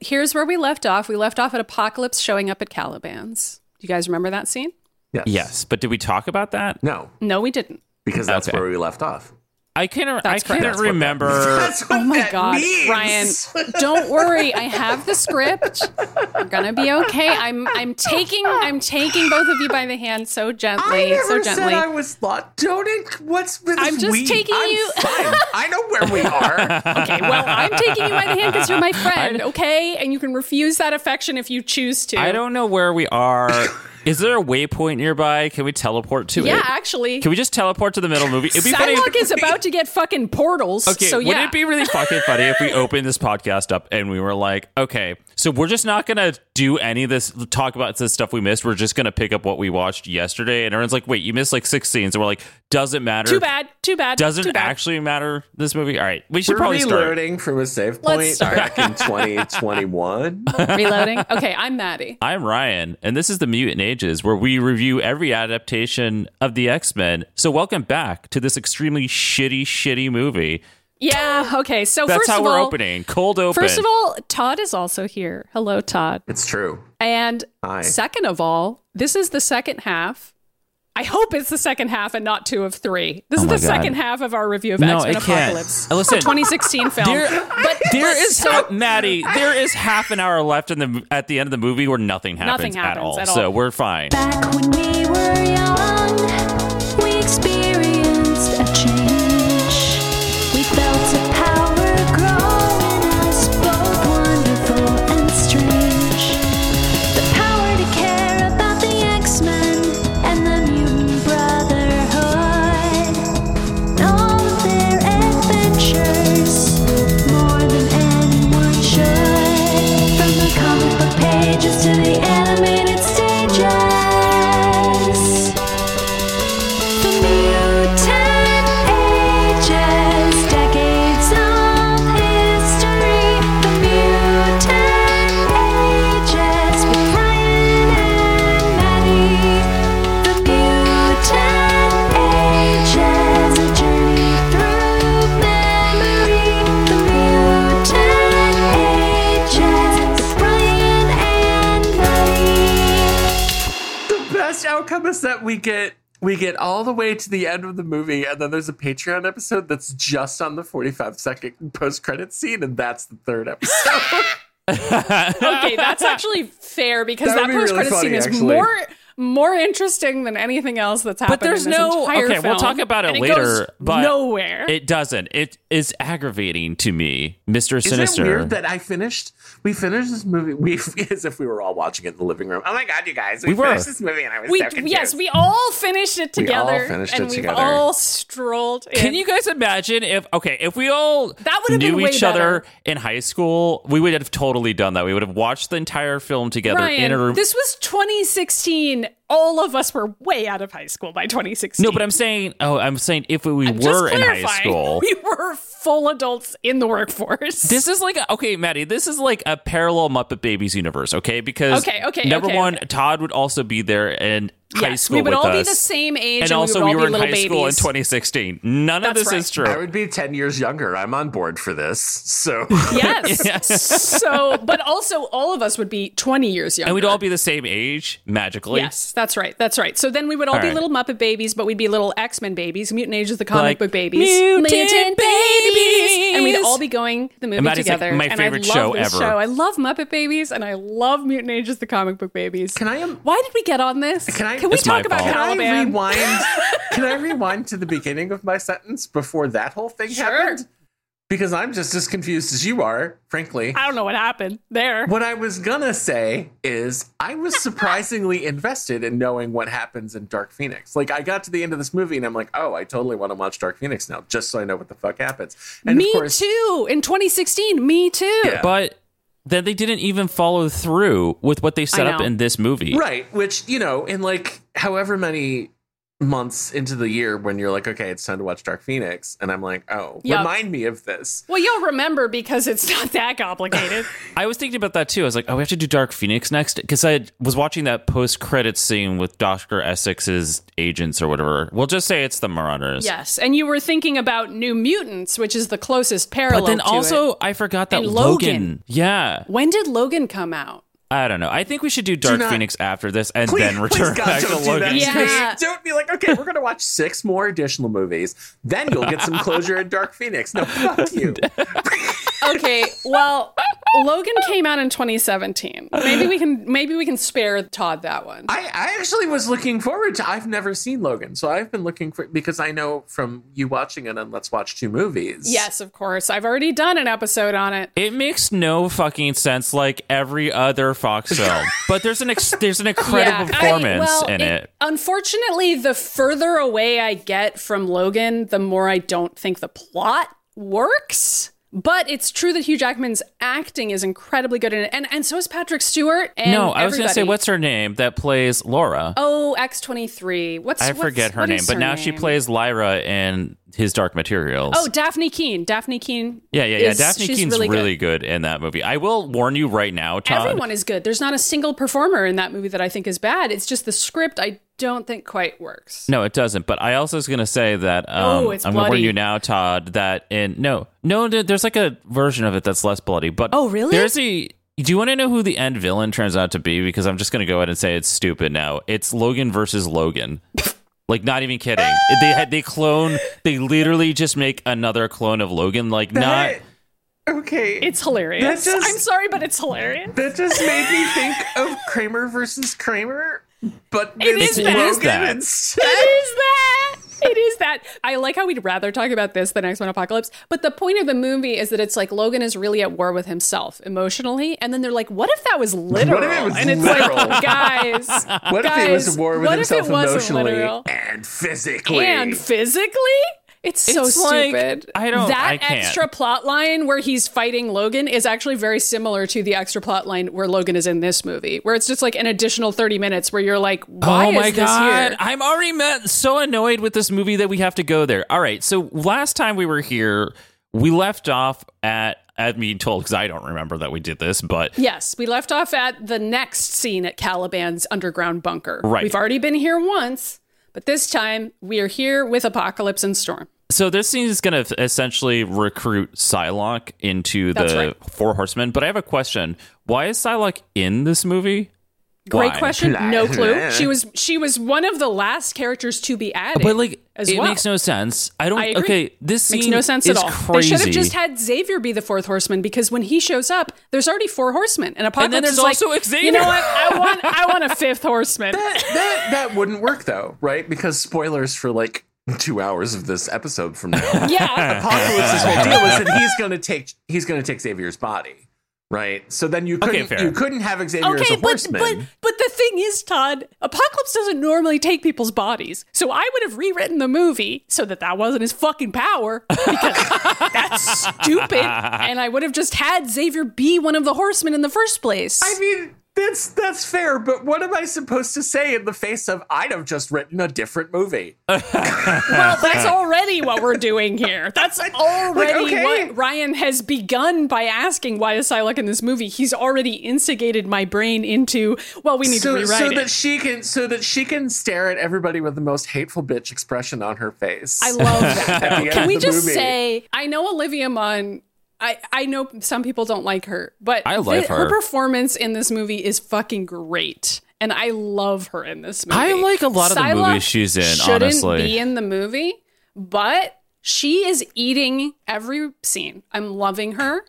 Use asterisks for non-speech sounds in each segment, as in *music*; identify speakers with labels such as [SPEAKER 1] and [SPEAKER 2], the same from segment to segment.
[SPEAKER 1] here's where we left off. We left off at Apocalypse showing up at Caliban's. Do you guys remember that scene?
[SPEAKER 2] Yes.
[SPEAKER 3] Yes, but did we talk about that?
[SPEAKER 2] No,
[SPEAKER 1] No, we didn't.
[SPEAKER 2] because that's
[SPEAKER 3] Okay.
[SPEAKER 2] where we left off.
[SPEAKER 3] I can't. I
[SPEAKER 1] That's correct.
[SPEAKER 3] can't
[SPEAKER 1] That's
[SPEAKER 3] remember.
[SPEAKER 2] what
[SPEAKER 1] Oh my God, Ryan! Don't worry, I have the script. We're gonna be okay. I'm I'm taking I'm taking both of you by the hand so gently,
[SPEAKER 2] I never
[SPEAKER 1] so
[SPEAKER 2] said
[SPEAKER 1] gently.
[SPEAKER 2] I was lost. Don't. inc- What's with
[SPEAKER 1] I'm
[SPEAKER 2] this
[SPEAKER 1] just
[SPEAKER 2] we?
[SPEAKER 1] taking
[SPEAKER 2] I'm
[SPEAKER 1] you-
[SPEAKER 2] Fine. I know where
[SPEAKER 3] *laughs*
[SPEAKER 2] we are.
[SPEAKER 1] okay, well, *laughs* I'm taking you by the hand because you're my friend,
[SPEAKER 3] I-
[SPEAKER 1] okay? And you can refuse that affection if you choose to.
[SPEAKER 3] I don't know where we are. Is there a waypoint nearby? Can we teleport to
[SPEAKER 1] Yeah,
[SPEAKER 3] it?
[SPEAKER 1] actually,
[SPEAKER 3] Can we just teleport to the middle movie? It'd be funny.
[SPEAKER 1] Psylocke is about to get fucking portals.
[SPEAKER 3] *laughs* Okay,
[SPEAKER 1] so yeah,
[SPEAKER 3] wouldn't it be really fucking funny if
[SPEAKER 1] *laughs*
[SPEAKER 3] we opened this podcast up and we were like, okay, so we're just not gonna do any of this talk about this stuff we missed. We're just gonna pick up what we watched yesterday, and everyone's like, wait, you missed like six scenes, and we're like, doesn't matter.
[SPEAKER 1] too bad, too bad. too
[SPEAKER 3] Doesn't
[SPEAKER 1] bad.
[SPEAKER 3] actually matter this movie. All right, we should
[SPEAKER 2] We're
[SPEAKER 3] probably start.
[SPEAKER 2] reloading from a save point
[SPEAKER 1] start.
[SPEAKER 2] back in *laughs* 2021.
[SPEAKER 1] reloading. Okay, I'm Maddie.
[SPEAKER 3] I'm Ryan, and this is the Mutant Ages, where we review every adaptation of the X Men. So welcome back to this extremely shitty, shitty movie.
[SPEAKER 1] Yeah. Okay. So
[SPEAKER 3] That's
[SPEAKER 1] first
[SPEAKER 3] how
[SPEAKER 1] of
[SPEAKER 3] we're
[SPEAKER 1] all,
[SPEAKER 3] opening. Cold open.
[SPEAKER 1] First of all, Todd is also here. Hello, Todd.
[SPEAKER 2] it's true.
[SPEAKER 1] And
[SPEAKER 2] Hi.
[SPEAKER 1] second of all, this is the second half. I hope it's the second half and not two of three. This is
[SPEAKER 3] Oh my
[SPEAKER 1] the
[SPEAKER 3] God.
[SPEAKER 1] second half of our review of
[SPEAKER 3] No,
[SPEAKER 1] X Men
[SPEAKER 3] it can't.
[SPEAKER 1] Apocalypse,
[SPEAKER 3] Uh, listen.
[SPEAKER 1] a 2016 film.
[SPEAKER 3] There-
[SPEAKER 1] but
[SPEAKER 3] There
[SPEAKER 1] let's
[SPEAKER 3] is
[SPEAKER 1] stop-
[SPEAKER 3] half, Maddie. There is half an hour left in the at the end of the movie where nothing happens,
[SPEAKER 1] Nothing happens at all.
[SPEAKER 3] So we're fine.
[SPEAKER 4] Back when we were young, we experienced a change. We felt a power grow in us, both wonderful and strange. The power to care about the X Men and the Mutant Brotherhood. All of their adventures, more than anyone should. From the comic book pages to the animated stages. The mutant ages, decades of history. The mutant ages with Ryan and Maddie. The mutant ages, a journey through memory. The mutant ages with Ryan and Maddie.
[SPEAKER 2] The best outcome is that we get we get all the way to the end of the movie, and then there's a Patreon episode that's just on the 45 second post credit scene, and that's the third episode.
[SPEAKER 1] *laughs*
[SPEAKER 2] *laughs*
[SPEAKER 1] okay, that's actually fair because
[SPEAKER 2] That
[SPEAKER 1] that,
[SPEAKER 2] would be
[SPEAKER 1] post credit
[SPEAKER 2] really
[SPEAKER 1] scene
[SPEAKER 2] funny,
[SPEAKER 1] is
[SPEAKER 2] actually.
[SPEAKER 1] more more interesting than anything else that's happened.
[SPEAKER 3] there's
[SPEAKER 1] in this
[SPEAKER 3] no-
[SPEAKER 1] entire
[SPEAKER 3] okay, we'll
[SPEAKER 1] film.
[SPEAKER 3] talk about it
[SPEAKER 1] And
[SPEAKER 3] later,
[SPEAKER 1] goes
[SPEAKER 3] but
[SPEAKER 1] nowhere.
[SPEAKER 3] It doesn't. It is aggravating to me, Mister
[SPEAKER 2] Isn't
[SPEAKER 3] Sinister.
[SPEAKER 2] it weird that I finished? We finished this movie we, *laughs* as if we were all watching it in the living room. Oh my god, you guys! We,
[SPEAKER 3] We were.
[SPEAKER 2] finished this movie, and I was
[SPEAKER 1] we
[SPEAKER 2] so confused.
[SPEAKER 1] yes, we all finished it
[SPEAKER 2] We all
[SPEAKER 1] together,
[SPEAKER 2] finished
[SPEAKER 1] and
[SPEAKER 2] it
[SPEAKER 1] we've
[SPEAKER 2] together.
[SPEAKER 1] all strolled. In.
[SPEAKER 3] Can you guys imagine if okay, if we all
[SPEAKER 1] That would have
[SPEAKER 3] knew
[SPEAKER 1] been way
[SPEAKER 3] each other
[SPEAKER 1] better.
[SPEAKER 3] in high school, we would have totally done that. We would have watched the entire film together in a
[SPEAKER 1] Ryan,
[SPEAKER 3] room.
[SPEAKER 1] this was 2016. All of us were way out of high school by 2016.
[SPEAKER 3] no, but I'm saying, oh, I'm saying if we
[SPEAKER 1] Just
[SPEAKER 3] were in high
[SPEAKER 1] clarifying,
[SPEAKER 3] school,
[SPEAKER 1] *laughs* We were full adults in the workforce.
[SPEAKER 3] This is like a, okay, Maddie. This is like a parallel Muppet Babies universe, okay? Because
[SPEAKER 1] Okay, okay,
[SPEAKER 3] number
[SPEAKER 1] okay,
[SPEAKER 3] one,
[SPEAKER 1] okay.
[SPEAKER 3] Todd would also be there in high
[SPEAKER 1] yes,
[SPEAKER 3] school
[SPEAKER 1] we would
[SPEAKER 3] with
[SPEAKER 1] all
[SPEAKER 3] us,
[SPEAKER 1] be the same age,
[SPEAKER 3] and
[SPEAKER 1] and,
[SPEAKER 3] also
[SPEAKER 1] we
[SPEAKER 3] we,
[SPEAKER 1] would all
[SPEAKER 3] were
[SPEAKER 1] be
[SPEAKER 3] in
[SPEAKER 1] little
[SPEAKER 3] high school in
[SPEAKER 1] babies.
[SPEAKER 3] 2016. None
[SPEAKER 1] That's
[SPEAKER 3] of this
[SPEAKER 1] right.
[SPEAKER 3] is
[SPEAKER 2] I
[SPEAKER 3] true.
[SPEAKER 2] would be 10 years younger. I'm on board for this. So *laughs*
[SPEAKER 3] *laughs*
[SPEAKER 1] Yes. so, but also all of us would be 20 years younger.
[SPEAKER 3] and we'd all be the same age magically.
[SPEAKER 1] Yes, that's right. That's right. So then we would all,
[SPEAKER 3] All
[SPEAKER 1] be
[SPEAKER 3] right.
[SPEAKER 1] little Muppet babies, but we'd be little X Men babies, Mutant Age is the comic
[SPEAKER 3] Like,
[SPEAKER 1] book babies,
[SPEAKER 3] Mutant Babies!
[SPEAKER 1] and we'd all be going the movie
[SPEAKER 3] that is, like,
[SPEAKER 1] together.
[SPEAKER 3] my
[SPEAKER 1] and
[SPEAKER 3] favorite
[SPEAKER 1] I love
[SPEAKER 3] show
[SPEAKER 1] this
[SPEAKER 3] ever.
[SPEAKER 1] Show. I love Muppet Babies, and I love Mutant Age is the comic book babies.
[SPEAKER 2] can I am
[SPEAKER 1] Why did we get on this?
[SPEAKER 2] Can I-
[SPEAKER 1] Can we
[SPEAKER 3] It's my
[SPEAKER 1] talk about
[SPEAKER 3] fault.
[SPEAKER 2] can I
[SPEAKER 1] Caliban? *laughs*
[SPEAKER 2] rewind? can I rewind to the beginning of my sentence before that whole thing
[SPEAKER 1] Sure.
[SPEAKER 2] happened? Because I'm just as confused as you are, frankly.
[SPEAKER 1] I don't know what happened there.
[SPEAKER 2] What I was gonna say is I was surprisingly invested in knowing what happens in Dark Phoenix. Like I got to the end of this movie and I'm like, oh, I totally want to watch Dark Phoenix now, just so I know what the fuck happens. And
[SPEAKER 1] me
[SPEAKER 2] of course,
[SPEAKER 1] too. In 2016, me too.
[SPEAKER 2] Yeah.
[SPEAKER 3] but then they didn't even follow through with what they set
[SPEAKER 1] I
[SPEAKER 3] up
[SPEAKER 1] know.
[SPEAKER 3] in this movie.
[SPEAKER 2] right, which you know, in like however many months into the year when you're like, okay, it's time to watch Dark Phoenix, and I'm like, oh,
[SPEAKER 1] Yup.
[SPEAKER 2] remind me of this.
[SPEAKER 1] Well, you'll remember because it's not that
[SPEAKER 2] *laughs*
[SPEAKER 1] complicated.
[SPEAKER 3] I was thinking about that too. I was like, oh, we have to do Dark Phoenix next because I was watching that post credits scene with Doctor Essex's agents or whatever. We'll just say it's the Marauders.
[SPEAKER 1] yes, and you were thinking about New Mutants, which is the closest parallel.
[SPEAKER 3] But then
[SPEAKER 1] to
[SPEAKER 3] also,
[SPEAKER 1] it.
[SPEAKER 3] I forgot that
[SPEAKER 1] And
[SPEAKER 3] Logan.
[SPEAKER 1] Logan.
[SPEAKER 3] Yeah,
[SPEAKER 1] when did Logan come out?
[SPEAKER 3] I don't know. I think we should do Dark
[SPEAKER 2] not-
[SPEAKER 3] Phoenix after this and then
[SPEAKER 2] Please,
[SPEAKER 3] return
[SPEAKER 2] God,
[SPEAKER 3] back to
[SPEAKER 2] don't do
[SPEAKER 3] Logan.
[SPEAKER 2] that.
[SPEAKER 1] Yeah.
[SPEAKER 2] Please Don't be like, okay, we're gonna watch six more additional movies, then you'll get some closure in Dark Phoenix. No, fuck
[SPEAKER 3] *laughs*
[SPEAKER 2] you.
[SPEAKER 1] Okay, well, Logan came out in 2017. Maybe we can maybe we can spare Todd that one.
[SPEAKER 2] I, I actually was looking forward to. I've never seen Logan, so I've been looking for because I know from you watching it on Let's Watch Two Movies.
[SPEAKER 1] yes, of course. I've already done an episode on it.
[SPEAKER 3] It makes no fucking sense, like every other Fox film. but there's an ex- there's an incredible
[SPEAKER 1] I-
[SPEAKER 3] performance
[SPEAKER 1] well,
[SPEAKER 3] in it.
[SPEAKER 1] Unfortunately, the further away I get from Logan, the more I don't think the plot works. But it's true that Hugh Jackman's acting is incredibly good in it, and and so is Patrick Stewart. And
[SPEAKER 3] No, I was going to say,
[SPEAKER 1] everybody.
[SPEAKER 3] what's her name that plays Laura?
[SPEAKER 1] oh X twenty three? What's
[SPEAKER 3] I
[SPEAKER 1] what's-
[SPEAKER 3] forget her
[SPEAKER 1] what
[SPEAKER 3] name,
[SPEAKER 1] is
[SPEAKER 3] but
[SPEAKER 1] her
[SPEAKER 3] now she
[SPEAKER 1] name?
[SPEAKER 3] plays Lyra in His Dark Materials.
[SPEAKER 1] Oh, Daphne Keene. Daphne Keene.
[SPEAKER 3] yeah, yeah, yeah.
[SPEAKER 1] is-
[SPEAKER 3] Daphne
[SPEAKER 1] she's
[SPEAKER 3] Keene's really, good. in that movie. I will warn you right now, Todd.
[SPEAKER 1] Everyone is good. There's not a single performer in that movie that I think is bad. It's just the script I don't think quite works.
[SPEAKER 3] No, it doesn't. But I also was going to say that um,
[SPEAKER 1] Oh, it's
[SPEAKER 3] I'm going to warn
[SPEAKER 1] bloody.
[SPEAKER 3] you now, Todd. That in no, no, th- there's like a version of it that's less bloody. But
[SPEAKER 1] Oh, really?
[SPEAKER 3] There's a. Do you want to know who the end villain turns out to be? Because I'm just going to go ahead and say it's stupid now. It's Logan
[SPEAKER 1] *laughs*
[SPEAKER 3] versus Logan. Like not even kidding. they had they clone. They literally just make another clone of Logan. Like not.
[SPEAKER 2] That- okay.
[SPEAKER 1] It's hilarious.
[SPEAKER 2] That just-
[SPEAKER 1] I'm sorry, but it's hilarious.
[SPEAKER 2] that just made me think of Kramer versus Kramer, but it
[SPEAKER 1] is that.
[SPEAKER 3] It is that.
[SPEAKER 1] it is that. It is that. I like how we'd rather talk about this than X Men Apocalypse. But the point of the movie is that it's like Logan is really at war with himself emotionally. And then they're like, what if that was literal?
[SPEAKER 2] was
[SPEAKER 1] and it's
[SPEAKER 2] literal?
[SPEAKER 1] like, guys.
[SPEAKER 2] What if he was
[SPEAKER 1] guys,
[SPEAKER 2] at war with
[SPEAKER 1] what if it
[SPEAKER 2] himself
[SPEAKER 1] wasn't
[SPEAKER 2] emotionally
[SPEAKER 1] literal?
[SPEAKER 2] and physically?
[SPEAKER 1] And physically? It's so
[SPEAKER 3] It's like,
[SPEAKER 1] stupid.
[SPEAKER 3] I don't-
[SPEAKER 1] That
[SPEAKER 3] I can't.
[SPEAKER 1] extra plot line where he's fighting Logan is actually very similar to the extra plot line where Logan is in this movie, where it's just like an additional thirty minutes where you're like, why
[SPEAKER 3] oh
[SPEAKER 1] is
[SPEAKER 3] my
[SPEAKER 1] this
[SPEAKER 3] god!
[SPEAKER 1] here?
[SPEAKER 3] I'm already met, so annoyed with this movie that we have to go there. All right, so last time we were here, we left off at at being told because I don't remember that we did this, but
[SPEAKER 1] Yes, we left off at the next scene at Caliban's underground bunker.
[SPEAKER 3] Right.
[SPEAKER 1] We've already been here once, but this time we are here with Apocalypse and Storm.
[SPEAKER 3] so this scene is going to essentially recruit Psylocke into
[SPEAKER 1] That's
[SPEAKER 3] the
[SPEAKER 1] right.
[SPEAKER 3] Four Horsemen. But I have a question: Why is Psylocke in this movie?
[SPEAKER 1] Great
[SPEAKER 3] Why?
[SPEAKER 1] question.
[SPEAKER 2] Blah.
[SPEAKER 1] No
[SPEAKER 2] Blah.
[SPEAKER 1] clue. She was she was one of the last characters to be added.
[SPEAKER 3] But like,
[SPEAKER 1] as
[SPEAKER 3] it
[SPEAKER 1] well.
[SPEAKER 3] makes no sense. I don't.
[SPEAKER 1] I agree.
[SPEAKER 3] Okay, this scene
[SPEAKER 1] Makes no sense
[SPEAKER 3] is
[SPEAKER 1] at all.
[SPEAKER 3] Crazy.
[SPEAKER 1] They should have just had Xavier be the fourth horseman because when he shows up, there's already four horsemen, and Apocalypse
[SPEAKER 3] there's
[SPEAKER 1] is like,
[SPEAKER 3] also Xavier.
[SPEAKER 1] You know what? I want I want a fifth horseman.
[SPEAKER 2] that, that that wouldn't work though, right? Because spoilers for like two hours of this episode from
[SPEAKER 1] *laughs*
[SPEAKER 2] now.
[SPEAKER 1] yeah.
[SPEAKER 2] Apocalypse's whole deal is that he's gonna take he's gonna take Xavier's body, right? So then you couldn't
[SPEAKER 3] fair.
[SPEAKER 2] you couldn't have Xavier as
[SPEAKER 1] Okay,
[SPEAKER 2] a
[SPEAKER 1] but
[SPEAKER 2] horseman.
[SPEAKER 1] but but the thing is, Todd, Apocalypse doesn't normally take people's bodies, so I would have rewritten the movie so that that wasn't his fucking power because *laughs* that's stupid, and I would have just had Xavier be one of the horsemen in the first place.
[SPEAKER 2] I mean, that's that's fair, but what am I supposed to say in the face of I'd have just written a different movie?
[SPEAKER 1] Well, *laughs* that's already what we're doing *laughs* here. *laughs* That's already
[SPEAKER 2] okay.
[SPEAKER 1] what Ryan has begun by asking why is Psylocke in this movie. He's already instigated my brain into, well, we need
[SPEAKER 2] so
[SPEAKER 1] to rewrite
[SPEAKER 2] so
[SPEAKER 1] it.
[SPEAKER 2] that she can so that she can stare at everybody with the most hateful bitch expression on her face.
[SPEAKER 1] I love that.
[SPEAKER 2] *laughs* at the end
[SPEAKER 1] Can
[SPEAKER 2] of
[SPEAKER 1] we
[SPEAKER 2] the
[SPEAKER 1] just
[SPEAKER 2] movie.
[SPEAKER 1] say, I know Olivia Munn. I, I know some people don't like her, but
[SPEAKER 3] I like
[SPEAKER 1] thi-
[SPEAKER 3] her.
[SPEAKER 1] her performance in this movie is fucking great. And I love her in this movie.
[SPEAKER 3] I like a lot of the
[SPEAKER 1] Psylocke
[SPEAKER 3] movies she's in,
[SPEAKER 1] Shouldn't
[SPEAKER 3] honestly.
[SPEAKER 1] be in the movie, but she is eating every scene. I'm loving her.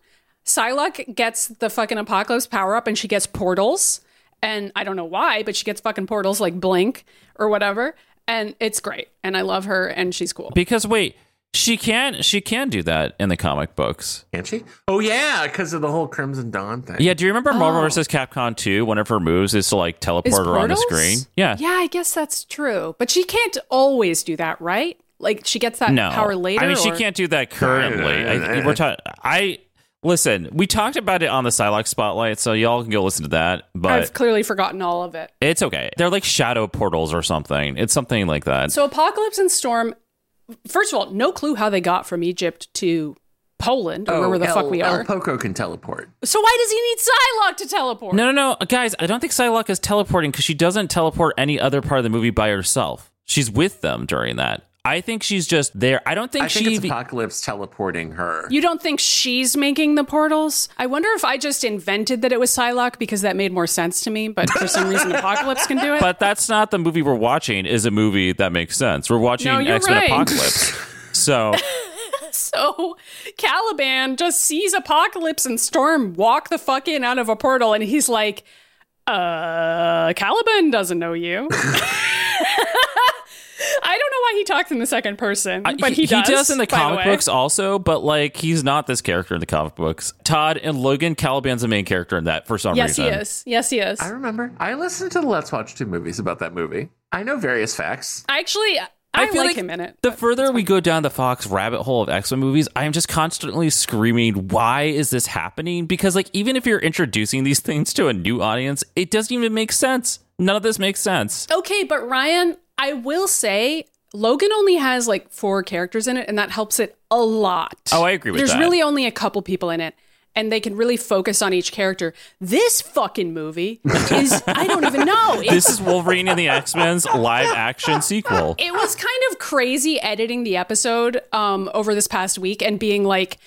[SPEAKER 1] Psylocke gets the fucking apocalypse power up, and she gets portals. And I don't know why, but she gets fucking portals like blink or whatever. And it's great. And I love her, and she's cool.
[SPEAKER 3] because wait, she can she can do that in the comic books.
[SPEAKER 2] Can she? Oh yeah, because of the whole Crimson Dawn thing.
[SPEAKER 3] Yeah, do you remember Marvel vs. Capcom 2? One of her moves is to like
[SPEAKER 1] Oh. Is
[SPEAKER 3] teleport her on the
[SPEAKER 1] portals?
[SPEAKER 3] screen. Yeah.
[SPEAKER 1] Yeah, I guess that's true. But she can't always do that, right? Like she gets that
[SPEAKER 3] No.
[SPEAKER 1] power later.
[SPEAKER 3] I mean, she
[SPEAKER 1] or-
[SPEAKER 3] can't do that currently. I, we're talking. I Listen, we talked about it on the Psylocke Spotlight, so y'all can go listen to that. But
[SPEAKER 1] I've clearly forgotten all of it.
[SPEAKER 3] it's okay. They're like shadow portals or something. It's something like that.
[SPEAKER 1] So Apocalypse and Storm, first of all, no clue how they got from Egypt to Poland or
[SPEAKER 3] Oh,
[SPEAKER 1] wherever the
[SPEAKER 2] Oh, El,
[SPEAKER 1] fuck we
[SPEAKER 2] El
[SPEAKER 1] are.
[SPEAKER 2] Poco can teleport.
[SPEAKER 1] So why does he need Psylocke to teleport?
[SPEAKER 3] No, no, no, guys. I don't think Psylocke is teleporting because she doesn't teleport any other part of the movie by herself. She's with them during that. I think she's just there. I don't think
[SPEAKER 2] I
[SPEAKER 3] she.
[SPEAKER 2] think it's
[SPEAKER 3] be-
[SPEAKER 2] Apocalypse teleporting her.
[SPEAKER 1] You don't think she's making the portals? I wonder if I just invented that it was Psylocke because that made more sense to me, but for some reason Apocalypse can do it.
[SPEAKER 3] but that's not the movie we're watching. Is a movie that makes sense. We're watching
[SPEAKER 1] No, you're
[SPEAKER 3] X Men
[SPEAKER 1] right.
[SPEAKER 3] Apocalypse.
[SPEAKER 1] *laughs*
[SPEAKER 3] So
[SPEAKER 1] so Caliban just sees Apocalypse and Storm walk the fuck in out of a portal and he's like, uh, Caliban doesn't know you. *laughs* I don't know why he talks in the second person, but he, does.
[SPEAKER 3] in the
[SPEAKER 1] by
[SPEAKER 3] comic
[SPEAKER 1] way.
[SPEAKER 3] books also, but like he's not this character in the comic books. Todd and Logan Caliban's the main character in that for some
[SPEAKER 1] Yes,
[SPEAKER 3] reason.
[SPEAKER 1] he is. Yes, he is.
[SPEAKER 2] I remember. I listened to the Let's Watch Two movies about that movie. I know various facts.
[SPEAKER 1] Actually, I, like, him in it.
[SPEAKER 3] The further we go down the Fox rabbit hole of X Men movies, I am just constantly screaming, "Why is this happening?" Because like even if you're introducing these things to a new audience, it doesn't even make sense. None of this
[SPEAKER 1] *laughs*
[SPEAKER 3] makes sense.
[SPEAKER 1] Okay, but Ryan, I will say Logan only has like four characters in it, and that helps it a lot.
[SPEAKER 3] Oh, I agree with
[SPEAKER 1] There's
[SPEAKER 3] that.
[SPEAKER 1] really only a couple people in it, and they can really focus on each character. This fucking movie is I don't even
[SPEAKER 3] *laughs*
[SPEAKER 1] know. It,
[SPEAKER 3] This is Wolverine and the X Men's live action sequel.
[SPEAKER 1] it was kind of crazy editing the episode um, over this past week and being like,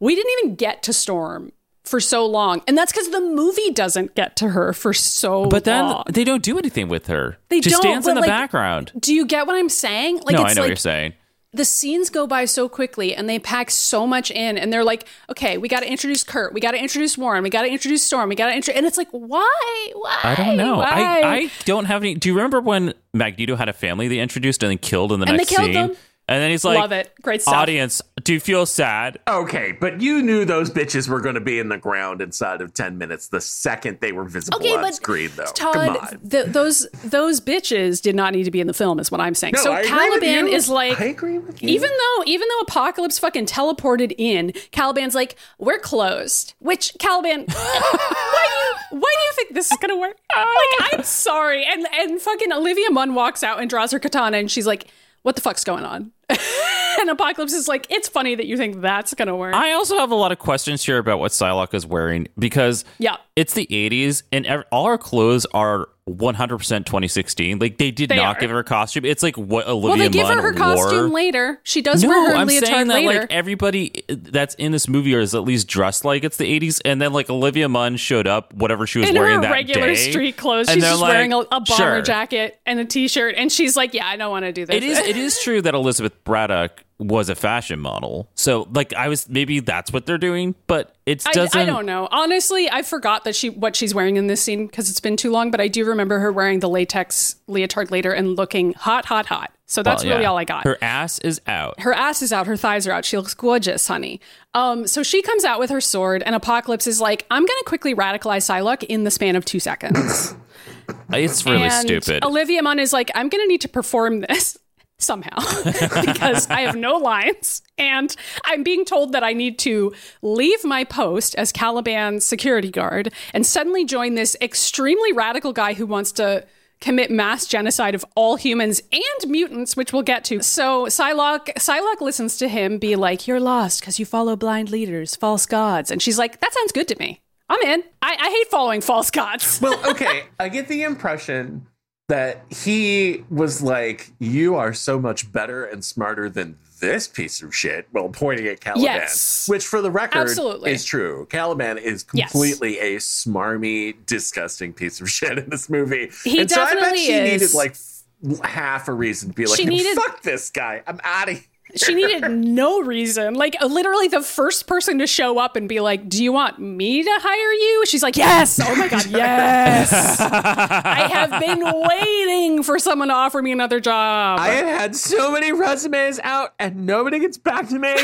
[SPEAKER 1] we didn't even get to Storm for so long, and that's because the movie doesn't get to her for so.
[SPEAKER 3] But then
[SPEAKER 1] long.
[SPEAKER 3] they don't do anything with her.
[SPEAKER 1] They
[SPEAKER 3] she
[SPEAKER 1] don't,
[SPEAKER 3] stands in
[SPEAKER 1] but,
[SPEAKER 3] the
[SPEAKER 1] like,
[SPEAKER 3] background.
[SPEAKER 1] do you get what I'm saying? Like,
[SPEAKER 3] no,
[SPEAKER 1] it's
[SPEAKER 3] I
[SPEAKER 1] like,
[SPEAKER 3] know what you're saying.
[SPEAKER 1] the scenes go by so quickly and they pack so much in and they're like okay we got to introduce kurt we got to introduce warren we got to introduce storm we got to introduce and it's like why why
[SPEAKER 3] I don't know.
[SPEAKER 1] why?
[SPEAKER 3] I, I don't have any. Do you remember when Magneto had a family they introduced and then killed in the
[SPEAKER 1] And they
[SPEAKER 3] next
[SPEAKER 1] killed
[SPEAKER 3] scene?
[SPEAKER 1] them.
[SPEAKER 3] And then he's like,
[SPEAKER 1] Love it. Great stuff.
[SPEAKER 3] Audience, do you feel sad?
[SPEAKER 2] Okay, but you knew those bitches were going to be in the ground inside of ten minutes the second they were visible
[SPEAKER 1] okay
[SPEAKER 2] on
[SPEAKER 1] but
[SPEAKER 2] screen, though. Come
[SPEAKER 1] todd
[SPEAKER 2] on.
[SPEAKER 1] th- those those bitches did not need to be in the film is what i'm saying
[SPEAKER 2] No,
[SPEAKER 1] so
[SPEAKER 2] I agree with
[SPEAKER 1] caliban
[SPEAKER 2] you.
[SPEAKER 1] is like
[SPEAKER 2] I agree with you.
[SPEAKER 1] even though even though apocalypse fucking teleported in caliban's like we're closed which caliban *laughs* why do you why do you think this is gonna work like i'm sorry and and fucking olivia munn walks out and draws her katana and she's like what the fuck's going on *laughs* and apocalypse is like it's funny that you think that's gonna work
[SPEAKER 3] I also have a lot of questions here about what Psylocke is wearing because
[SPEAKER 1] Yeah.
[SPEAKER 3] it's the 80s and ev- all her clothes are 100% 2016. Like they did
[SPEAKER 1] They
[SPEAKER 3] not
[SPEAKER 1] are.
[SPEAKER 3] give her a costume. It's like what Olivia
[SPEAKER 1] well they give her
[SPEAKER 3] Munn
[SPEAKER 1] her costume
[SPEAKER 3] wore.
[SPEAKER 1] later she does
[SPEAKER 3] No,
[SPEAKER 1] wear her
[SPEAKER 3] I'm saying
[SPEAKER 1] leotard
[SPEAKER 3] that
[SPEAKER 1] later
[SPEAKER 3] like everybody uh, that's in this movie is at least dressed like it's the 80s, and then like Olivia Munn showed up, whatever she was
[SPEAKER 1] in
[SPEAKER 3] wearing
[SPEAKER 1] her
[SPEAKER 3] that
[SPEAKER 1] regular
[SPEAKER 3] day,
[SPEAKER 1] street clothes
[SPEAKER 3] and
[SPEAKER 1] she's
[SPEAKER 3] they're
[SPEAKER 1] just
[SPEAKER 3] like,
[SPEAKER 1] wearing a, a bomber
[SPEAKER 3] "Sure."
[SPEAKER 1] jacket and a t-shirt and she's like yeah i don't want to do this *laughs*
[SPEAKER 3] It is it is true that Elizabeth Braddock was a fashion model, so like I was maybe that's what they're doing, but it
[SPEAKER 1] I,
[SPEAKER 3] doesn't.
[SPEAKER 1] I don't know. Honestly, I forgot that she what she's wearing in this scene because it's been too long. But I do remember her wearing the latex leotard later and looking hot, hot, hot. So that's
[SPEAKER 3] Well,
[SPEAKER 1] really
[SPEAKER 3] yeah.
[SPEAKER 1] all I got. Her,
[SPEAKER 3] Her ass is out.
[SPEAKER 1] ass is out. Her thighs are out. She looks gorgeous, honey. Um, so she comes out with her sword, and Apocalypse is like, "I'm going to quickly radicalize Psylocke in the span of two seconds."
[SPEAKER 3] It's really
[SPEAKER 1] and
[SPEAKER 3] stupid.
[SPEAKER 1] Olivia Munn is like, "I'm going to need to perform this." *laughs* Somehow, because I have no lines, and I'm being told that I need to leave my post as Caliban's security guard and suddenly join this extremely radical guy who wants to commit mass genocide of all humans and mutants, which we'll get to. So Psylocke, Psylocke listens to him be like, You're lost because you follow blind leaders, false gods. And she's like, That sounds good to me. I'm in. I, I hate following false gods.
[SPEAKER 2] well, okay. I get the impression that he was like, "You are so much better and smarter than this piece of shit." Well, pointing at Caliban,
[SPEAKER 1] Yes.
[SPEAKER 2] which, for the record,
[SPEAKER 1] Absolutely.
[SPEAKER 2] is true. Caliban is
[SPEAKER 1] Yes.
[SPEAKER 2] completely a smarmy, disgusting piece of shit in this movie.
[SPEAKER 1] He
[SPEAKER 2] and so I bet
[SPEAKER 1] definitely
[SPEAKER 2] she needed
[SPEAKER 1] is.
[SPEAKER 2] like f- half a reason to be like,
[SPEAKER 1] She needed-
[SPEAKER 2] "Fuck this guy. I'm out of." here.
[SPEAKER 1] She needed
[SPEAKER 3] *laughs*
[SPEAKER 1] no reason. Like uh, literally the first person to show up and be like, "Do you want me to hire you?" She's like, "Yes." Oh my god, yes. I have
[SPEAKER 3] *laughs*
[SPEAKER 1] been waiting for someone to offer me another job.
[SPEAKER 2] I have had so many resumes out and nobody gets back to *laughs* me.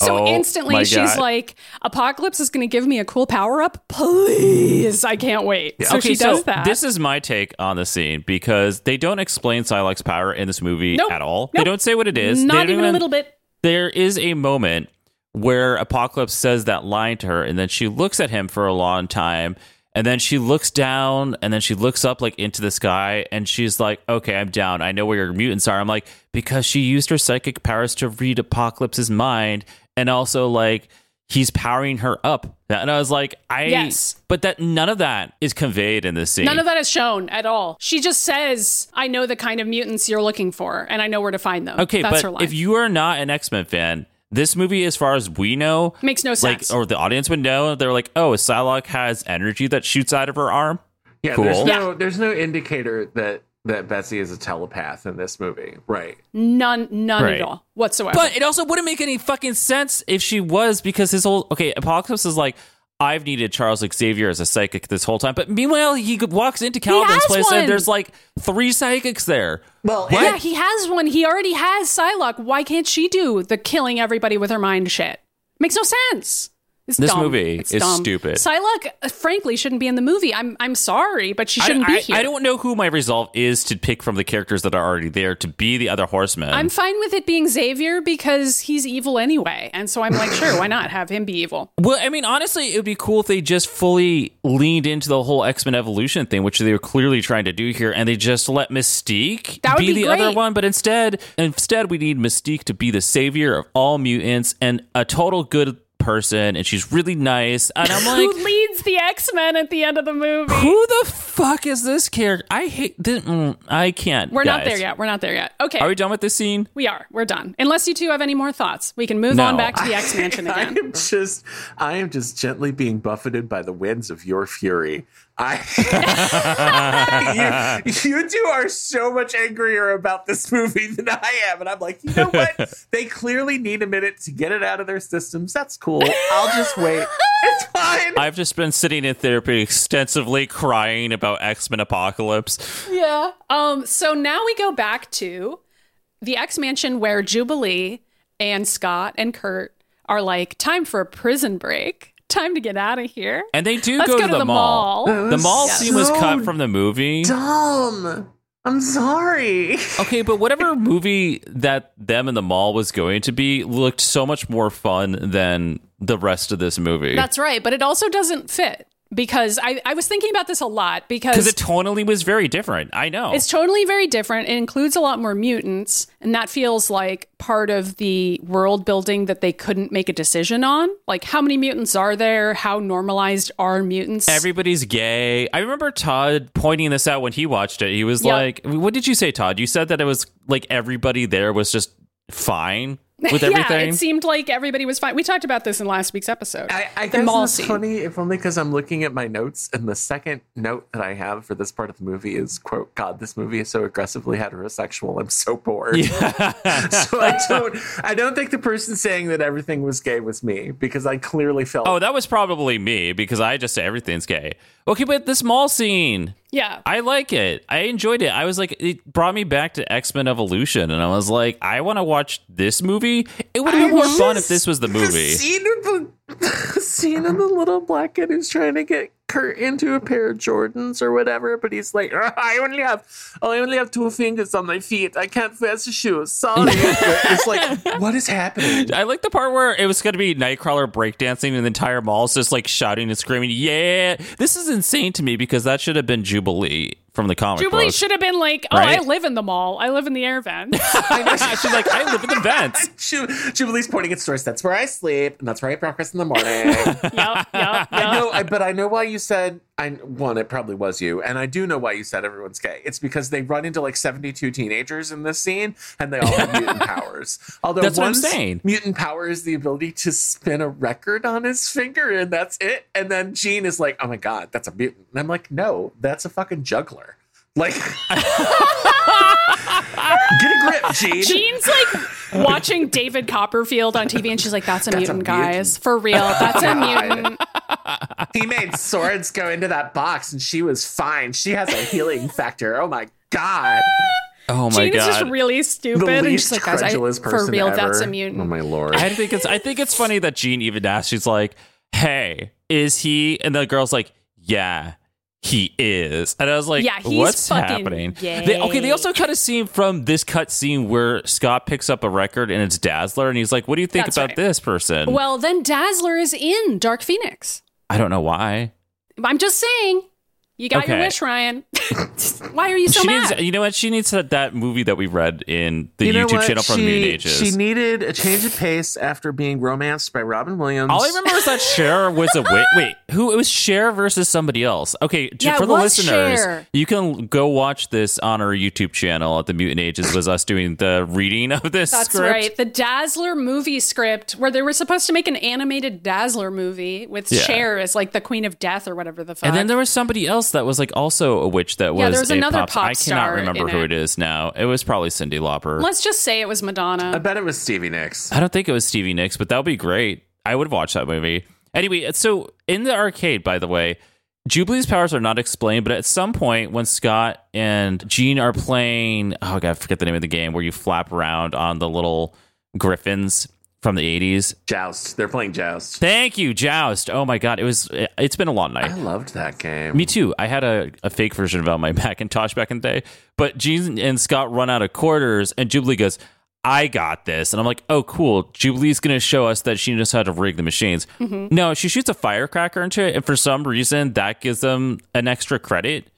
[SPEAKER 1] so
[SPEAKER 3] Oh my
[SPEAKER 1] instantly she's
[SPEAKER 3] God.
[SPEAKER 1] like, "Apocalypse is going to give me a cool power up. Please, I can't wait." So she does that.
[SPEAKER 3] This is my take on the scene because they don't explain Psylocke's power in this movie
[SPEAKER 1] Nope.
[SPEAKER 3] at all. They
[SPEAKER 1] Nope.
[SPEAKER 3] don't say what it is. They
[SPEAKER 1] not
[SPEAKER 3] don't
[SPEAKER 1] even a little bit.
[SPEAKER 3] There is a moment where Apocalypse says that line to her, and then she looks at him for a long time, and then she looks down, and then she looks up like into the sky, and she's like, "Okay, I'm down. I know where your mutants are." I'm like, because she used her psychic powers to read Apocalypse's mind, and also like he's powering her up. And I was like, I
[SPEAKER 1] Yes.
[SPEAKER 3] but that none of that is conveyed in this scene.
[SPEAKER 1] None of that is shown at all. She just says, "I know the kind of mutants you're looking for, and I know where to find them."
[SPEAKER 3] Okay,
[SPEAKER 1] that's
[SPEAKER 3] but
[SPEAKER 1] her line.
[SPEAKER 3] if you are not an X Men fan, this movie, as far as we know,
[SPEAKER 1] Makes no sense.
[SPEAKER 3] Like, or the audience would know, they're like, "Oh, Psylocke has energy that shoots out of her arm."
[SPEAKER 2] Yeah,
[SPEAKER 3] Cool.
[SPEAKER 2] there's no
[SPEAKER 1] Yeah.
[SPEAKER 2] there's no indicator that that Betsy is a telepath in this movie, *laughs* right?
[SPEAKER 1] none, none
[SPEAKER 3] Right.
[SPEAKER 1] at all whatsoever.
[SPEAKER 3] But it also wouldn't make any fucking sense if she was, because his whole okay, Apocalypse is like, "I've needed Charles Xavier as a psychic this whole time," but meanwhile, he walks into Calvin's
[SPEAKER 1] has
[SPEAKER 3] place
[SPEAKER 1] one!
[SPEAKER 3] and there's like three psychics there.
[SPEAKER 2] Well,
[SPEAKER 1] yeah, he has one. He already has Psylocke. Why can't she do the killing everybody with her mind shit? Makes no sense. It's
[SPEAKER 3] This
[SPEAKER 1] dumb.
[SPEAKER 3] movie
[SPEAKER 1] It's
[SPEAKER 3] is
[SPEAKER 1] dumb.
[SPEAKER 3] stupid.
[SPEAKER 1] Psylocke, uh, frankly, shouldn't be in the movie. I'm I'm sorry, but she shouldn't
[SPEAKER 3] I,
[SPEAKER 1] be
[SPEAKER 3] I-
[SPEAKER 1] here.
[SPEAKER 3] I don't know who my resolve is to pick from the characters that are already there to be the other horseman.
[SPEAKER 1] I'm fine with it being Xavier because he's evil anyway, and so I'm like, sure, why not have him be evil?
[SPEAKER 3] Well, I mean, honestly, it would be cool if they just fully leaned into the whole X Men evolution thing, which they were clearly trying to do here, and they just let Mystique
[SPEAKER 1] That would
[SPEAKER 3] be,
[SPEAKER 1] be
[SPEAKER 3] the
[SPEAKER 1] great.
[SPEAKER 3] other one. But instead, instead, we need Mystique to be the savior of all mutants and a total good person, and she's really nice. And I'm
[SPEAKER 1] Who
[SPEAKER 3] *laughs* like,
[SPEAKER 1] leads the X Men at the end of the movie?
[SPEAKER 3] who the fuck is this character? I hate. This, mm, I can't.
[SPEAKER 1] We're not
[SPEAKER 3] guys.
[SPEAKER 1] there yet. We're not there yet. Okay,
[SPEAKER 3] Are we done with this scene?
[SPEAKER 1] we are. We're done. Unless you two have any more thoughts, we can move
[SPEAKER 3] No.
[SPEAKER 1] on back to the X *laughs* Mansion
[SPEAKER 2] I
[SPEAKER 1] again.
[SPEAKER 2] am just I am just gently being buffeted by the winds of your fury. I *laughs* you, you two are so much angrier about this movie than I am. And I'm like, you know what? they clearly need a minute to get it out of their systems. That's cool. I'll just wait. It's fine.
[SPEAKER 3] I've just been sitting in therapy extensively crying about X Men Apocalypse.
[SPEAKER 1] yeah. Um. So now we go back to the X Mansion where Jubilee and Scott and Kurt are like, time for a prison break. Time to get out of here.
[SPEAKER 3] And they do
[SPEAKER 1] Let's
[SPEAKER 3] go, to the, mall. The mall
[SPEAKER 1] Yes.
[SPEAKER 3] scene was
[SPEAKER 2] So
[SPEAKER 3] cut from the movie.
[SPEAKER 2] dumb. I'm sorry.
[SPEAKER 3] Okay, but whatever movie that them in the mall was going to be looked so much more fun than the rest of this movie.
[SPEAKER 1] That's right. But it also doesn't fit because I, I was thinking about this a lot
[SPEAKER 3] because
[SPEAKER 1] because
[SPEAKER 3] it tonally was very different. I know.
[SPEAKER 1] It's totally very different. It includes a lot more mutants, and that feels like part of the world building that they couldn't make a decision on. Like, how many mutants are there? How normalized are mutants?
[SPEAKER 3] Everybody's gay. I remember Todd pointing this out when he watched it. He was
[SPEAKER 1] Yeah.
[SPEAKER 3] like, "What did you say, Todd? You said that it was like everybody there was just
[SPEAKER 1] *laughs*
[SPEAKER 3] fine with
[SPEAKER 1] yeah,
[SPEAKER 3] everything."
[SPEAKER 1] it seemed like everybody was fine. We talked about this in last week's episode.
[SPEAKER 2] I, I
[SPEAKER 1] The
[SPEAKER 2] guess
[SPEAKER 1] mall
[SPEAKER 2] that's
[SPEAKER 1] scene.
[SPEAKER 2] funny, if only because I'm looking at my notes, and the second note that I have for this part of the movie is, "quote God, this movie is so aggressively heterosexual. I'm so bored." *laughs* so I don't, I don't think the person saying that everything was gay was me because I clearly felt.
[SPEAKER 3] oh, that was probably me because I just say everything's gay. Okay, but this mall scene.
[SPEAKER 1] yeah.
[SPEAKER 3] I like it. I enjoyed it. I was like, it brought me back to X Men Evolution, and I was like, I want to watch this movie. It would have been more fun if this was the movie.
[SPEAKER 2] scene of the, *laughs* the scene of the little black kid who's trying to get Kurt into a pair of Jordans or whatever, but he's like, *laughs* "Ah, I only have, I only have two fingers on my feet. I can't wear the shoes.
[SPEAKER 3] *laughs*
[SPEAKER 2] Sorry. it's *laughs* like, what is happening?
[SPEAKER 3] I like the part where it was going to be Nightcrawler breakdancing, and the entire mall is just like shouting and screaming. Yeah, this is insane to me because that should have been Jubilee from the comic.
[SPEAKER 1] Jubilee
[SPEAKER 3] book.
[SPEAKER 1] should have been like, oh,
[SPEAKER 3] Right?
[SPEAKER 1] I live in the mall. I live in the air vent.
[SPEAKER 3] *laughs* She's like, I live in the vents.
[SPEAKER 2] Ju- Jubilee's pointing at stores. That's where I sleep, and that's where I breakfast in the
[SPEAKER 3] *laughs*
[SPEAKER 2] morning.
[SPEAKER 1] yep,
[SPEAKER 2] *laughs*
[SPEAKER 1] yep,
[SPEAKER 2] I
[SPEAKER 1] yep.
[SPEAKER 2] know, I, but I know why you said. I one, it probably was you, and I do know why you said everyone's gay. It's because they run into like seventy-two teenagers in this scene, and they all
[SPEAKER 3] *laughs*
[SPEAKER 2] have mutant powers. Although
[SPEAKER 3] That's what I'm
[SPEAKER 2] one's
[SPEAKER 3] saying.
[SPEAKER 2] Mutant power is the ability to spin a record on his finger, and that's it. And then Gene is like, "Oh my god, that's a mutant," and I'm like, "No, that's a fucking juggler." Like, *laughs* get a grip, Gene.
[SPEAKER 1] Jean's like watching David Copperfield on TV, and she's like, that's a mutant,
[SPEAKER 2] mutant. Oh
[SPEAKER 1] guys. For real. That's
[SPEAKER 2] *laughs*
[SPEAKER 1] a mutant.
[SPEAKER 2] he made swords go into that box and she was fine. She has a healing factor. Oh my god.
[SPEAKER 3] Oh my
[SPEAKER 1] Gene is
[SPEAKER 3] god!
[SPEAKER 1] just really stupid.
[SPEAKER 2] The
[SPEAKER 1] and
[SPEAKER 2] least
[SPEAKER 1] she's like, guys, I,
[SPEAKER 2] credulous person
[SPEAKER 1] for real,
[SPEAKER 2] ever.
[SPEAKER 1] that's a
[SPEAKER 2] Oh
[SPEAKER 1] mutant.
[SPEAKER 2] my lord.
[SPEAKER 3] I think it's I think it's funny that Gene even asked. She's like, "Hey, is he?" And the girl's like, "Yeah, he is. And I was like,
[SPEAKER 1] Yeah, he's
[SPEAKER 3] what's
[SPEAKER 1] fucking
[SPEAKER 3] happening?
[SPEAKER 1] gay.
[SPEAKER 3] They- okay, they also cut a scene from this cut scene where Scott picks up a record and it's Dazzler, and he's like, what do you think
[SPEAKER 1] That's
[SPEAKER 3] about
[SPEAKER 1] right.
[SPEAKER 3] this person?
[SPEAKER 1] Well, then Dazzler is in Dark Phoenix.
[SPEAKER 3] I don't know why.
[SPEAKER 1] I'm just saying. You got your
[SPEAKER 3] Okay.
[SPEAKER 1] wish, Ryan. *laughs* Why are you so
[SPEAKER 3] she
[SPEAKER 1] mad?
[SPEAKER 3] needs, you know what? She needs that, that movie that we read in the YouTube channel from
[SPEAKER 2] she,
[SPEAKER 3] Moon Ages.
[SPEAKER 2] She needed a change of pace after being romanced by Robin Williams.
[SPEAKER 3] All I remember is that Cher was a wit. Wait, who? It was Cher versus somebody else. Okay, j-
[SPEAKER 1] Yeah, it
[SPEAKER 3] for the
[SPEAKER 1] was
[SPEAKER 3] listeners,
[SPEAKER 1] Cher.
[SPEAKER 3] you can go watch this on our YouTube channel at the Mutant Ages. Was us doing the reading of this
[SPEAKER 1] That's
[SPEAKER 3] script?
[SPEAKER 1] right. The Dazzler movie script, where they were supposed to make an animated Dazzler movie with
[SPEAKER 3] Yeah.
[SPEAKER 1] Cher as like the Queen of Death or whatever the fuck.
[SPEAKER 3] And then there was somebody else that was like also a witch that was,
[SPEAKER 1] Uh, Yeah, there was
[SPEAKER 3] a
[SPEAKER 1] another
[SPEAKER 3] pop,
[SPEAKER 1] pop
[SPEAKER 3] I cannot
[SPEAKER 1] star
[SPEAKER 3] remember
[SPEAKER 1] in
[SPEAKER 3] who
[SPEAKER 1] it.
[SPEAKER 3] it is now. It was probably Cindy Lauper.
[SPEAKER 1] Let's just say it was Madonna.
[SPEAKER 2] I bet it was Stevie Nicks.
[SPEAKER 3] I don't think it was Stevie Nicks, but that would be great. I would watch that movie. Anyway, so in the arcade, by the way, Jubilee's powers are not explained, but at some point when Scott and Gene are playing, oh god, I forget the name of the game where you flap around on the little griffins from the 80s.
[SPEAKER 2] Joust. They're playing Joust.
[SPEAKER 3] Thank you, Joust. Oh my god, it was it's been a long night.
[SPEAKER 2] I loved that game.
[SPEAKER 3] Me too. I had a, a fake version of it on my *laughs* Macintosh back in the day. But Gene and Scott run out of quarters, and Jubilee goes, I got this. And I'm like, oh, cool. Jubilee's going to show us that she knows how to rig the machines. No, she shoots a firecracker into it. And for some reason, that gives them an extra credit.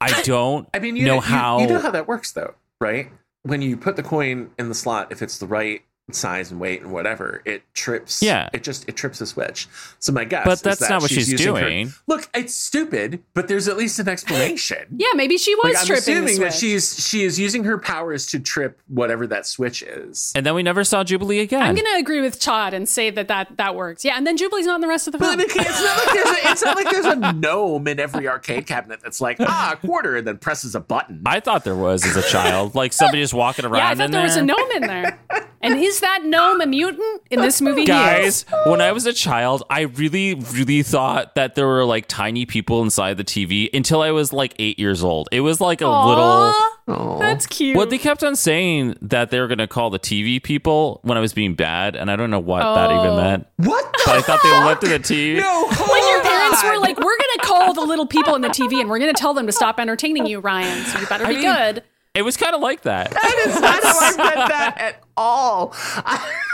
[SPEAKER 3] I don't
[SPEAKER 2] I mean, you
[SPEAKER 3] know
[SPEAKER 2] you-
[SPEAKER 3] how.
[SPEAKER 2] you know how that works, though, right? When you put the coin in the slot, if it's the right size and weight and whatever, it trips.
[SPEAKER 3] Yeah.
[SPEAKER 2] it just it trips the switch. So my guess,
[SPEAKER 3] But
[SPEAKER 2] is
[SPEAKER 3] that's
[SPEAKER 2] that
[SPEAKER 3] not what she's
[SPEAKER 2] using her-
[SPEAKER 3] doing.
[SPEAKER 2] look, it's stupid, but there's at least an explanation.
[SPEAKER 1] yeah, maybe she was
[SPEAKER 2] Like, I'm
[SPEAKER 1] tripping.
[SPEAKER 2] assuming
[SPEAKER 1] this
[SPEAKER 2] that she's she is using her powers to trip whatever that switch is.
[SPEAKER 3] and then we never saw Jubilee again.
[SPEAKER 1] I'm gonna agree with Todd and say that that that works. Yeah, and then Jubilee's not in the rest of the
[SPEAKER 2] But
[SPEAKER 1] film.
[SPEAKER 2] it- it's not like there's a, it's not like there's a gnome in every arcade cabinet that's like ah a quarter and then presses a button.
[SPEAKER 3] I thought there was as a child, like somebody just walking around.
[SPEAKER 1] Yeah, I
[SPEAKER 3] in
[SPEAKER 1] thought there was a gnome in there. And is that gnome a mutant in this movie? He is.
[SPEAKER 3] *laughs* Guys, when I was a child, I really, really thought that there were like tiny people inside the TV until I was like eight years old. It was like a little.
[SPEAKER 1] Aw, that's cute.
[SPEAKER 3] Well, they kept on saying that they were going to call the TV people when I was being bad, and I don't know what that even
[SPEAKER 1] Oh.
[SPEAKER 3] meant.
[SPEAKER 2] What? The
[SPEAKER 3] But I thought they left it at TV.
[SPEAKER 2] No,
[SPEAKER 1] when your
[SPEAKER 2] hold
[SPEAKER 1] parents were
[SPEAKER 2] on.
[SPEAKER 1] like, "We're gonna call the little people in the TV and we're gonna tell them to stop entertaining you, Ryan. So you better be
[SPEAKER 3] mean-
[SPEAKER 1] good."
[SPEAKER 3] It was kind of like that.
[SPEAKER 2] *laughs* That is not how I read that at all. *laughs*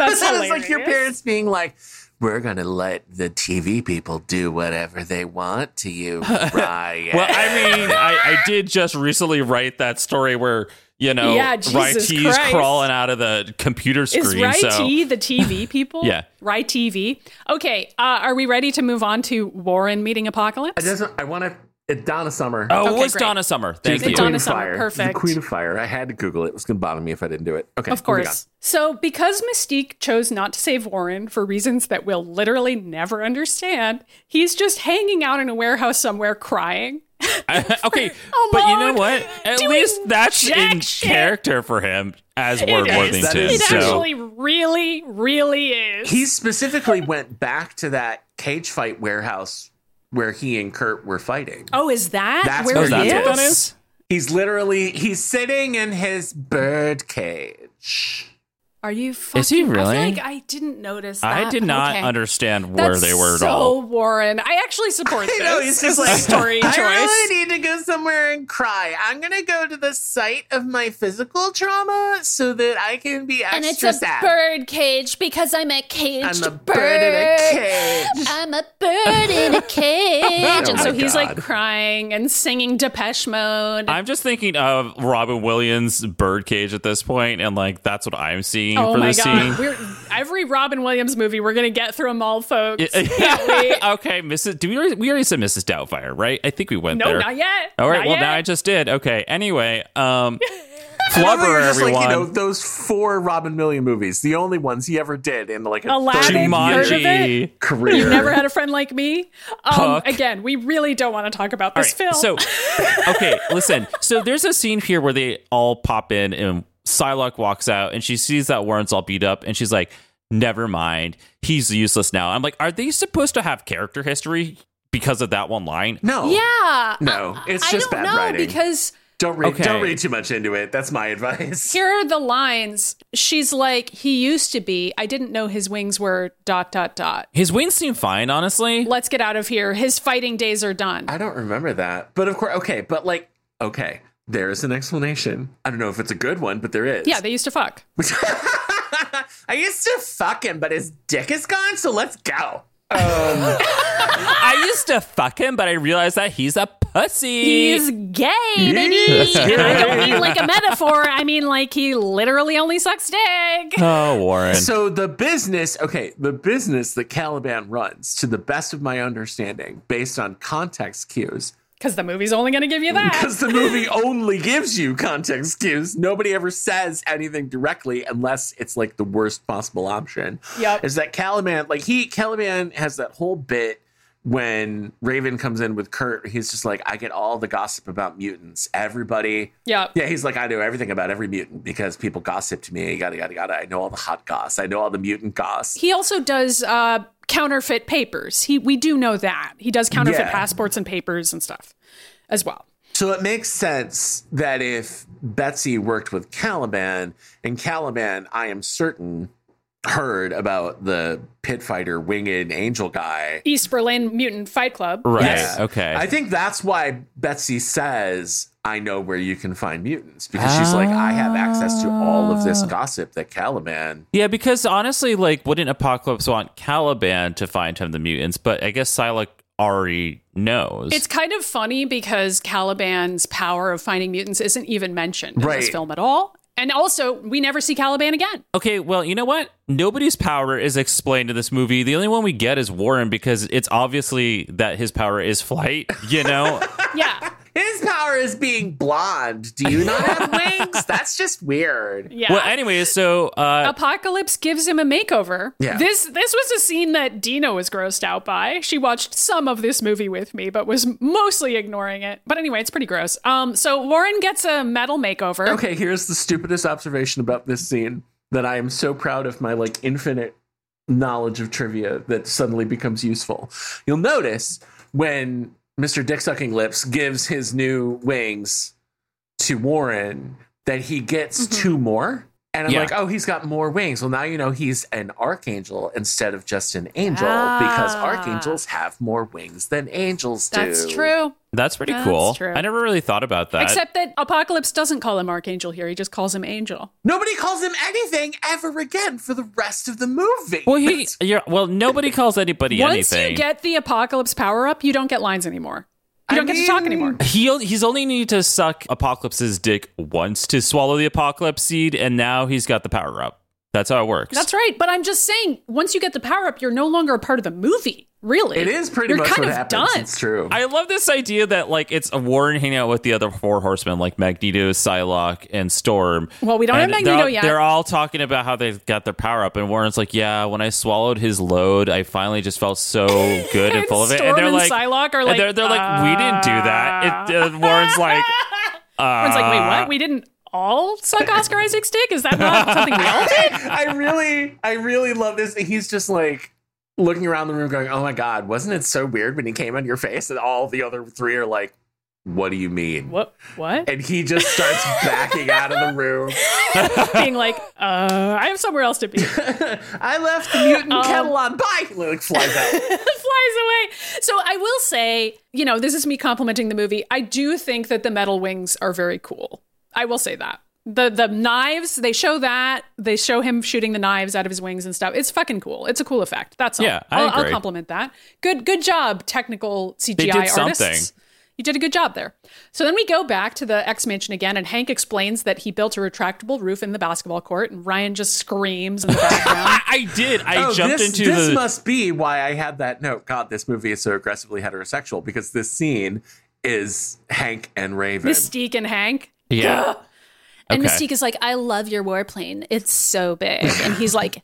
[SPEAKER 2] That's that is like your
[SPEAKER 1] hilarious.
[SPEAKER 2] parents being like, "We're gonna let the TV people do whatever they want to you, *laughs* Ryan."
[SPEAKER 3] Well, I mean, I, I did just recently write that story where, you know,
[SPEAKER 1] Yeah, Jesus
[SPEAKER 3] Rytee's
[SPEAKER 1] Christ.
[SPEAKER 3] crawling out of the computer
[SPEAKER 1] Is
[SPEAKER 3] screen.
[SPEAKER 1] Rai
[SPEAKER 3] so.
[SPEAKER 1] T the
[SPEAKER 3] *laughs*
[SPEAKER 1] TV people?
[SPEAKER 3] Yeah.
[SPEAKER 1] Rai TV. Okay, uh, are we ready to move on to Warren meeting Apocalypse?
[SPEAKER 2] it doesn't. I want to. Donna Summer.
[SPEAKER 3] Oh, it
[SPEAKER 1] Okay,
[SPEAKER 3] was
[SPEAKER 1] great.
[SPEAKER 3] Donna Summer. Thank
[SPEAKER 1] the
[SPEAKER 3] you.
[SPEAKER 1] Donna Summer, perfect.
[SPEAKER 2] The Queen of Fire. I had to Google it. It was gonna bother me if I didn't do it. Okay,
[SPEAKER 1] Of course. So, because Mystique chose not to save Warren for reasons that we'll literally never understand, he's just hanging out in a warehouse somewhere crying.
[SPEAKER 3] *laughs* okay, but you know
[SPEAKER 1] alone,
[SPEAKER 3] what? At
[SPEAKER 1] doing
[SPEAKER 3] least that's
[SPEAKER 1] jack
[SPEAKER 3] in
[SPEAKER 1] shit.
[SPEAKER 3] character for him as
[SPEAKER 1] is.
[SPEAKER 3] Ward
[SPEAKER 2] That
[SPEAKER 3] Worthington.
[SPEAKER 1] It
[SPEAKER 2] is so-
[SPEAKER 1] actually really, really is.
[SPEAKER 2] He specifically went back to that cage fight warehouse where he and Kurt were fighting.
[SPEAKER 1] oh, is that
[SPEAKER 2] That's
[SPEAKER 1] where
[SPEAKER 2] where
[SPEAKER 3] oh,
[SPEAKER 1] he
[SPEAKER 2] that
[SPEAKER 3] that's
[SPEAKER 1] is?
[SPEAKER 3] what that
[SPEAKER 2] is.
[SPEAKER 3] is.
[SPEAKER 2] He's literally he's sitting in his bird cage.
[SPEAKER 1] Are you fucking?
[SPEAKER 3] he
[SPEAKER 1] I
[SPEAKER 3] really?
[SPEAKER 1] feel like I didn't notice. That.
[SPEAKER 3] I did not
[SPEAKER 1] Okay.
[SPEAKER 3] understand where
[SPEAKER 1] That's
[SPEAKER 3] they were at
[SPEAKER 1] so
[SPEAKER 3] all.
[SPEAKER 1] Warren, I actually
[SPEAKER 2] *laughs*
[SPEAKER 1] support this.
[SPEAKER 2] You know, he's
[SPEAKER 1] This
[SPEAKER 2] just
[SPEAKER 1] is a
[SPEAKER 2] like
[SPEAKER 1] story
[SPEAKER 2] I
[SPEAKER 1] choice.
[SPEAKER 2] really need to go somewhere and cry. I'm gonna go to the site of my physical trauma so that I can be extra
[SPEAKER 4] And it's a
[SPEAKER 2] sad.
[SPEAKER 4] bird cage because I'm a caged
[SPEAKER 2] I'm a bird in a cage.
[SPEAKER 4] I'm a bird
[SPEAKER 2] *laughs*
[SPEAKER 4] in a cage.
[SPEAKER 2] Oh
[SPEAKER 1] and so
[SPEAKER 2] my
[SPEAKER 1] he's like
[SPEAKER 2] God.
[SPEAKER 1] crying and singing Depeche Mode.
[SPEAKER 3] I'm just thinking of Robin Williams' birdcage at this point, and like that's what I'm seeing
[SPEAKER 1] oh
[SPEAKER 3] for
[SPEAKER 1] my
[SPEAKER 3] this
[SPEAKER 1] god!
[SPEAKER 3] scene.
[SPEAKER 1] We're, every Robin Williams movie, we're gonna get through them all, folks.
[SPEAKER 3] *laughs*
[SPEAKER 1] *laughs*
[SPEAKER 3] okay, Mrs. Do we already, we already said Mrs. Doubtfire, right? I think we went
[SPEAKER 1] no,
[SPEAKER 3] there.
[SPEAKER 1] not yet.
[SPEAKER 3] All right, well now
[SPEAKER 1] yet.
[SPEAKER 3] I just did. Okay. Anyway,
[SPEAKER 1] *laughs*
[SPEAKER 3] um,
[SPEAKER 2] I love how
[SPEAKER 3] flubber
[SPEAKER 2] you're just
[SPEAKER 3] everyone.
[SPEAKER 2] Like, you know, those four Robin Williams movies, the only ones he ever did in like a
[SPEAKER 1] Aladdin,
[SPEAKER 2] 30-year
[SPEAKER 1] heard of it?
[SPEAKER 3] Jumanji.
[SPEAKER 2] career.
[SPEAKER 1] You never had a friend like me. Um,
[SPEAKER 3] Hook.
[SPEAKER 1] again, we really don't want to talk about
[SPEAKER 3] All
[SPEAKER 1] this
[SPEAKER 3] right,
[SPEAKER 1] film.
[SPEAKER 3] So, okay, listen. So there's a scene here where they all pop in, and Psylocke walks out, and she sees that Warren's all beat up, and she's like, "Never mind, he's useless now." I'm like, are they supposed to have character history because of that one line?
[SPEAKER 2] no.
[SPEAKER 1] yeah,
[SPEAKER 2] No. It's
[SPEAKER 1] I
[SPEAKER 2] just
[SPEAKER 1] don't
[SPEAKER 2] bad
[SPEAKER 1] know
[SPEAKER 2] writing.
[SPEAKER 1] because
[SPEAKER 2] Don't read.
[SPEAKER 3] Okay.
[SPEAKER 2] Don't read too much into it. That's my *laughs* advice.
[SPEAKER 1] Here are the lines. She's like, he used to be. I didn't know his wings were dot dot dot.
[SPEAKER 3] His wings seem fine, honestly.
[SPEAKER 1] Let's get out of here. His fighting days are done.
[SPEAKER 2] I don't remember that, but of course, okay. But like, okay, there is an explanation. I don't know if it's a good one, but there is.
[SPEAKER 1] yeah, they used to fuck.
[SPEAKER 2] *laughs* I used to fuck him, but his dick is gone, so let's go.
[SPEAKER 3] I used to fuck him, but I realized that he's a pussy.
[SPEAKER 1] He's gay,
[SPEAKER 2] *laughs*
[SPEAKER 1] baby. And I don't mean like a metaphor. I mean like he literally only sucks dick.
[SPEAKER 3] oh, Warren.
[SPEAKER 2] So the business, okay, the business that Caliban runs, to the best of my understanding, based on context cues,
[SPEAKER 1] Because the movie's only going to give you
[SPEAKER 2] *laughs*
[SPEAKER 1] that.
[SPEAKER 2] because the movie only gives you context cues. Nobody ever says anything directly unless it's like the worst possible option.
[SPEAKER 1] Yep.
[SPEAKER 2] Is that Caliban, like he, Caliban has that whole bit when Raven comes in with Kurt. He's just like, I get all the gossip about mutants. Everybody.
[SPEAKER 1] Yeah.
[SPEAKER 2] Yeah, he's like, I know everything about every mutant because people gossip to me. Yada, yada, yada. I know all the hot goss. I know all the mutant goss.
[SPEAKER 1] He also does uh, counterfeit papers. He we do know that he does counterfeit
[SPEAKER 2] Yeah.
[SPEAKER 1] passports and papers and stuff as well.
[SPEAKER 2] So it makes sense that if Betsy worked with Caliban, and Caliban, I am certain, heard about the pit fighter winged angel guy.
[SPEAKER 1] East Berlin Mutant Fight Club.
[SPEAKER 3] right.
[SPEAKER 2] Yes.
[SPEAKER 3] Okay.
[SPEAKER 2] I think that's why Betsy says, I know where you can find mutants, because she's like, I have access to all of
[SPEAKER 3] Ah.
[SPEAKER 2] this gossip that Caliban.
[SPEAKER 3] yeah, because honestly, like, wouldn't Apocalypse want Caliban to find him the mutants? But I guess Psylocke already knows.
[SPEAKER 1] It's kind of funny because Caliban's power of finding mutants isn't even mentioned in this
[SPEAKER 2] Right.
[SPEAKER 1] film at all. And also, we never see Caliban
[SPEAKER 2] *laughs*
[SPEAKER 1] again.
[SPEAKER 3] Okay, well, you know what? Nobody's power is explained in this movie. The only one we get is Warren because it's obviously that his power is flight, you know?
[SPEAKER 1] Yeah.
[SPEAKER 2] His power is being blonde. Do you not
[SPEAKER 3] *laughs*
[SPEAKER 2] have wings? That's just weird.
[SPEAKER 1] *laughs* Yeah.
[SPEAKER 3] Well, anyways, so uh
[SPEAKER 1] Apocalypse gives him a makeover.
[SPEAKER 2] Yeah.
[SPEAKER 1] This this was a scene that Dina was grossed out by. She watched some of this movie with me, but was mostly ignoring it. But anyway, it's pretty gross. Um, so Warren gets a metal makeover.
[SPEAKER 2] Okay, here's the stupidest observation about this scene that I am so proud of my like infinite knowledge of trivia that suddenly becomes useful. You'll notice when Mr. Dick Sucking Lips gives his new wings to Warren that he gets two more. And I'm
[SPEAKER 3] Yeah.
[SPEAKER 2] like, oh, he's got more wings. Well, now you know he's an archangel instead of just an angel because
[SPEAKER 1] Ah.
[SPEAKER 2] archangels have more wings than angels do.
[SPEAKER 1] That's true.
[SPEAKER 3] that's pretty
[SPEAKER 1] Oh, That's
[SPEAKER 3] cool.
[SPEAKER 1] true.
[SPEAKER 3] I never really thought about that.
[SPEAKER 1] Except that Apocalypse doesn't call him Archangel here. He just calls him Angel.
[SPEAKER 2] Nobody calls him anything ever again for the rest of the movie.
[SPEAKER 3] well, he, yeah, well, nobody calls anybody
[SPEAKER 1] Once
[SPEAKER 3] anything.
[SPEAKER 1] you get the Apocalypse power up, you don't get lines anymore. You
[SPEAKER 2] I
[SPEAKER 1] don't get to talk
[SPEAKER 2] mean-
[SPEAKER 1] anymore.
[SPEAKER 3] he o- he's only needed to suck Apocalypse's dick once to swallow the Apocalypse seed, and now he's got the power up. That's how it works.
[SPEAKER 1] That's right. But I'm just saying, once you get the power up, you're no longer a part of the movie. Really,
[SPEAKER 2] It is pretty
[SPEAKER 1] You're
[SPEAKER 2] much
[SPEAKER 1] kind
[SPEAKER 2] what
[SPEAKER 1] of
[SPEAKER 2] happens.
[SPEAKER 1] done.
[SPEAKER 2] It's true.
[SPEAKER 3] I love this idea that like it's a Warren hanging out with the other four horsemen, like Magneto, Psylocke, and Storm.
[SPEAKER 1] Well, we don't have
[SPEAKER 3] And
[SPEAKER 1] Magneto
[SPEAKER 3] they're all,
[SPEAKER 1] yet.
[SPEAKER 3] They're all talking about how they've got their power up, and Warren's like, "Yeah, when I swallowed his load, I finally just
[SPEAKER 1] *laughs*
[SPEAKER 3] felt so good and full of it."
[SPEAKER 1] Storm
[SPEAKER 3] and they're
[SPEAKER 1] and
[SPEAKER 3] like,
[SPEAKER 1] Psylocke are
[SPEAKER 3] and
[SPEAKER 1] like, "Ah."
[SPEAKER 3] they're, they're like, "We didn't do that." It, uh,
[SPEAKER 1] *laughs*
[SPEAKER 3] Warren's like,
[SPEAKER 1] Everyone's like, wait, what? We didn't all suck Oscar Isaac's dick? Is that not something
[SPEAKER 2] *laughs*
[SPEAKER 1] we all did?
[SPEAKER 2] I really, I really love this. He's just like looking around the room, going, "Oh my god, wasn't it so weird when he came on your face?" And all the other three are like, "What do you mean?"
[SPEAKER 1] What? What?
[SPEAKER 2] And he just starts backing out of the room.
[SPEAKER 1] Being like, uh, I have somewhere else to be.
[SPEAKER 2] I left the mutant kettle on. Bye. He, Like flies out.
[SPEAKER 1] flies away. So I will say, you know, this is me complimenting the movie. I do think that the metal wings are very cool. I will say that. The the knives, they show that. They show him shooting the knives out of his wings and stuff. It's fucking cool. It's a cool effect. That's all.
[SPEAKER 3] Yeah, I
[SPEAKER 1] will I'll
[SPEAKER 3] agree.
[SPEAKER 1] compliment that. Good good job, technical CGI
[SPEAKER 3] did
[SPEAKER 1] artists.
[SPEAKER 3] something.
[SPEAKER 1] You did a good job there. So then we go back to the X Mansion again, and Hank explains that he built a retractable roof in the basketball court, and Ryan just screams in
[SPEAKER 3] *laughs*
[SPEAKER 1] the background.
[SPEAKER 3] I, I did. I
[SPEAKER 2] Oh,
[SPEAKER 3] jumped
[SPEAKER 2] this,
[SPEAKER 3] into
[SPEAKER 2] this
[SPEAKER 3] the.
[SPEAKER 2] must be why I had that note. God, this movie is so aggressively heterosexual because this scene is Hank and Raven.
[SPEAKER 1] Mystique and Hank.
[SPEAKER 3] *laughs*
[SPEAKER 1] *laughs*
[SPEAKER 3] yeah.
[SPEAKER 1] And
[SPEAKER 3] Okay.
[SPEAKER 1] Mystique is like, I love your warplane. It's so big. And he's
[SPEAKER 3] *laughs*
[SPEAKER 1] like,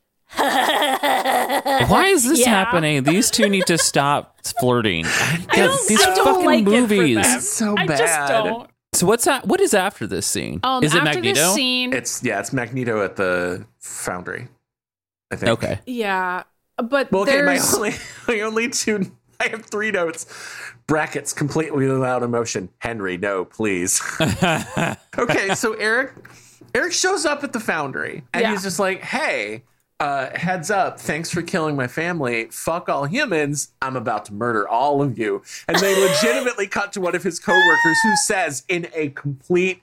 [SPEAKER 3] Why is this
[SPEAKER 1] Yeah.
[SPEAKER 3] happening? These two need
[SPEAKER 1] *laughs*
[SPEAKER 3] to stop flirting.
[SPEAKER 1] I don't,
[SPEAKER 3] These
[SPEAKER 1] I don't
[SPEAKER 3] fucking
[SPEAKER 1] like
[SPEAKER 3] movies.
[SPEAKER 1] it for them.
[SPEAKER 2] It's so
[SPEAKER 1] I just
[SPEAKER 2] bad.
[SPEAKER 1] don't.
[SPEAKER 3] So what's that? What is after this scene?
[SPEAKER 1] Um,
[SPEAKER 3] is it
[SPEAKER 1] after
[SPEAKER 3] Magneto?
[SPEAKER 1] this scene,
[SPEAKER 2] It's yeah, it's Magneto at the foundry. I think.
[SPEAKER 3] Okay.
[SPEAKER 1] yeah, but
[SPEAKER 2] Well, okay.
[SPEAKER 1] there's
[SPEAKER 2] *laughs* My only my only two I have three notes. Brackets completely without emotion. Henry, no, please. okay, so Eric Eric shows up at the foundry and
[SPEAKER 1] Yeah.
[SPEAKER 2] he's just like, "Hey, uh, heads up! Thanks for killing my family. Fuck all humans. I'm about to murder all of you." And they *laughs* legitimately cut to one of his coworkers who says, in a complete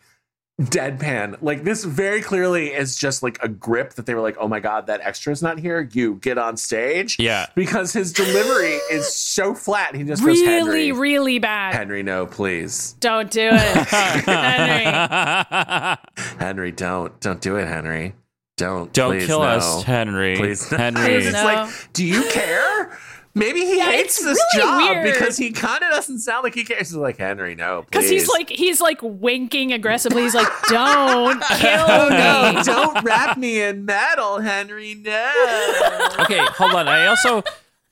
[SPEAKER 2] deadpan, like this very clearly is just like a grip that they were like, "Oh my god, that extra is not here. You get on stage."
[SPEAKER 3] Yeah.
[SPEAKER 2] because his delivery is so flat. He just goes,
[SPEAKER 1] really,
[SPEAKER 2] "Henry,
[SPEAKER 1] really bad.
[SPEAKER 2] Henry, no, please,
[SPEAKER 1] Don't do
[SPEAKER 2] *laughs*
[SPEAKER 1] it, Henry.
[SPEAKER 3] *laughs*
[SPEAKER 2] Henry, don't, don't do it, Henry." Don't
[SPEAKER 3] Don't
[SPEAKER 2] please,
[SPEAKER 3] kill
[SPEAKER 2] no."
[SPEAKER 3] us, Henry.
[SPEAKER 2] Please,
[SPEAKER 1] *laughs*
[SPEAKER 2] no.
[SPEAKER 3] Henry.
[SPEAKER 2] It's
[SPEAKER 1] No.
[SPEAKER 2] like, do you care? Maybe he hates
[SPEAKER 1] it's
[SPEAKER 2] this
[SPEAKER 1] really
[SPEAKER 2] job
[SPEAKER 1] weird.
[SPEAKER 2] because he kind of doesn't sound like he cares. He's like Henry, no,
[SPEAKER 1] Because
[SPEAKER 2] because
[SPEAKER 1] he's like he's like winking aggressively. He's like,
[SPEAKER 2] *laughs*
[SPEAKER 1] "Don't kill me."
[SPEAKER 2] Oh, no, *laughs* don't wrap me in metal, Henry.
[SPEAKER 3] *laughs*
[SPEAKER 2] No.
[SPEAKER 3] *laughs* okay, hold on. I also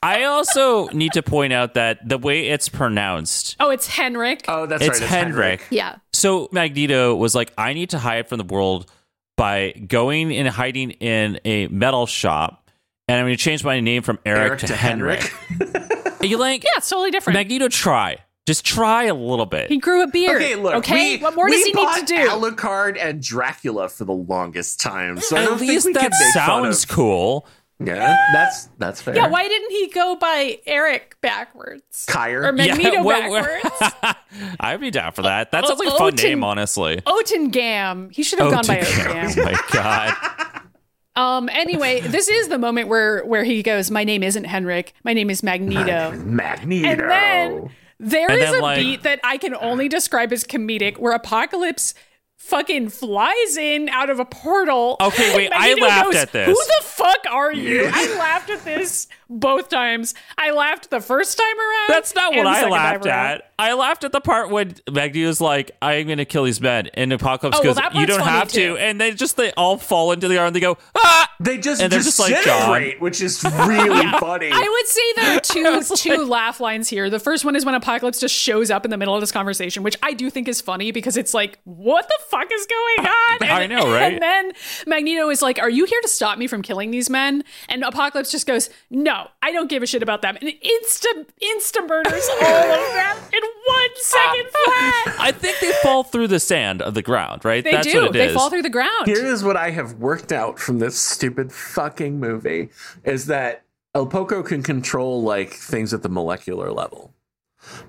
[SPEAKER 3] I also need to point out that the way it's pronounced,
[SPEAKER 1] Oh, it's Henrik.
[SPEAKER 2] oh, that's
[SPEAKER 3] it's
[SPEAKER 2] right. It's
[SPEAKER 3] Henrik.
[SPEAKER 2] Henrik.
[SPEAKER 1] yeah,
[SPEAKER 3] So Magneto was like, I need to hide from the world by going and hiding in a metal shop, and I'm going to change my name from Eric,
[SPEAKER 2] Eric
[SPEAKER 3] to,
[SPEAKER 2] to
[SPEAKER 3] Henrik.
[SPEAKER 2] Henrik.
[SPEAKER 3] Are you like,
[SPEAKER 1] yeah, it's totally different.
[SPEAKER 3] Magneto, try. Just try a little bit.
[SPEAKER 1] he grew a beard.
[SPEAKER 2] Okay, look.
[SPEAKER 1] Okay,
[SPEAKER 2] we-
[SPEAKER 1] what more
[SPEAKER 2] we
[SPEAKER 1] does he need to
[SPEAKER 2] bought
[SPEAKER 1] do?
[SPEAKER 2] Alucard and Dracula for the longest time, so I
[SPEAKER 3] At
[SPEAKER 2] don't
[SPEAKER 3] least
[SPEAKER 2] think we
[SPEAKER 3] that
[SPEAKER 2] can make fun
[SPEAKER 3] sounds cool. *laughs*
[SPEAKER 2] Of. Yeah, that's that's fair.
[SPEAKER 1] yeah, why didn't he go by Eric backwards
[SPEAKER 2] Kyre.
[SPEAKER 1] or Magneto
[SPEAKER 3] well, we're-
[SPEAKER 1] backwards?
[SPEAKER 3] *laughs* I'd be down for that. That
[SPEAKER 1] O-
[SPEAKER 3] sounds like a fun
[SPEAKER 1] Oten-
[SPEAKER 3] name, honestly.
[SPEAKER 1] Otengam. He should have gone by *laughs*
[SPEAKER 3] Oten-
[SPEAKER 1] Otengam.
[SPEAKER 3] Oh my god.
[SPEAKER 1] Um. Anyway, this is the moment where where he goes. My name isn't Henrik. My name is Magneto.
[SPEAKER 2] Magneto.
[SPEAKER 1] And then there is
[SPEAKER 3] And then,
[SPEAKER 1] a
[SPEAKER 3] like-
[SPEAKER 1] beat that I can only describe as comedic where Apocalypse fucking flies in out of a portal.
[SPEAKER 3] Okay, wait,
[SPEAKER 1] And
[SPEAKER 3] I
[SPEAKER 1] Magneto
[SPEAKER 3] laughed at this.
[SPEAKER 1] Who the fuck are you? I laughed at this both times. I laughed the first time around.
[SPEAKER 3] That's not what
[SPEAKER 1] and the
[SPEAKER 3] I
[SPEAKER 1] second time
[SPEAKER 3] laughed
[SPEAKER 1] around.
[SPEAKER 3] at. I laughed at the part when Magneto's like, I'm going to kill these men. And Apocalypse
[SPEAKER 1] Oh, well,
[SPEAKER 3] goes,
[SPEAKER 1] that
[SPEAKER 3] You
[SPEAKER 1] part's
[SPEAKER 3] don't
[SPEAKER 1] funny,
[SPEAKER 3] have
[SPEAKER 1] too.
[SPEAKER 3] to. And they just, they all fall into the arm. They go, Ah!
[SPEAKER 2] They just
[SPEAKER 3] And they're just like,
[SPEAKER 2] disintegrate, *laughs* which is really funny.
[SPEAKER 3] *laughs*
[SPEAKER 1] I would say there are two two laugh lines here. The first one is when Apocalypse just shows up in the middle of this conversation, which I do think is funny because it's like, what the fuck is
[SPEAKER 3] *laughs*
[SPEAKER 1] going on?
[SPEAKER 3] I know,
[SPEAKER 1] *laughs*
[SPEAKER 3] right?
[SPEAKER 1] And then Magneto is like, "Are you here to stop me from killing these men?" And Apocalypse just goes, "No, I don't give a shit about them," and insta insta murders all of them in
[SPEAKER 3] *laughs*
[SPEAKER 1] one second flat.
[SPEAKER 3] I think they fall through the sand of the ground, right?
[SPEAKER 1] They
[SPEAKER 3] *laughs* That's
[SPEAKER 1] do.
[SPEAKER 3] what it is.
[SPEAKER 1] They fall through the ground.
[SPEAKER 2] Here is what I have worked out from this stupid fucking movie is that El Poco can control like things at the molecular level.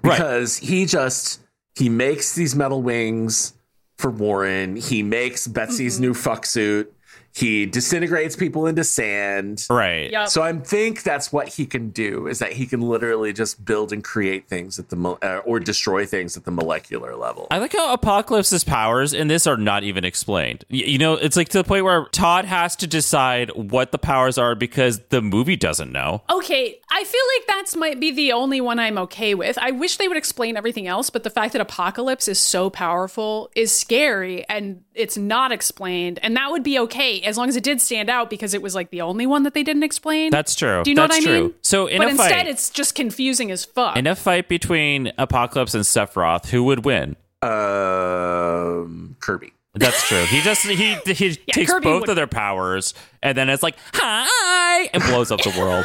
[SPEAKER 3] Right.
[SPEAKER 2] Because he just he makes these metal wings for Warren. He makes Betsy's new fuck suit. He disintegrates people into sand.
[SPEAKER 3] Right.
[SPEAKER 1] Yup.
[SPEAKER 2] So I think that's what he can do is that he can literally just build and create things at the mo- uh, or destroy things at the molecular level.
[SPEAKER 3] I like how Apocalypse's powers in this are not even explained. Y- you know, it's like to the point where Todd has to decide what the powers are because the movie doesn't know.
[SPEAKER 1] Okay, I feel like that's might be the only one I'm okay with. I wish they would explain everything else, but the fact that Apocalypse is so powerful is scary and it's not explained. And that would be okay as long as it did stand out because it was like the only one that they didn't explain.
[SPEAKER 3] That's true.
[SPEAKER 1] Do you know
[SPEAKER 3] That's
[SPEAKER 1] what I
[SPEAKER 3] true.
[SPEAKER 1] mean?
[SPEAKER 3] So in
[SPEAKER 1] but
[SPEAKER 3] a
[SPEAKER 1] instead,
[SPEAKER 3] fight,
[SPEAKER 1] it's just confusing as fuck.
[SPEAKER 3] in a fight between Apocalypse and Sephiroth, who would win?
[SPEAKER 2] Um Kirby.
[SPEAKER 3] That's true. He just
[SPEAKER 1] *laughs*
[SPEAKER 3] he he takes
[SPEAKER 1] Kirby
[SPEAKER 3] both
[SPEAKER 1] would-
[SPEAKER 3] of their powers and then it's like hi and blows up the *laughs* world.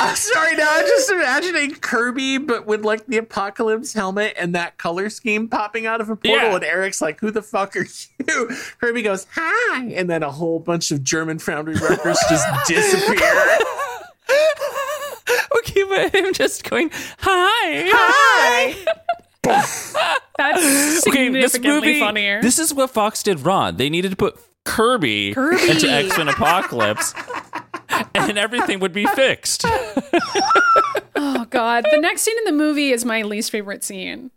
[SPEAKER 2] I'm sorry, now I'm just imagining Kirby, but with like the apocalypse helmet and that color scheme popping out of a portal.
[SPEAKER 3] Yeah.
[SPEAKER 2] And Eric's like, Who the fuck are you? Kirby goes, Hi. And then a whole bunch of German foundry workers *laughs* just disappear.
[SPEAKER 3] okay, but him just going hi. *laughs*
[SPEAKER 1] that's
[SPEAKER 3] *gasps* Okay,
[SPEAKER 1] significantly
[SPEAKER 3] this movie.
[SPEAKER 1] funnier.
[SPEAKER 3] This is what Fox did wrong. They needed to put Kirby,
[SPEAKER 1] Kirby.
[SPEAKER 3] into X Men Apocalypse, and everything would be fixed.
[SPEAKER 1] oh god, the next scene in the movie is my least favorite scene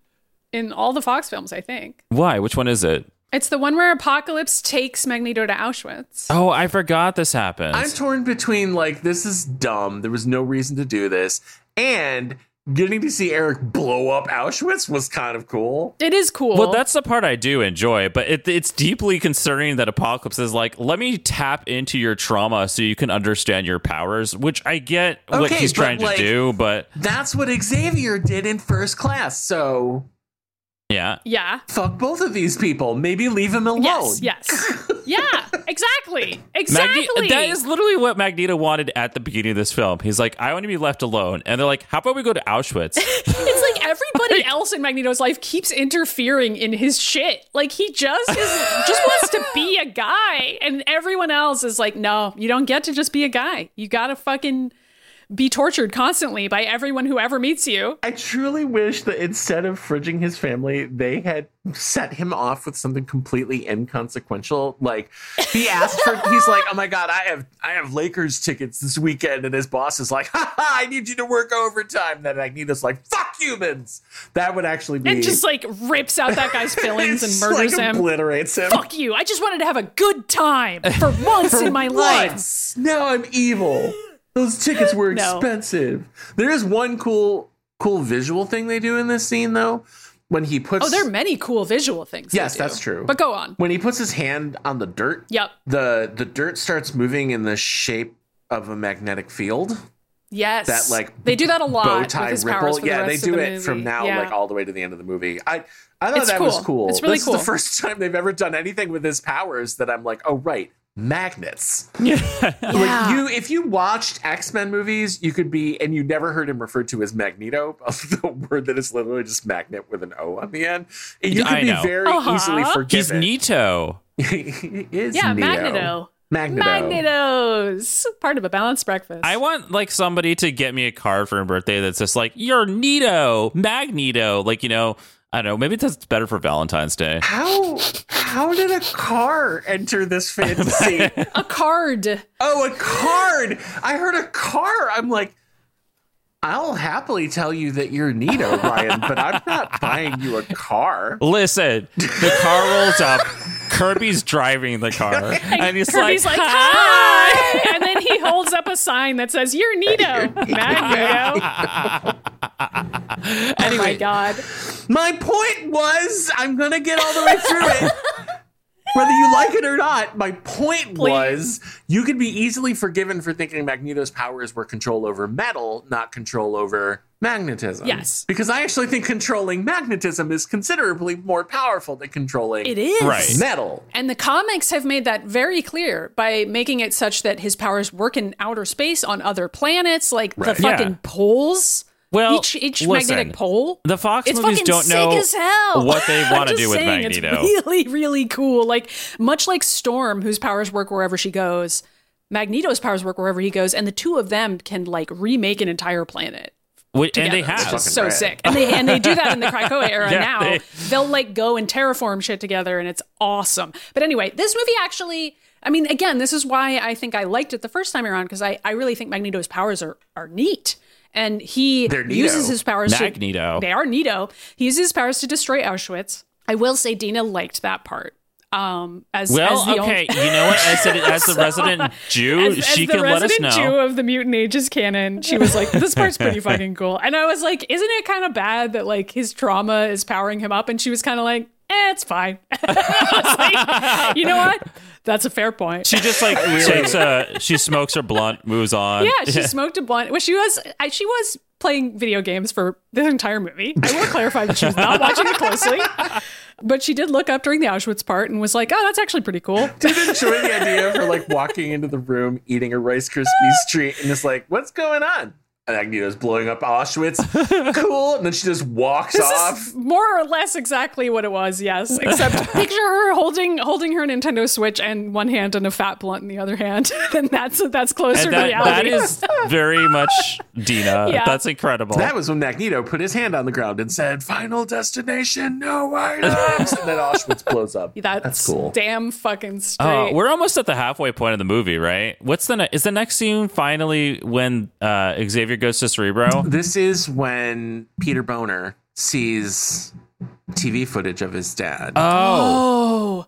[SPEAKER 1] in all the Fox films. I think
[SPEAKER 3] Why? Which one is it?
[SPEAKER 1] it's the one where Apocalypse takes Magneto to Auschwitz.
[SPEAKER 3] Oh, I forgot this happened.
[SPEAKER 2] I'm torn between like, this is dumb. There was no reason to do this. And getting to see Eric blow up Auschwitz was kind of cool.
[SPEAKER 1] It is cool.
[SPEAKER 3] Well, that's the part I do enjoy, but it, it's deeply concerning that Apocalypse is like, let me tap into your trauma so you can understand your powers, which I get what
[SPEAKER 2] Okay,
[SPEAKER 3] he's
[SPEAKER 2] but,
[SPEAKER 3] trying
[SPEAKER 2] like-
[SPEAKER 3] to do, but
[SPEAKER 2] That's what Xavier did in first class. So
[SPEAKER 3] Yeah.
[SPEAKER 1] Yeah.
[SPEAKER 2] Fuck both of these people. Maybe leave him alone.
[SPEAKER 1] Yes. Yes. yeah. Exactly. Exactly.
[SPEAKER 3] Magne- that is literally what Magneto wanted at the beginning of this film. He's like, I want to be left alone. And they're like, how about we go to
[SPEAKER 2] *laughs*
[SPEAKER 3] Auschwitz?
[SPEAKER 1] *laughs*
[SPEAKER 3] *laughs*
[SPEAKER 1] It's like everybody else in Magneto's life keeps interfering in his shit. Like he just is, just wants to be a guy, and everyone else is like, "No, you don't get to just be a guy. You gotta fucking be tortured constantly by everyone who ever meets you."
[SPEAKER 2] I truly wish that instead of fridging his family, they had set him off with something completely inconsequential. Like he asked for, he's like, "Oh my god, I have I have Lakers tickets this weekend," and his boss is like, *laughs* "Ha ha, I need you to work overtime." Then Magneto's like, "Fuck humans." That would actually be
[SPEAKER 1] And just like rips out that
[SPEAKER 2] *laughs*
[SPEAKER 1] guy's feelings and
[SPEAKER 2] It's
[SPEAKER 1] murders
[SPEAKER 2] like,
[SPEAKER 1] him.
[SPEAKER 2] obliterates him.
[SPEAKER 1] Fuck you! I just wanted to have a good
[SPEAKER 2] *laughs*
[SPEAKER 1] time for once in my life.
[SPEAKER 2] Once. Now I'm evil. Those tickets were
[SPEAKER 1] No.
[SPEAKER 2] expensive. There is one cool, cool visual thing they do in this scene though. When he puts
[SPEAKER 1] Oh, there are many cool visual things. they
[SPEAKER 2] Yes,
[SPEAKER 1] do.
[SPEAKER 2] that's true.
[SPEAKER 1] But go on.
[SPEAKER 2] when he puts his hand on the dirt,
[SPEAKER 1] Yep.
[SPEAKER 2] the the dirt starts moving in the shape of a magnetic field.
[SPEAKER 1] Yes.
[SPEAKER 2] That like
[SPEAKER 1] they do that a lot.
[SPEAKER 2] bow
[SPEAKER 1] with
[SPEAKER 2] tie
[SPEAKER 1] his powers
[SPEAKER 2] ripple.
[SPEAKER 1] for the
[SPEAKER 2] Yeah,
[SPEAKER 1] rest
[SPEAKER 2] they
[SPEAKER 1] of
[SPEAKER 2] do
[SPEAKER 1] the
[SPEAKER 2] it from
[SPEAKER 1] movie.
[SPEAKER 2] now
[SPEAKER 1] Yeah.
[SPEAKER 2] like all the way to the end of the movie. I I thought
[SPEAKER 1] It's
[SPEAKER 2] that was
[SPEAKER 1] cool.
[SPEAKER 2] cool.
[SPEAKER 1] It's really
[SPEAKER 2] this
[SPEAKER 1] cool.
[SPEAKER 2] is the first *laughs* time they've ever done anything with his powers that I'm like, oh right, magnets.
[SPEAKER 1] Yeah.
[SPEAKER 2] You, if you watched X Men movies, you could be, and you never heard him referred to as Magneto, *laughs* the word that is literally just magnet with an O on the end. And you
[SPEAKER 3] Yeah,
[SPEAKER 2] could
[SPEAKER 3] I
[SPEAKER 2] be
[SPEAKER 3] know.
[SPEAKER 2] very
[SPEAKER 1] Uh-huh.
[SPEAKER 2] easily
[SPEAKER 3] He's
[SPEAKER 2] forgiven.
[SPEAKER 3] Nito.
[SPEAKER 2] *laughs* he is
[SPEAKER 1] yeah,
[SPEAKER 2] Neo.
[SPEAKER 1] Magneto.
[SPEAKER 2] Magneto.
[SPEAKER 1] Magnetos. Part of a balanced breakfast.
[SPEAKER 3] I want like somebody to get me a card for my birthday that's just like, you're Nito, Magneto. Like, you know, I don't know. Maybe that's better for Valentine's Day.
[SPEAKER 2] How how did a car enter this fantasy?
[SPEAKER 1] a card.
[SPEAKER 2] oh, a card! I heard a car. I'm like, I'll happily tell you that you're Nito, Ryan, but I'm not buying you a car.
[SPEAKER 3] Listen, the car rolls up. Kirby's driving
[SPEAKER 1] *laughs*
[SPEAKER 3] the car. And he's
[SPEAKER 1] Kirby's like, hi! and then he holds up a sign that says, You're Nito.
[SPEAKER 2] *laughs*
[SPEAKER 1] Magneto. Oh my
[SPEAKER 3] anyway,
[SPEAKER 1] god.
[SPEAKER 2] My point was, I'm gonna get all the way
[SPEAKER 1] *laughs*
[SPEAKER 2] through it. Whether you like it or not, my point was you could be easily forgiven for thinking Magneto's powers were control over metal, not control over magnetism.
[SPEAKER 1] Yes.
[SPEAKER 2] Because I actually think controlling magnetism is considerably more powerful than controlling
[SPEAKER 1] It is.
[SPEAKER 3] Right.
[SPEAKER 2] metal.
[SPEAKER 1] And the comics have made that very clear by making it such that his powers work in outer space on other planets, like the
[SPEAKER 3] Yeah.
[SPEAKER 1] fucking poles.
[SPEAKER 3] Well,
[SPEAKER 1] each each
[SPEAKER 3] listen.
[SPEAKER 1] magnetic pole.
[SPEAKER 3] The Fox
[SPEAKER 1] It's
[SPEAKER 3] movies
[SPEAKER 1] fucking
[SPEAKER 3] don't
[SPEAKER 1] sick
[SPEAKER 3] know
[SPEAKER 1] as hell.
[SPEAKER 3] what
[SPEAKER 1] *laughs*
[SPEAKER 3] they
[SPEAKER 1] I'm
[SPEAKER 3] wanna
[SPEAKER 1] just
[SPEAKER 3] do with
[SPEAKER 1] saying,
[SPEAKER 3] Magneto.
[SPEAKER 1] It's *laughs* really, really cool. Like much like Storm, whose powers work wherever she goes, Magneto's powers work wherever he goes, and the two of them can like remake an entire planet.
[SPEAKER 3] Wh- and they
[SPEAKER 1] together. It's
[SPEAKER 3] have.
[SPEAKER 1] just
[SPEAKER 2] Fucking
[SPEAKER 1] so
[SPEAKER 2] rad.
[SPEAKER 1] sick, and they and they do that in
[SPEAKER 2] *laughs*
[SPEAKER 1] the Krakoa era
[SPEAKER 3] Yeah,
[SPEAKER 1] now.
[SPEAKER 3] they-
[SPEAKER 1] They... will like go and terraform shit together, and it's awesome. But anyway, this movie actually, I mean, again, this is why I think I liked it the first time around because I I really think Magneto's powers are are neat, and he
[SPEAKER 2] They're Neo.
[SPEAKER 1] uses his powers.
[SPEAKER 3] Magneto.
[SPEAKER 1] To, they are Nito. He uses his powers to destroy Auschwitz. I will say, Dina liked that part. Um, as as
[SPEAKER 3] Well,
[SPEAKER 1] the
[SPEAKER 3] okay,
[SPEAKER 1] only-
[SPEAKER 3] you know what?
[SPEAKER 1] *laughs*
[SPEAKER 3] As, it, as the resident Jew,
[SPEAKER 1] as, as
[SPEAKER 3] she
[SPEAKER 1] the
[SPEAKER 3] can let us
[SPEAKER 1] resident
[SPEAKER 3] know.
[SPEAKER 1] Jew of the Mutant Ages canon, she was like, "This part's
[SPEAKER 3] *laughs*
[SPEAKER 1] pretty fucking cool." And I was like, "Isn't it kind of bad that like his trauma is powering him up?" And she was kind of like, "Eh, it's fine." *laughs* I was like, "You know what? That's a fair point."
[SPEAKER 3] She
[SPEAKER 1] *laughs*
[SPEAKER 3] just like takes a, she smokes her blunt, moves *laughs* on.
[SPEAKER 1] yeah, she smoked a blunt. Well, she was I, she was playing video games for the entire movie. I will clarify that she was not watching it
[SPEAKER 3] *laughs*
[SPEAKER 1] closely. But she did look up during the Auschwitz part and was like, "Oh, that's actually pretty cool."
[SPEAKER 2] Did you enjoy the idea of her like walking into the room eating a
[SPEAKER 1] *laughs*
[SPEAKER 2] Rice Krispies treat and just like, what's going on? And Magneto's blowing up
[SPEAKER 1] *laughs*
[SPEAKER 2] Auschwitz. cool. And then she just walks off.
[SPEAKER 1] This is more or less exactly what it was,
[SPEAKER 3] *laughs*
[SPEAKER 1] yes. Except picture her holding holding her Nintendo Switch and one hand and a fat blunt in the other hand. *laughs* then that's that's closer
[SPEAKER 3] And
[SPEAKER 1] to
[SPEAKER 3] that, that
[SPEAKER 1] reality.
[SPEAKER 3] is very much Dina.
[SPEAKER 1] Yeah.
[SPEAKER 3] That's incredible.
[SPEAKER 2] That was when Magneto put his hand on the ground and said, "Final destination, no items." and then Auschwitz blows
[SPEAKER 1] *laughs*
[SPEAKER 2] up.
[SPEAKER 1] that's,
[SPEAKER 2] cool.
[SPEAKER 1] damn fucking straight.
[SPEAKER 3] Oh, we're almost at the halfway point of the movie, right? What's the ne- is the next scene finally when uh, Xavier goes to Cerebro?
[SPEAKER 2] This is when Peter Boner sees TV footage of his dad.
[SPEAKER 3] Oh,
[SPEAKER 1] Oh.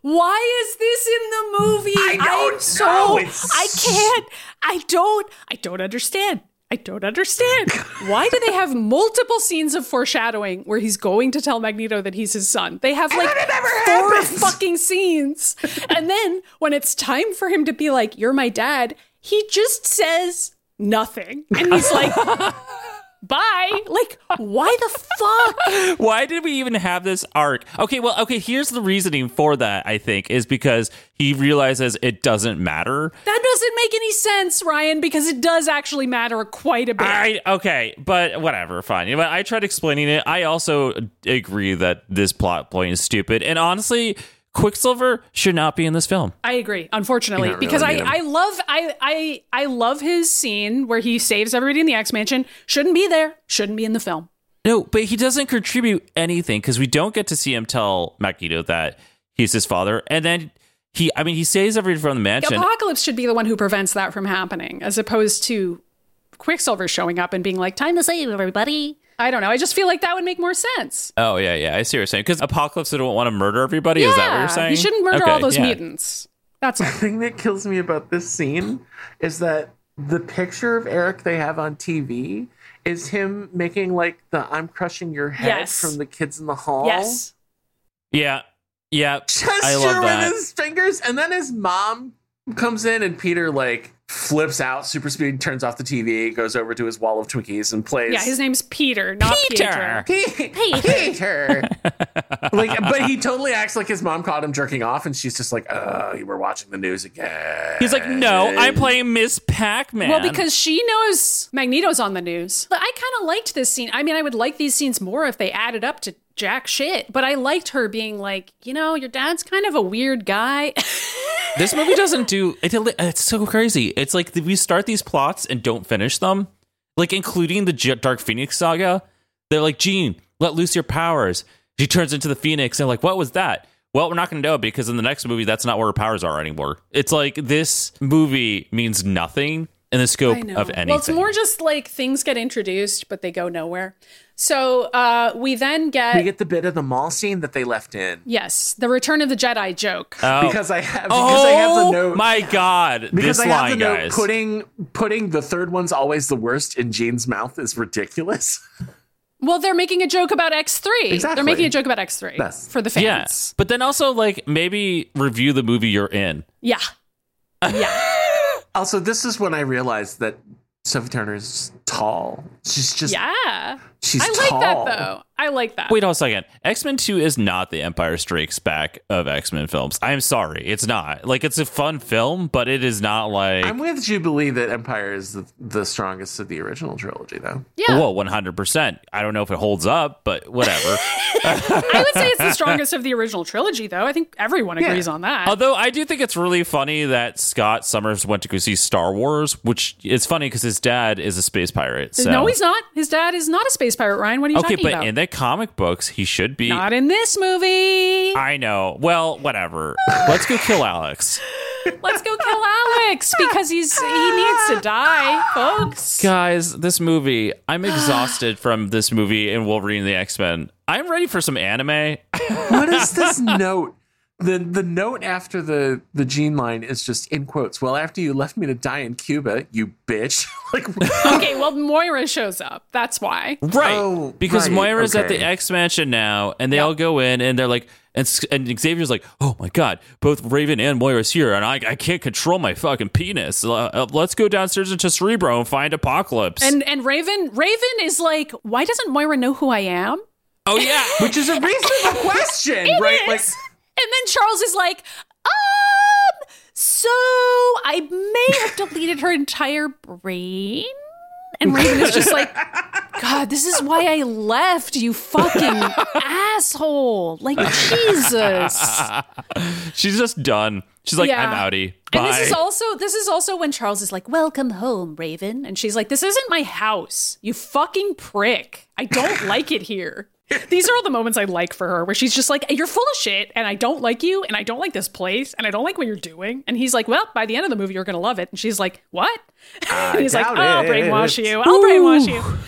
[SPEAKER 1] Why is this in the movie?
[SPEAKER 2] I don't
[SPEAKER 1] am
[SPEAKER 2] know.
[SPEAKER 1] so
[SPEAKER 2] It's-
[SPEAKER 1] I can't. I don't I don't understand. I don't understand. Why do they have multiple scenes of foreshadowing where he's going to tell Magneto that he's his son? They have like
[SPEAKER 2] it never
[SPEAKER 1] four *laughs*
[SPEAKER 2] happens.
[SPEAKER 1] fucking scenes. And then when it's time for him to be like, "You're my dad," he just says nothing. And he's like, bye. Like, why the fuck?
[SPEAKER 3] Why did we even have this arc? Okay, well, okay, here's the reasoning for that, I think, is because he realizes it doesn't matter.
[SPEAKER 1] That doesn't make any sense, Ryan, because it does actually matter quite a bit.
[SPEAKER 3] I okay, but whatever, fine. You know, I tried explaining it. I also agree that this plot point is stupid. And honestly, Quicksilver should not be in this film.
[SPEAKER 1] I agree, unfortunately,
[SPEAKER 2] You don't
[SPEAKER 1] because
[SPEAKER 2] really need him.
[SPEAKER 1] I, I love I, I I love his scene where he saves everybody in the X Mansion. Shouldn't be there. Shouldn't be in the film.
[SPEAKER 3] No, but he doesn't contribute anything because we don't get to see him tell Magneto that he's his father. And then he, I mean, he saves everyone from the mansion.
[SPEAKER 1] Apocalypse should be the one who prevents that from happening, as opposed to Quicksilver showing up and being like, "Time to save everybody." I don't know. I just feel like that would make more sense.
[SPEAKER 3] Oh yeah, yeah. I see what you're saying. Because Apocalypse don't want to murder everybody. Is that what
[SPEAKER 1] Yeah,
[SPEAKER 3] you're saying?
[SPEAKER 1] He shouldn't murder
[SPEAKER 3] Okay,
[SPEAKER 1] all those
[SPEAKER 3] yeah.
[SPEAKER 1] mutants. That's all.
[SPEAKER 2] thing that kills me about this scene is that the picture of Eric they have on TV is him making like the I'm crushing your head
[SPEAKER 1] Yes.
[SPEAKER 2] from the kids in the hall.
[SPEAKER 1] yes.
[SPEAKER 3] Yeah, yeah. I
[SPEAKER 2] Gesture
[SPEAKER 3] love that.
[SPEAKER 2] with his fingers. And then his mom comes in and Peter like flips out super speed, turns off the TV, goes over to his wall of Twinkies and plays.
[SPEAKER 1] Yeah, his name's Peter, not
[SPEAKER 3] Peter.
[SPEAKER 1] Peter. *laughs*
[SPEAKER 2] Peter. like, but he totally acts like his mom caught him jerking off, and she's just like, "Oh, you were watching the news again."
[SPEAKER 3] He's like, no, I'm playing Miss Pac-Man.
[SPEAKER 1] Well, because she knows Magneto's on the news. But I kind of liked this scene. I mean, I would like these scenes more if they added up to jack shit. But I liked her being like, you know, your dad's kind of a weird guy. *laughs*
[SPEAKER 3] this movie doesn't do. It, it's so crazy. It's like we start these plots and don't finish them, like including the J- Dark Phoenix saga. They're like, Jean, let loose your powers. She turns into the Phoenix, and like, what was that? Well, we're not going to know because in the next movie, that's not where her powers are anymore. It's like this movie means nothing in the scope of anything.
[SPEAKER 1] Well, it's more just like things get introduced, but they go nowhere. So uh, we then get,
[SPEAKER 2] We get the bit of the mall scene that they left in
[SPEAKER 1] yes, the Return of the Jedi joke.
[SPEAKER 3] Oh.
[SPEAKER 2] because I have because
[SPEAKER 3] oh
[SPEAKER 2] I have the note.
[SPEAKER 3] my god!
[SPEAKER 2] because
[SPEAKER 3] This
[SPEAKER 2] I have
[SPEAKER 3] line,
[SPEAKER 2] the note,
[SPEAKER 3] guys.
[SPEAKER 2] putting putting the third one's always the worst in Jean's mouth is ridiculous. *laughs*
[SPEAKER 1] well, they're making a joke about X three. They're
[SPEAKER 2] Exactly.
[SPEAKER 1] making a joke about X three
[SPEAKER 2] Yes.
[SPEAKER 1] for the
[SPEAKER 3] yeah,
[SPEAKER 1] fans.
[SPEAKER 3] but then also like maybe review the movie you're in.
[SPEAKER 1] Yeah,
[SPEAKER 2] Also, this is when I realized that Sophie Turner is tall. She's just
[SPEAKER 1] yeah.
[SPEAKER 2] she's
[SPEAKER 1] I like
[SPEAKER 2] tall.
[SPEAKER 1] that though. I like that.
[SPEAKER 3] Wait a second. X Men 2 is not the Empire Strikes Back of X Men films. I'm sorry. It's not. Like, it's a fun film, but it is not like.
[SPEAKER 2] I'm with Jubilee that Empire is the, the strongest of the original trilogy, though.
[SPEAKER 1] yeah.
[SPEAKER 3] Whoa, 100%. I don't know if it holds up,
[SPEAKER 1] *laughs*
[SPEAKER 3] but whatever.
[SPEAKER 1] I would say it's the strongest of the original trilogy, though. I think everyone agrees on that.
[SPEAKER 3] Although I do think it's really funny that Scott Summers went to go see Star Wars, which is funny because his dad is a space pirate. So.
[SPEAKER 1] No, he's not. His dad is not a space pirate, Ryan. What are you
[SPEAKER 3] Okay,
[SPEAKER 1] talking
[SPEAKER 3] but
[SPEAKER 1] about?
[SPEAKER 3] in the comic books, he should be.
[SPEAKER 1] not in this movie.
[SPEAKER 3] I know. Well, whatever. Let's go kill Alex.
[SPEAKER 1] Let's go kill
[SPEAKER 3] *laughs*
[SPEAKER 1] Alex because he's he needs to die, folks.
[SPEAKER 3] Guys, this movie,
[SPEAKER 2] *gasps*
[SPEAKER 3] I'm exhausted from this movie and Wolverine and the X Men. I'm ready for some anime.
[SPEAKER 2] What
[SPEAKER 1] *laughs*
[SPEAKER 2] is this note? The the note after the the Jean line is just in quotes. Well, after you left me to die in Cuba, you bitch. *laughs* like
[SPEAKER 1] Okay, well Moira shows up. That's why.
[SPEAKER 3] Right.
[SPEAKER 2] Oh,
[SPEAKER 3] because
[SPEAKER 2] right,
[SPEAKER 3] Moira's at
[SPEAKER 2] okay.
[SPEAKER 3] the X Mansion now, and they all go in, and they're like, and, S- and Xavier's like, oh my God, both Raven and Moira's here, and I, I can't control my fucking penis. Uh, uh, let's go downstairs into Cerebro and find Apocalypse.
[SPEAKER 1] And and Raven Raven is like, why doesn't Moira know who I am?
[SPEAKER 3] oh, yeah.
[SPEAKER 2] *laughs* which is
[SPEAKER 1] *laughs*
[SPEAKER 2] a reasonable question, right? Like
[SPEAKER 1] Yes. and then Charles is like, um, so I may have deleted her entire brain. And Raven is just like, God, this is why I left, you fucking asshole. Like, Jesus.
[SPEAKER 3] She's just done. She's like,
[SPEAKER 1] Yeah.
[SPEAKER 3] I'm outie.
[SPEAKER 1] And
[SPEAKER 3] Bye.
[SPEAKER 1] this is also this is also when Charles is like, "Welcome home, Raven," and she's like, "This isn't my house, you fucking prick. I
[SPEAKER 2] *laughs*
[SPEAKER 1] don't like it here." These are all the moments I like for her, where she's just like, "You're full of shit, and I don't like you, and I don't like this place, and I don't like what you're doing." And he's like, "Well, by the end of the movie, you're gonna love it." And she's like, "What?" *laughs* and he's like,
[SPEAKER 2] doubt
[SPEAKER 1] "I'll
[SPEAKER 2] it.
[SPEAKER 1] brainwash you. I'll brainwash you."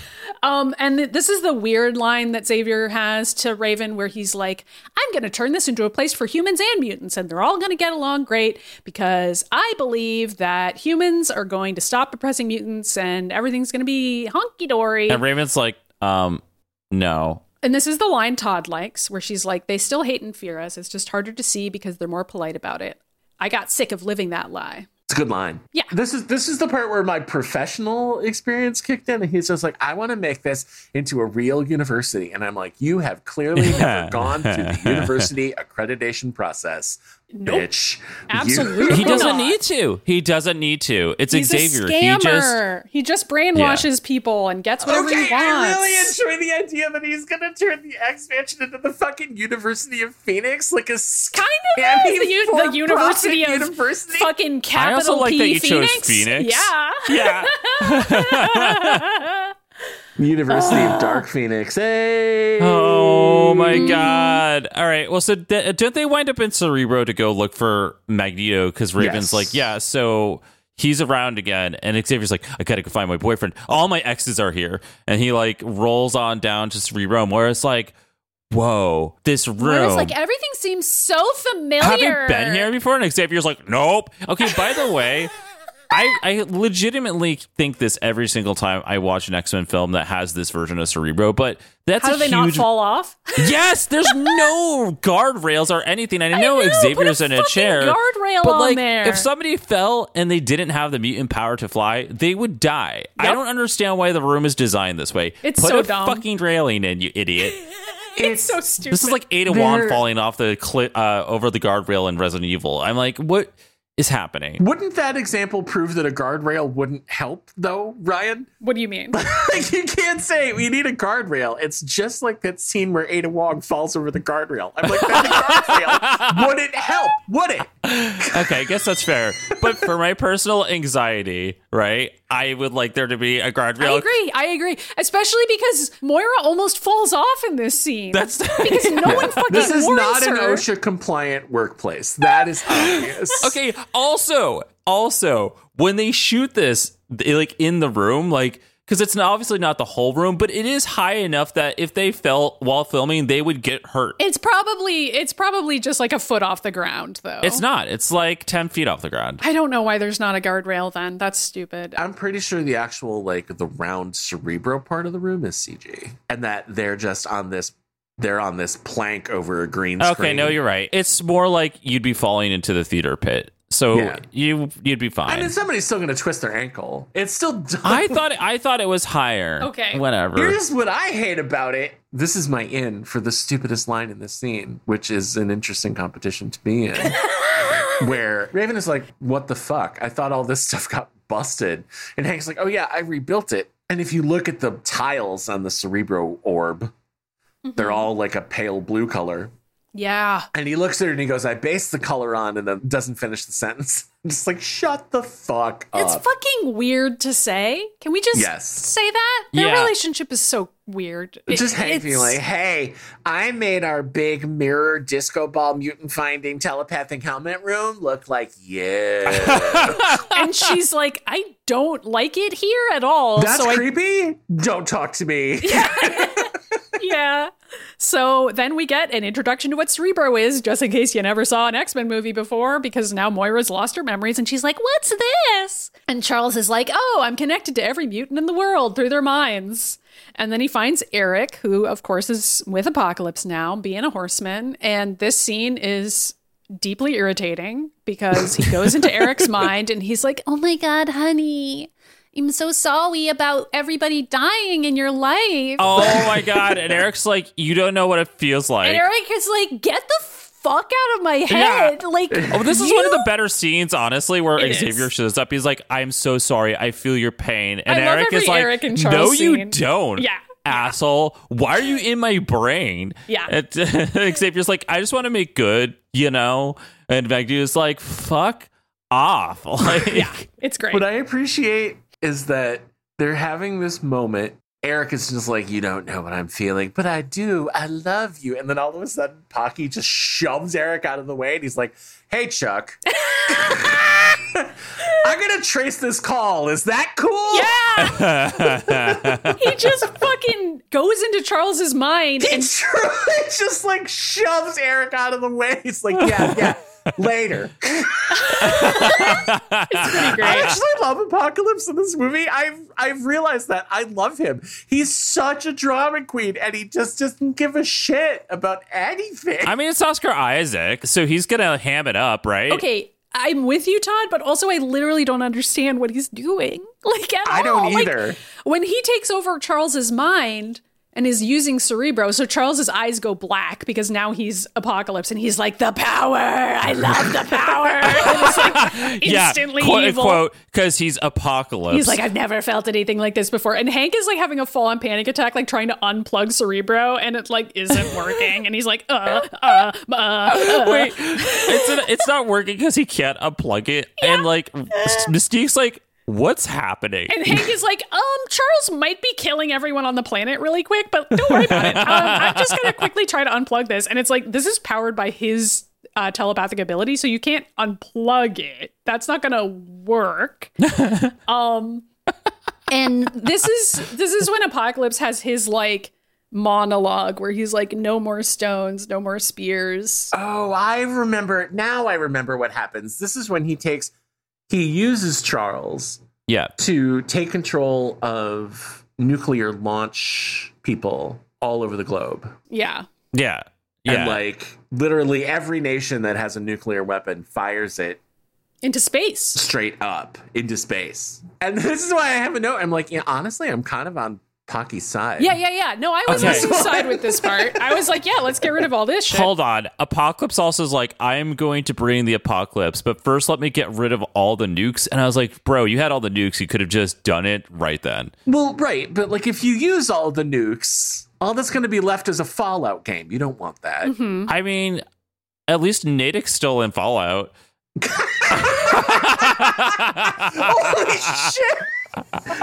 [SPEAKER 1] Um, and th- this is the weird line that Xavier has to Raven, where he's like, I'm going to turn this into a place for humans and mutants, and they're all going to get along great because I believe that humans are going to stop oppressing mutants and everything's going to be honky dory.
[SPEAKER 3] and Raven's like, um, no.
[SPEAKER 1] And this is the line Todd likes, where she's like, they still hate and fear us. It's just harder to see because they're more polite about it. I got sick of living that lie.
[SPEAKER 2] a good line.
[SPEAKER 1] Yeah.
[SPEAKER 2] This is this is the part where my professional experience kicked in, and he's just like, I want to make this into a real university, and I'm like, you have clearly never gone through the
[SPEAKER 1] *laughs*
[SPEAKER 2] university accreditation process, bitch. You- *laughs*
[SPEAKER 1] Absolutely.
[SPEAKER 3] He doesn't
[SPEAKER 1] not.
[SPEAKER 3] need to. He doesn't need to. It's
[SPEAKER 1] He's
[SPEAKER 3] Xavier.
[SPEAKER 1] a
[SPEAKER 3] He just
[SPEAKER 1] scammer. He just, brainwashes people and gets whatever
[SPEAKER 2] Okay,
[SPEAKER 1] he
[SPEAKER 2] I
[SPEAKER 1] wants.
[SPEAKER 2] really enjoy the idea that he's gonna turn the expansion into the fucking University of Phoenix, like a
[SPEAKER 1] Kind of is the, u- the University of fucking
[SPEAKER 3] I
[SPEAKER 1] capital
[SPEAKER 3] also like
[SPEAKER 1] P
[SPEAKER 3] that you chose
[SPEAKER 1] Phoenix.
[SPEAKER 3] Phoenix.
[SPEAKER 1] Yeah.
[SPEAKER 3] Yeah.
[SPEAKER 2] University of Dark Phoenix. Hey.
[SPEAKER 3] *laughs* Oh my
[SPEAKER 1] Mm-hmm.
[SPEAKER 3] god! All right. Well, so th- don't they wind up in Cerebro to go look for Magneto? Because Raven's
[SPEAKER 2] Yes.
[SPEAKER 3] like, yeah. So he's around again, and Xavier's like, I gotta go find my boyfriend. All my exes are here, and he like rolls on down to Cerebro, where it's like, whoa, this
[SPEAKER 1] Where it's
[SPEAKER 3] room.
[SPEAKER 1] like everything seems so
[SPEAKER 3] Have
[SPEAKER 1] familiar.
[SPEAKER 3] you been here before? And Xavier's like, nope. Okay. By the
[SPEAKER 1] *laughs*
[SPEAKER 3] way. I, I legitimately think this every single time I watch an X Men film that has this version of Cerebro, but that's
[SPEAKER 1] How
[SPEAKER 3] a
[SPEAKER 1] do they
[SPEAKER 3] huge
[SPEAKER 1] not fall off? *laughs*
[SPEAKER 3] Yes, there's no guardrails or anything. I know,
[SPEAKER 1] know,
[SPEAKER 3] Xavier's
[SPEAKER 1] put
[SPEAKER 3] in
[SPEAKER 1] a
[SPEAKER 3] a
[SPEAKER 1] fucking
[SPEAKER 3] chair,
[SPEAKER 1] guardrail
[SPEAKER 3] but
[SPEAKER 1] on
[SPEAKER 3] like,
[SPEAKER 1] there.
[SPEAKER 3] if somebody fell and they didn't have the mutant power to fly, they would die. I
[SPEAKER 1] Yep.
[SPEAKER 3] don't understand why the room is designed this way.
[SPEAKER 1] It's
[SPEAKER 3] Put
[SPEAKER 1] so
[SPEAKER 3] a
[SPEAKER 1] dumb.
[SPEAKER 3] fucking railing in, you idiot.
[SPEAKER 1] It's so stupid.
[SPEAKER 3] This is like Ada Wong
[SPEAKER 2] There-
[SPEAKER 3] falling off the cli- uh, over the guardrail in Resident Evil. I'm like, what is happening?
[SPEAKER 2] Wouldn't that example prove that a guardrail wouldn't help, though, Ryan?
[SPEAKER 1] What do you mean?
[SPEAKER 2] *laughs* Like, you can't say we need a guardrail. It's just like that scene where Ada Wong falls over the guardrail. I'm like, that
[SPEAKER 3] *laughs*
[SPEAKER 2] guardrail wouldn't help, would it?
[SPEAKER 3] Okay, I guess that's fair. But for my personal anxiety, right, I would like there to be a
[SPEAKER 1] I
[SPEAKER 3] guardrail
[SPEAKER 1] agree. I agree. Especially because Moira almost falls off in this scene.
[SPEAKER 3] That's- *laughs*
[SPEAKER 1] because no one fucking
[SPEAKER 2] This is
[SPEAKER 1] warns
[SPEAKER 2] not an
[SPEAKER 1] her.
[SPEAKER 2] OSHA compliant workplace. That is obvious.
[SPEAKER 3] *laughs* Okay. Also, also, when they shoot this, they, like in the room, like because it's not, obviously not the whole room, but it is high enough that if they fell while filming, they would get hurt.
[SPEAKER 1] It's probably it's probably just like a foot off the ground though.
[SPEAKER 3] It's not. It's like ten feet off the ground.
[SPEAKER 1] I don't know why there's not a guardrail then. That's stupid.
[SPEAKER 2] I'm pretty sure the actual like the round cerebro part of the room is CG, and that they're just on this they're on this plank over a green screen.
[SPEAKER 3] Okay, no, you're right. It's more like you'd be falling into the theater pit, so
[SPEAKER 2] Yeah.
[SPEAKER 3] you you'd be
[SPEAKER 2] I
[SPEAKER 3] fine.
[SPEAKER 2] mean, somebody's still gonna twist their ankle. It's still dumb. *laughs*
[SPEAKER 3] I thought I thought it was higher.
[SPEAKER 1] Okay.
[SPEAKER 3] whatever.
[SPEAKER 2] Here's what I hate about it. This is my in for the stupidest line in this scene, which is an interesting competition to be in. where Raven is like, What the fuck? I thought all this stuff got busted. And Hank's like, Oh, yeah, I rebuilt it. And if you look at the tiles on the cerebro orb, they're all like a pale blue color.
[SPEAKER 1] yeah.
[SPEAKER 2] And he looks at her and he goes, I base the color on, and then doesn't finish the sentence. *laughs* I'm just like, Shut the fuck up.
[SPEAKER 1] It's fucking weird to say. Can we just
[SPEAKER 2] Yes.
[SPEAKER 1] say that? Their
[SPEAKER 3] Yeah.
[SPEAKER 1] relationship is so weird. It-
[SPEAKER 2] *laughs* just Hank being
[SPEAKER 1] it's-
[SPEAKER 2] like, hey, I made our big mirror disco ball mutant finding telepathic helmet room look like *laughs* yeah.
[SPEAKER 1] *laughs* and she's like, I don't like it here at all.
[SPEAKER 2] That's
[SPEAKER 1] so I
[SPEAKER 2] creepy. Don't talk
[SPEAKER 1] *laughs*
[SPEAKER 2] to me.
[SPEAKER 1] yeah. So then we get an introduction to what Cerebro is, just in case you never saw an X Men movie before, because now Moira's lost her memories and she's like, What's this? And Charles is like, Oh, I'm connected to every mutant in the world through their minds. And then he finds Eric, who, of course, is with Apocalypse now, being a horseman. And this scene is deeply irritating because he goes into Eric's mind and he's like, Oh my God, honey. I'm so sorry about everybody dying in your life. *laughs*
[SPEAKER 3] oh my god! And Eric's like, you don't know what it feels like.
[SPEAKER 1] And Eric is like, get the fuck out of my head. Like,
[SPEAKER 3] Oh, this is
[SPEAKER 1] you-
[SPEAKER 3] one of the better scenes, honestly, where
[SPEAKER 1] It
[SPEAKER 3] Xavier
[SPEAKER 1] is.
[SPEAKER 3] shows up. He's like, "I'm so sorry. I feel your pain," and
[SPEAKER 1] I love
[SPEAKER 3] Eric is
[SPEAKER 1] every
[SPEAKER 3] like,
[SPEAKER 1] Eric and
[SPEAKER 3] "No,
[SPEAKER 1] Charles
[SPEAKER 3] you
[SPEAKER 1] scene."
[SPEAKER 3] don't.
[SPEAKER 1] Yeah.
[SPEAKER 3] asshole. Why are you in my brain?"
[SPEAKER 1] Yeah.
[SPEAKER 3] And *laughs* Xavier's like, "I just want to make good," you know. And Magneto's like, "Fuck off." *laughs* Like,
[SPEAKER 1] It's great.
[SPEAKER 2] what I appreciate is that they're having this moment. Eric is just like, you don't know what I'm feeling, but I do. I love you. And then all of a sudden, Pocky just shoves Eric out of the way and he's like,
[SPEAKER 1] *laughs*
[SPEAKER 2] hey, Chuck. *laughs* I'm going to trace this call. Is that cool?
[SPEAKER 1] yeah. he just fucking goes into Charles's mind
[SPEAKER 2] He
[SPEAKER 1] and
[SPEAKER 2] *laughs* truly just like shoves Eric out of the way. He's like, yeah, yeah, later.
[SPEAKER 1] pretty
[SPEAKER 2] I
[SPEAKER 1] great.
[SPEAKER 2] actually love Apocalypse in this movie. I've I've realized that I love him. He's such a drama queen, and he just doesn't give a shit about anything.
[SPEAKER 3] I mean, it's Oscar Isaac, so he's gonna ham it up, right?
[SPEAKER 1] Okay. I'm with you, Todd, but also I literally don't understand what he's doing. *laughs* Like at
[SPEAKER 2] I don't
[SPEAKER 1] all. Like,
[SPEAKER 2] either.
[SPEAKER 1] when he takes over Charles's mind and is using Cerebro, so Charles's eyes go black because now he's Apocalypse and he's like the power. I love the power. *laughs* And it's like instantly
[SPEAKER 3] yeah, quote
[SPEAKER 1] evil.
[SPEAKER 3] unquote, because he's apocalypse.
[SPEAKER 1] He's like, I've never felt anything like this before. And Hank is like having a full on panic attack, like trying to unplug Cerebro, and it like isn't working. And he's like, uh, uh, uh, uh.
[SPEAKER 3] wait, it's an, it's not working because he can't unplug it, and like Mystique's like, what's happening?
[SPEAKER 1] And Hank is like, um, Charles might be killing everyone on the planet really quick, but don't worry about it. Um, I'm just gonna quickly try to unplug this. And it's like, this is powered by his uh, telepathic ability, so you can't unplug it. That's not gonna work. um, and this is this is when Apocalypse has his like monologue where he's like, no more stones, no more spears.
[SPEAKER 2] Oh, I remember now. I remember what happens. This is when he takes, he uses Charles
[SPEAKER 3] yeah,
[SPEAKER 2] to take control of nuclear launch people all over the globe.
[SPEAKER 1] Yeah.
[SPEAKER 3] yeah, yeah.
[SPEAKER 2] And like literally every nation that has a nuclear weapon fires it
[SPEAKER 1] Into space.
[SPEAKER 2] straight up into space. And *laughs* this is why I have a note. I'm like, yeah, honestly, I'm kind of on Pocky's side.
[SPEAKER 1] Yeah, yeah, yeah. No, I was
[SPEAKER 3] Okay.
[SPEAKER 1] on his side with this part. I was like, yeah, let's get rid of all this shit.
[SPEAKER 3] Hold on. Apocalypse also is like, I am going to bring the apocalypse, but first let me get rid of all the nukes. And I was like, bro, you had all the nukes. You could have just done it right then.
[SPEAKER 2] Well, right, but like if you use all the nukes, all that's going to be left is a Fallout game. You don't want that.
[SPEAKER 3] I mean, at least Natick's still in Fallout.
[SPEAKER 2] *laughs* Holy shit!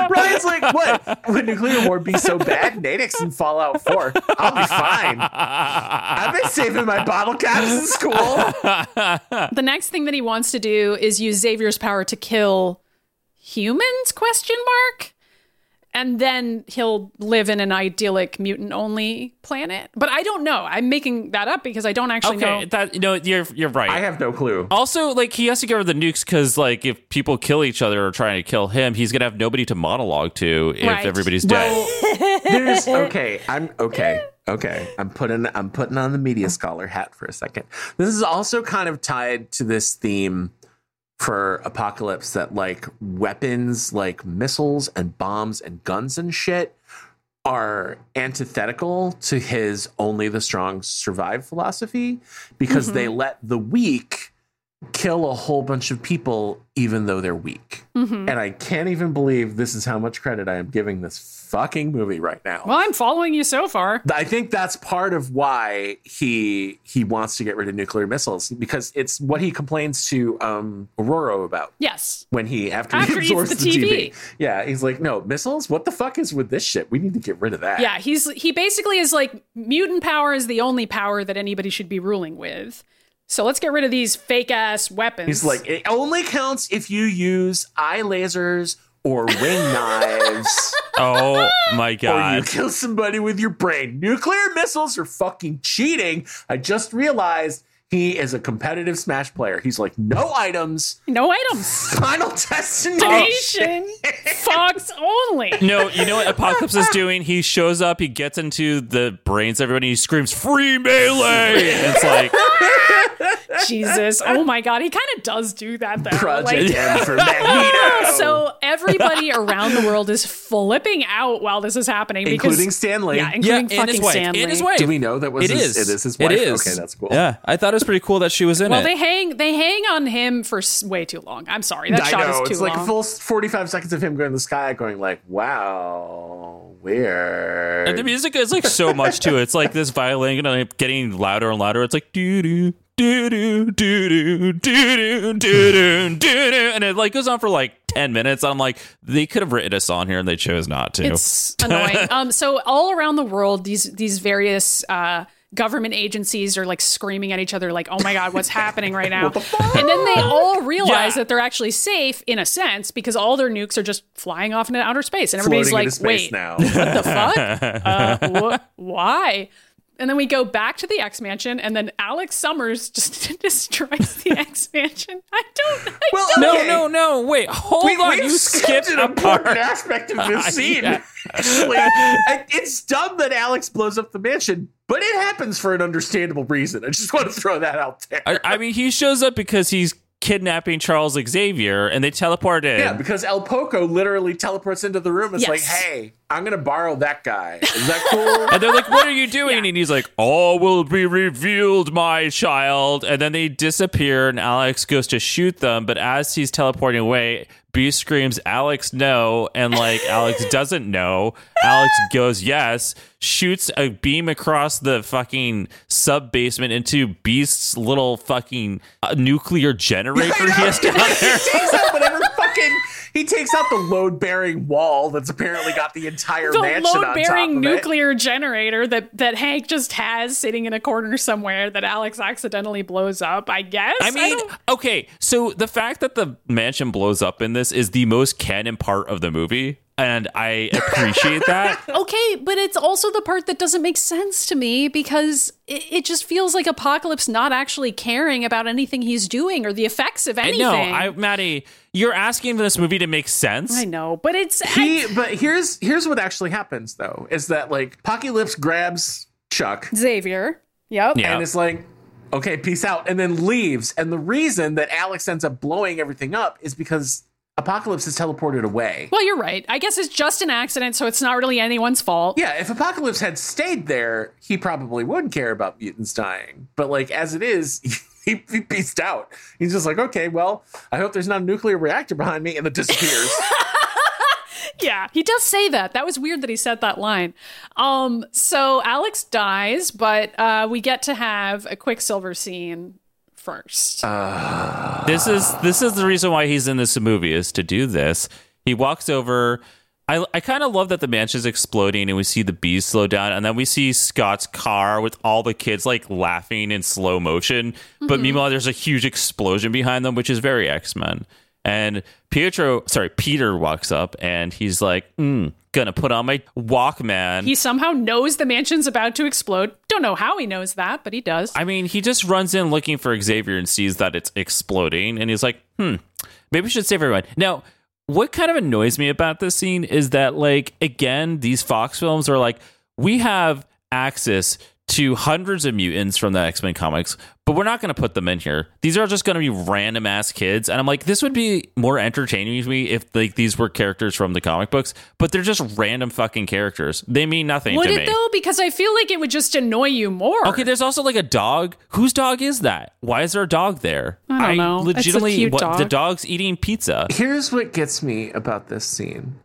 [SPEAKER 2] Ryan's like, what? Would nuclear war be so bad? Nadix in Fallout 4. I'll be fine. I've been saving my bottle caps in school.
[SPEAKER 1] The next thing that he wants to do is use Xavier's power to kill humans? Question mark. And then he'll live in an idyllic mutant only planet. But I don't know. I'm making that up because I don't actually
[SPEAKER 3] Okay,
[SPEAKER 1] know.
[SPEAKER 3] that no, you're you're right.
[SPEAKER 2] I have no clue.
[SPEAKER 3] also, like he has to get rid of the nukes because, like, if people kill each other or trying to kill him, he's gonna have nobody to monologue to if
[SPEAKER 1] Right.
[SPEAKER 3] everybody's dead.
[SPEAKER 2] *laughs* There's okay. I'm okay. Okay. I'm putting I'm putting on the media scholar hat for a second. This is also kind of tied to this theme for apocalypse that like weapons like missiles and bombs and guns and shit are antithetical to his only the strong survive philosophy because they let the weak kill a whole bunch of people even though they're weak. And I can't even believe this is how much credit I am giving this fucking movie right now.
[SPEAKER 1] Well, I'm following you so far.
[SPEAKER 2] I think that's part of why he he wants to get rid of nuclear missiles because it's what he complains to um, Aurora about
[SPEAKER 1] Yes.
[SPEAKER 2] when he after,
[SPEAKER 1] After
[SPEAKER 2] he
[SPEAKER 1] he eats
[SPEAKER 2] absorbs
[SPEAKER 1] the TV.
[SPEAKER 2] the, TV. Yeah, he's like, no missiles. What the fuck is with this shit? We need to get rid of that.
[SPEAKER 1] Yeah, he's he basically is like mutant power is the only power that anybody should be ruling with. So let's get rid of these fake ass weapons.
[SPEAKER 2] he's like, it only counts if you use eye lasers or
[SPEAKER 1] *laughs*
[SPEAKER 2] wing knives,
[SPEAKER 3] Oh my
[SPEAKER 2] or you
[SPEAKER 3] god!
[SPEAKER 2] kill somebody with your brain. Nuclear missiles are fucking cheating. I just realized. He is a competitive Smash player. He's like, no items,
[SPEAKER 1] no items.
[SPEAKER 2] final destination. *laughs*
[SPEAKER 1] Nation Fox only.
[SPEAKER 3] No, you know what Apocalypse is doing? He shows up, he gets into the brains of everybody, he screams, Free melee!
[SPEAKER 2] *laughs*
[SPEAKER 3] And it's like,
[SPEAKER 1] Jesus. Oh my god. He kind of does do that though.
[SPEAKER 2] Project
[SPEAKER 1] Like,
[SPEAKER 2] M
[SPEAKER 3] *laughs*
[SPEAKER 2] for Magneto.
[SPEAKER 1] so everybody around the world is flipping out while this is happening because
[SPEAKER 2] including Stanley.
[SPEAKER 1] yeah, including
[SPEAKER 3] and
[SPEAKER 1] fucking
[SPEAKER 3] his wife.
[SPEAKER 1] Stanley.
[SPEAKER 3] And his wife.
[SPEAKER 2] Do we know that was
[SPEAKER 3] It
[SPEAKER 2] his-
[SPEAKER 3] is.
[SPEAKER 2] it is his wife?
[SPEAKER 3] It is.
[SPEAKER 2] Okay, that's cool.
[SPEAKER 3] Yeah, I thought it was pretty cool that she was in
[SPEAKER 1] Well,
[SPEAKER 3] it.
[SPEAKER 1] they hang they hang on him for s- way too long. I'm sorry. That
[SPEAKER 2] I
[SPEAKER 1] shot
[SPEAKER 2] know.
[SPEAKER 1] is too
[SPEAKER 2] It's
[SPEAKER 1] long.
[SPEAKER 2] like a full 45 seconds of him going to the sky, going like, wow, weird.
[SPEAKER 3] the music is like so much to it. It's like this violin you know, like, getting louder and louder. It's like doo doo doo doo doo doo doo doo doo doo doo, and it like goes on for like ten minutes. I'm like, they could have written a song here and they chose not to.
[SPEAKER 1] It's
[SPEAKER 2] *laughs*
[SPEAKER 1] annoying. Um, so all around the world, these these various uh, government agencies are like screaming at each other, like, "Oh my god,
[SPEAKER 2] *laughs*
[SPEAKER 1] what's happening right now?" and then they all realize
[SPEAKER 3] Yeah.
[SPEAKER 1] that they're actually safe in a sense because all their nukes are just flying off into outer space, and everybody's like,
[SPEAKER 2] Floating into
[SPEAKER 1] "Wait,
[SPEAKER 2] space
[SPEAKER 3] *laughs*
[SPEAKER 2] now.
[SPEAKER 1] what the *laughs* fuck? Uh, wh- why?" And then we go back to the X Mansion, and then Alex Summers just *laughs* destroys the X Mansion. I don't. I
[SPEAKER 2] Well,
[SPEAKER 1] don't-
[SPEAKER 3] no,
[SPEAKER 2] Okay.
[SPEAKER 3] no, no. Wait, hold
[SPEAKER 2] We-
[SPEAKER 3] on.
[SPEAKER 2] we've
[SPEAKER 3] You skipped
[SPEAKER 2] an
[SPEAKER 3] a part.
[SPEAKER 2] important aspect
[SPEAKER 3] *laughs*
[SPEAKER 2] of this scene.
[SPEAKER 3] Yeah.
[SPEAKER 2] Actually, And it's dumb that Alex blows up the mansion, but it happens for an understandable reason. I just want to throw that out there.
[SPEAKER 3] I, I mean, he shows up because he's kidnapping Charles Xavier, and they teleport in.
[SPEAKER 2] Yeah, because El Poco literally teleports into the room. It's
[SPEAKER 1] Yes.
[SPEAKER 2] like, hey, I'm gonna borrow that guy. Is that cool? *laughs*
[SPEAKER 3] And they're like, "What are you doing?" And he's like, "All will be revealed, my child." And then they disappear, and Alex goes to shoot them. But as he's teleporting away, Beast screams, "Alex, no!" And like, Alex doesn't know. Alex goes, "Yes." Shoots a beam across the fucking sub basement into Beast's little fucking uh, nuclear generator he has down there.
[SPEAKER 2] he takes out whatever fucking he takes out the load bearing wall that's apparently got the entire
[SPEAKER 1] the
[SPEAKER 2] mansion on
[SPEAKER 1] load
[SPEAKER 2] top
[SPEAKER 1] bearing
[SPEAKER 2] of it.
[SPEAKER 1] nuclear generator that, that Hank just has sitting in a corner somewhere that Alex accidentally blows up, I guess.
[SPEAKER 3] I mean,
[SPEAKER 1] don't-
[SPEAKER 3] okay, so the fact that the mansion blows up in this is the most canon part of the movie, and I appreciate
[SPEAKER 1] *laughs*
[SPEAKER 3] that.
[SPEAKER 1] okay, but it's also the part that doesn't make sense to me because it, it just feels like Apocalypse not actually caring about anything he's doing or the effects of
[SPEAKER 3] And
[SPEAKER 1] anything.
[SPEAKER 3] no, I, Maddie, you're asking for this movie to make sense.
[SPEAKER 1] I know, but it's
[SPEAKER 2] He, but here's here's what actually happens though is that like Pocky Lips grabs Chuck
[SPEAKER 1] Xavier. Yep.
[SPEAKER 3] Yeah.
[SPEAKER 2] and it's like okay peace out and then leaves and the reason that Alex ends up blowing everything up is because Apocalypse is teleported away.
[SPEAKER 1] Well, you're right. I guess it's just an accident, so it's not really anyone's fault.
[SPEAKER 2] Yeah, if Apocalypse had stayed there, he probably would care about mutants dying. But like as it is, *laughs* he, he peaced out. He's just like, okay, well, I hope there's not a nuclear reactor behind me, and it disappears.
[SPEAKER 1] Yeah, he does say that. That was weird that he said that line. Um, so Alex dies, but uh, we get to have a Quicksilver scene first.
[SPEAKER 3] This is this is the reason why he's in this movie is to do this. He walks over. I, I kind of love that the mansion's exploding and we see the bees slow down and then we see Scott's car with all the kids like laughing in slow motion. But meanwhile, there's a huge explosion behind them, which is very X Men. And Pietro, sorry, Peter walks up and he's like, mm, "Gonna put on my Walkman."
[SPEAKER 1] he somehow knows the mansion's about to explode. Don't know how he knows that, but he does.
[SPEAKER 3] I mean, he just runs in looking for Xavier and sees that it's exploding, and he's like, hmm, maybe we should save everyone. Now, what kind of annoys me about this scene is that, like, again, these Fox films are like, we have access to hundreds of mutants from the X Men comics, but we're not going to put them in here. These are just going to be random ass kids, and I'm like, this would be more entertaining to me if like these were characters from the comic books, but they're just random fucking characters. They mean nothing
[SPEAKER 1] Would
[SPEAKER 3] to
[SPEAKER 1] it
[SPEAKER 3] me.
[SPEAKER 1] though? Because I feel like it would just annoy you more.
[SPEAKER 3] Okay, there's also like a dog. Whose dog is that? Why is there a dog there?
[SPEAKER 1] I don't know. It's a
[SPEAKER 3] legitimately
[SPEAKER 1] cute
[SPEAKER 3] what the
[SPEAKER 1] dog.
[SPEAKER 3] dog's eating pizza.
[SPEAKER 2] Here's what gets me about this scene: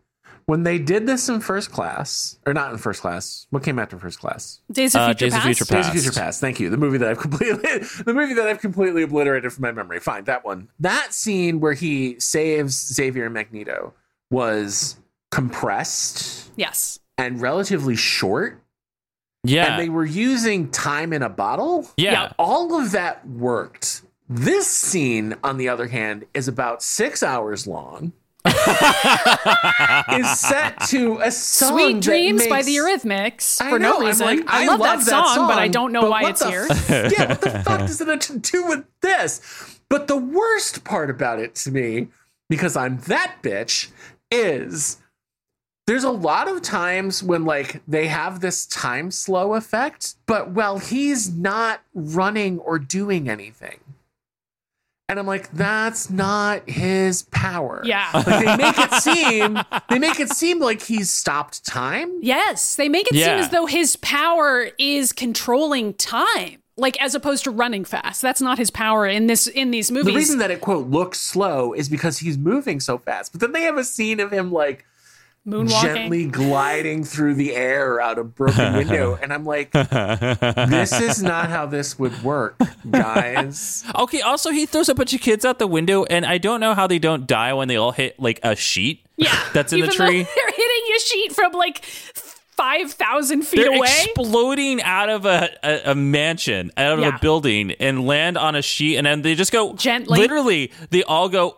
[SPEAKER 2] when they did this in First Class, or not in First Class, what came after First Class?
[SPEAKER 1] Days of
[SPEAKER 3] Uh,
[SPEAKER 1] Future
[SPEAKER 3] Days of
[SPEAKER 1] Past.
[SPEAKER 3] Future
[SPEAKER 2] Days
[SPEAKER 3] Past.
[SPEAKER 2] of Future Past. Thank you. The movie that I've *laughs* completely, the movie that I've completely obliterated from my memory. Fine, that one. That scene where he saves Xavier and Magneto was compressed
[SPEAKER 1] Yes.
[SPEAKER 2] and relatively short
[SPEAKER 3] Yeah.
[SPEAKER 2] and they were using time in a bottle.
[SPEAKER 3] yeah.
[SPEAKER 1] Yeah.
[SPEAKER 2] All of that worked. This scene, on the other hand, is about six hours
[SPEAKER 3] *laughs*
[SPEAKER 2] long. is set to a song
[SPEAKER 1] Sweet
[SPEAKER 2] that
[SPEAKER 1] Dreams by
[SPEAKER 2] makes-
[SPEAKER 1] the Eurythmics
[SPEAKER 2] I
[SPEAKER 1] for
[SPEAKER 2] know,
[SPEAKER 1] no
[SPEAKER 2] I'm
[SPEAKER 1] reason.
[SPEAKER 2] like,
[SPEAKER 1] I, love, that, song, but I don't know why
[SPEAKER 2] what
[SPEAKER 1] it's
[SPEAKER 2] the
[SPEAKER 1] here. *laughs*
[SPEAKER 2] f- yeah, what the fuck does it do with this? But the worst part about it to me, because I'm that bitch, is there's a lot of times when like they have this time slow effect, but while he's not running or doing anything. And I'm like, that's not his power.
[SPEAKER 1] Yeah.
[SPEAKER 2] Like they
[SPEAKER 1] *laughs*
[SPEAKER 2] make it seem they make it seem like he's stopped time.
[SPEAKER 1] Yes, they make it seem
[SPEAKER 3] Yeah.
[SPEAKER 1] as though his power is controlling time, like as opposed to running fast. That's not his power in this in these movies.
[SPEAKER 2] The reason that it quote looks slow is because he's moving so fast. But then they have a scene of him like
[SPEAKER 1] Moonwalking.
[SPEAKER 2] gently gliding through the air out of broken window,
[SPEAKER 5] *laughs*
[SPEAKER 2] and I'm like, this is not how this would work,
[SPEAKER 5] *laughs*
[SPEAKER 2] guys.
[SPEAKER 3] okay, also he throws a bunch of kids out the window and I don't know how they don't die when they all hit like a sheet.
[SPEAKER 1] yeah,
[SPEAKER 3] *laughs* That's in the
[SPEAKER 1] Even though *laughs*
[SPEAKER 3] tree.
[SPEAKER 1] They're hitting a sheet from like five thousand feet
[SPEAKER 3] They're
[SPEAKER 1] away.
[SPEAKER 3] exploding out of a, a, a mansion, out of
[SPEAKER 1] Yeah.
[SPEAKER 3] a building, and land on a sheet, and then they just go
[SPEAKER 1] Gently.
[SPEAKER 3] Literally, they all go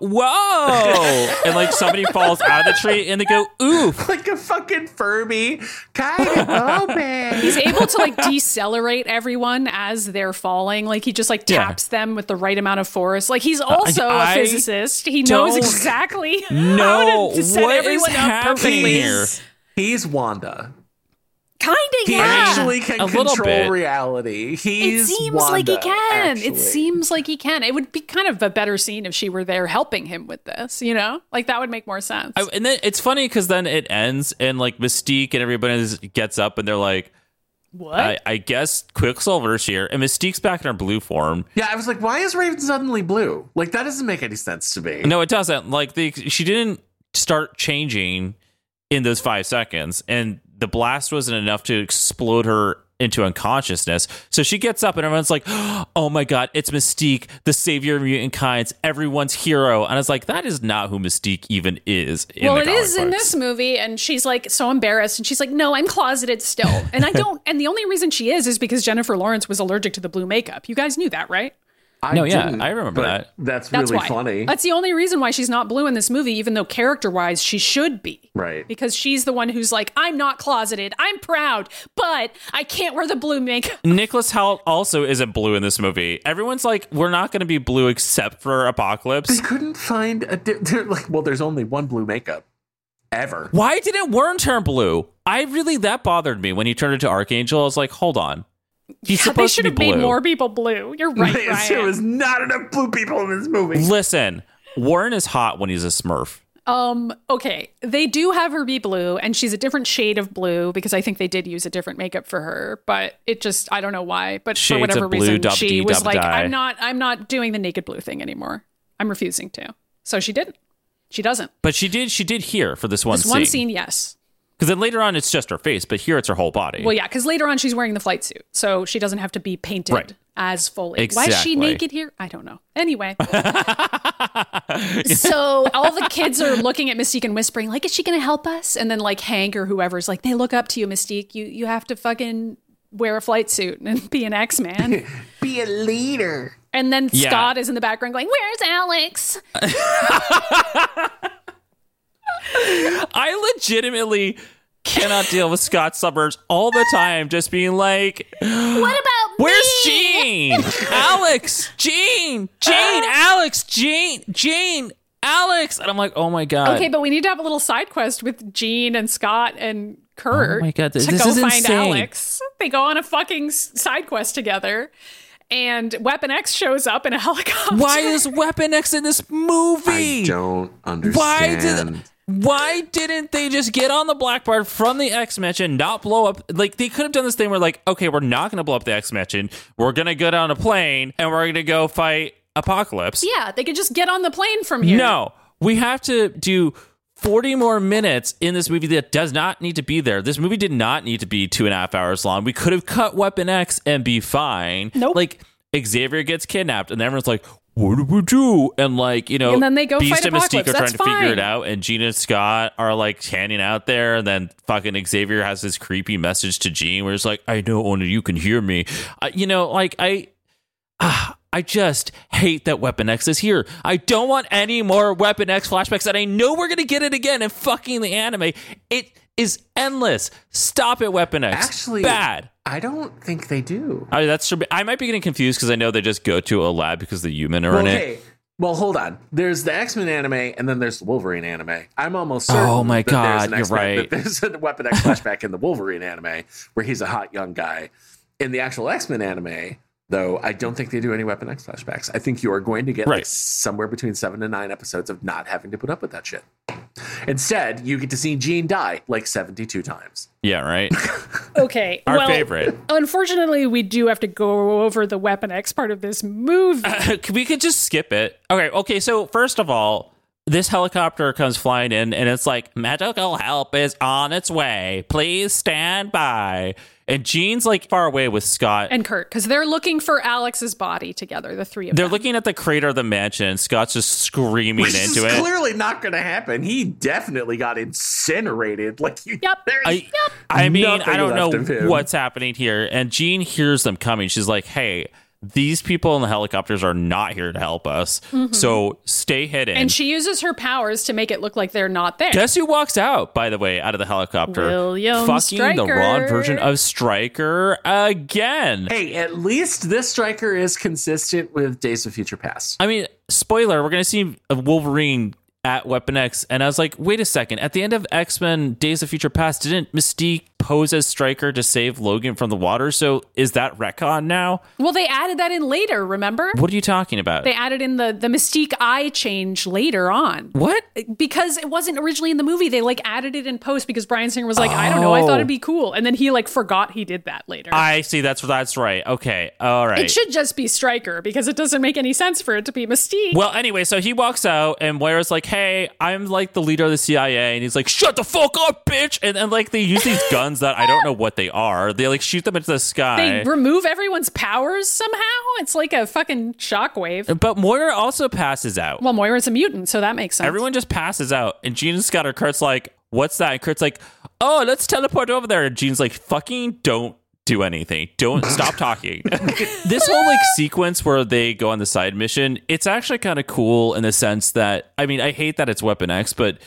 [SPEAKER 3] whoa, and
[SPEAKER 1] *laughs*
[SPEAKER 3] like somebody falls out of the tree, and they go oof,
[SPEAKER 2] like a fucking Furby, kind of open.
[SPEAKER 1] He's able to like *laughs* decelerate everyone as they're falling. Like he just like
[SPEAKER 3] Yeah. Uh,
[SPEAKER 1] taps them with the right amount of force. Like he's also a
[SPEAKER 3] I
[SPEAKER 1] physicist. He
[SPEAKER 3] don't
[SPEAKER 1] knows exactly *laughs*
[SPEAKER 3] No,
[SPEAKER 1] how to set
[SPEAKER 3] what is
[SPEAKER 1] everyone up
[SPEAKER 3] happening
[SPEAKER 1] perfectly.
[SPEAKER 3] here?
[SPEAKER 2] He's Wanda.
[SPEAKER 5] Kinda,
[SPEAKER 2] He
[SPEAKER 5] yeah.
[SPEAKER 2] actually can
[SPEAKER 3] A little
[SPEAKER 2] control
[SPEAKER 3] bit.
[SPEAKER 2] reality.
[SPEAKER 5] it
[SPEAKER 2] He's
[SPEAKER 5] seems like he
[SPEAKER 2] Wanda,
[SPEAKER 5] can.
[SPEAKER 2] actually.
[SPEAKER 5] It seems
[SPEAKER 1] Seems like he can. It would be kind of a better scene if she were there helping him with this, you know? Like that would make more sense.
[SPEAKER 3] I, and then it's funny because then it ends and like Mystique and everybody is- gets up and they're like,
[SPEAKER 1] what?
[SPEAKER 3] I, I guess Quicksilver's here and Mystique's back in her blue form.
[SPEAKER 2] Yeah, I was like, why is Raven suddenly blue? Like that doesn't make any sense to me.
[SPEAKER 3] No, it doesn't. Like the she didn't start changing in those five seconds, and the blast wasn't enough to explode her into unconsciousness. So she gets up, and everyone's like, *gasps* "Oh my god, it's Mystique, the savior of mutant kinds, everyone's hero." And I was like, "That is not who Mystique even is." In
[SPEAKER 1] well,
[SPEAKER 3] the
[SPEAKER 1] it is
[SPEAKER 3] comic
[SPEAKER 1] in
[SPEAKER 3] books.
[SPEAKER 1] this movie, and she's like so embarrassed, and she's like, "No, I'm closeted still," and
[SPEAKER 3] *laughs*
[SPEAKER 1] I don't. and the only reason she is is because Jennifer Lawrence was allergic to the blue makeup. You guys knew that, right?
[SPEAKER 2] I
[SPEAKER 3] No, yeah,
[SPEAKER 2] didn't,
[SPEAKER 3] I remember
[SPEAKER 2] but
[SPEAKER 3] that.
[SPEAKER 2] That's,
[SPEAKER 1] That's
[SPEAKER 2] really
[SPEAKER 1] why.
[SPEAKER 2] funny.
[SPEAKER 1] That's the only reason why she's not blue in this movie, even though character-wise she should be.
[SPEAKER 2] Right.
[SPEAKER 1] Because she's the one who's like, "I'm not closeted. I'm proud, but I can't wear the blue makeup."
[SPEAKER 3] Nicholas Hoult also isn't blue in this movie. Everyone's like, "We're not going to be blue except for Apocalypse."
[SPEAKER 2] They couldn't find a di- *laughs* they're like, well, there's only one blue makeup ever. *laughs*
[SPEAKER 3] Why didn't Worm turn blue? I really that bothered me when he turned into Archangel. I was like, hold on. He's
[SPEAKER 1] they
[SPEAKER 3] supposed
[SPEAKER 1] should
[SPEAKER 3] to
[SPEAKER 1] have
[SPEAKER 3] be blue.
[SPEAKER 1] made more people blue. You're
[SPEAKER 3] *laughs*
[SPEAKER 1] right,
[SPEAKER 2] there
[SPEAKER 1] Ryan.
[SPEAKER 2] was not enough blue people in this movie.
[SPEAKER 3] Listen, Warren is hot when he's a smurf.
[SPEAKER 1] Um, okay. They do have her be blue, and she's a different shade of blue because I think they did use a different makeup for her, but it just I don't know why. But
[SPEAKER 3] Shades
[SPEAKER 1] for
[SPEAKER 3] of
[SPEAKER 1] whatever
[SPEAKER 3] blue,
[SPEAKER 1] reason,
[SPEAKER 3] dub
[SPEAKER 1] she
[SPEAKER 3] dee,
[SPEAKER 1] was
[SPEAKER 3] dub
[SPEAKER 1] like,
[SPEAKER 3] die.
[SPEAKER 1] I'm not I'm not doing the naked blue thing anymore. I'm refusing to. So she didn't. She doesn't.
[SPEAKER 3] But she did she did here for this one
[SPEAKER 1] This
[SPEAKER 3] scene.
[SPEAKER 1] one scene, yes.
[SPEAKER 3] Because then later on it's just her face, but here it's her whole body.
[SPEAKER 1] Well, yeah, because later on she's wearing the flight suit, so she doesn't have to be painted
[SPEAKER 3] Right.
[SPEAKER 1] as fully. Why is she
[SPEAKER 3] Exactly.
[SPEAKER 1] naked here? I don't know.
[SPEAKER 3] *laughs*
[SPEAKER 1] Anyway, so all the kids are looking at Mystique and whispering, like, "Is she going to help us?" And then like Hank or whoever's like, "They look up to you, Mystique. You you have to fucking." Wear a flight suit and be an X Man,
[SPEAKER 3] *laughs*
[SPEAKER 2] Be a leader.
[SPEAKER 1] and then
[SPEAKER 3] Yeah.
[SPEAKER 1] Scott is in the background going, "Where's Alex?"
[SPEAKER 3] I legitimately cannot deal with Scott Summers all the time just being like
[SPEAKER 4] What about *laughs*
[SPEAKER 3] Where's
[SPEAKER 4] me?
[SPEAKER 3] Jean? Alex, Jean, Jane, Alex, Jane, Jane, Alex. And I'm like, oh my God.
[SPEAKER 1] Okay, but we need to have a little side quest with Gene and Scott and Kurt.
[SPEAKER 3] Oh my God, th-
[SPEAKER 1] to
[SPEAKER 3] this
[SPEAKER 1] go
[SPEAKER 3] is
[SPEAKER 1] find
[SPEAKER 3] insane.
[SPEAKER 1] Alex. They go on a fucking s- side quest together, and Weapon X shows up in a *laughs* helicopter.
[SPEAKER 3] Why is Weapon X in this movie?
[SPEAKER 2] I don't
[SPEAKER 3] Why
[SPEAKER 2] understand.
[SPEAKER 3] did why didn't they just get on the black bar from the X Mansion, not blow up? Like they could have done this thing where like, okay, we're not gonna blow up the X Mansion. We're gonna go down a plane and we're gonna go fight Apocalypse.
[SPEAKER 1] Yeah, they could just get on the plane from here.
[SPEAKER 3] No, we have to do 40 more minutes in this movie that does not need to be there. This movie did not need to be two and a half hours long. We could have cut Weapon X and be fine.
[SPEAKER 1] Nope.
[SPEAKER 3] Like, Xavier gets kidnapped, and everyone's like, what do we do? And like, you know,
[SPEAKER 1] And then they go
[SPEAKER 3] Beast
[SPEAKER 1] fight
[SPEAKER 3] and Mystique
[SPEAKER 1] Apocalypse.
[SPEAKER 3] are trying
[SPEAKER 1] That's
[SPEAKER 3] to figure
[SPEAKER 1] fine.
[SPEAKER 3] it out, and Gina and Scott are like standing out there, and then fucking Xavier has this creepy message to Jean where it's like, I know only you can hear me. I, you know, like I Ah, I just hate that Weapon X is here. I don't want any more Weapon X flashbacks, and I know we're gonna get it again in fucking the anime. It is endless. Stop it, Weapon X.
[SPEAKER 2] Actually,
[SPEAKER 3] bad.
[SPEAKER 2] I don't think they do.
[SPEAKER 3] I that's should be- I might be getting confused because I know they just go to a lab because the human are
[SPEAKER 2] Well,
[SPEAKER 3] in it.
[SPEAKER 2] okay. Well, hold on. There's the X Men anime, and then there's the Wolverine anime. I'm almost certain.
[SPEAKER 3] Oh my
[SPEAKER 2] that there's
[SPEAKER 3] God,
[SPEAKER 2] an
[SPEAKER 3] you're
[SPEAKER 2] X-Men-
[SPEAKER 3] right.
[SPEAKER 2] That there's a Weapon X flashback in the Wolverine anime where he's a hot young guy. In the actual X Men anime, though, I don't think they do any Weapon X flashbacks. I think you are going to get like
[SPEAKER 3] Right.
[SPEAKER 2] somewhere between seven and nine episodes of not having to put up with that shit. Instead, you get to see Jean die like 72 times. *laughs*
[SPEAKER 3] Yeah, right.
[SPEAKER 1] Okay.
[SPEAKER 3] Our
[SPEAKER 1] well,
[SPEAKER 3] favorite.
[SPEAKER 1] Unfortunately, we do have to go over the Weapon X part of this
[SPEAKER 3] *laughs*
[SPEAKER 1] movie.
[SPEAKER 3] we could just skip it. Okay, okay. So first of all, this helicopter comes flying in, and it's like medical help is on its way. Please stand by. And Jean's like far away with Scott.
[SPEAKER 1] and Kurt, because they're looking for Alex's body together, the three of
[SPEAKER 3] They're
[SPEAKER 1] them.
[SPEAKER 3] looking at the crater of the mansion, and Scott's just screaming
[SPEAKER 2] Which is
[SPEAKER 3] into it.
[SPEAKER 2] clearly not going to happen. He definitely got incinerated. Like you, *laughs*
[SPEAKER 1] Yep.
[SPEAKER 2] there's-
[SPEAKER 3] I, I mean,
[SPEAKER 2] Nothing
[SPEAKER 3] I don't
[SPEAKER 2] left of
[SPEAKER 3] know
[SPEAKER 2] him.
[SPEAKER 3] what's happening here. And Jean hears them coming. She's like, hey, these people in the helicopters are not here to help us. So stay hidden.
[SPEAKER 1] Mm-hmm. and she uses her powers to make it look like they're not there.
[SPEAKER 3] Guess who walks out, by the way, out of the helicopter?
[SPEAKER 1] William
[SPEAKER 3] Fucking the
[SPEAKER 1] Stryker.
[SPEAKER 3] Ron version of Stryker again.
[SPEAKER 2] Hey, at least this striker is consistent with Days of Future Past.
[SPEAKER 3] I mean, spoiler, we're going to see a Wolverine at Weapon X. And I was like, wait a second. At the end of X Men Days of Future Past, didn't Mystique pose as Stryker to save Logan from the water. So is that retcon now?
[SPEAKER 1] Well, they added that in later, remember?
[SPEAKER 3] What are you talking about?
[SPEAKER 1] They added in the the Mystique eye change later on.
[SPEAKER 3] what?
[SPEAKER 1] Because it wasn't originally in the movie, they like added it in post because Brian Singer was like, I don't know, I
[SPEAKER 3] Oh.
[SPEAKER 1] thought it'd be cool. And then he like forgot he did that later.
[SPEAKER 3] I see. That's that's right. Okay. All right.
[SPEAKER 1] it should just be Striker because it doesn't make any sense for it to be Mystique.
[SPEAKER 3] Well, anyway, so he walks out, and Moira's like, "Hey, I'm like the leader of the CIA," and he's like, "Shut the fuck up, bitch!" And then like they use
[SPEAKER 1] *laughs*
[SPEAKER 3] these guns that I don't know what they are. They like shoot them into the
[SPEAKER 1] they
[SPEAKER 3] sky.
[SPEAKER 1] remove everyone's powers somehow. It's like a fucking shockwave.
[SPEAKER 3] but Moira also passes out.
[SPEAKER 1] Well, Moira's a mutant, so that makes sense.
[SPEAKER 3] Everyone just passes out, and Gene got her. Kurt's like, "What's that?" And Kurt's like, "Oh, let's teleport over there." And Gene's like, "Fucking don't." Do anything. Don't stop talking. *laughs* this whole like sequence where they go on the side mission, it's actually kind of cool in the sense that I mean, I hate that it's Weapon X, but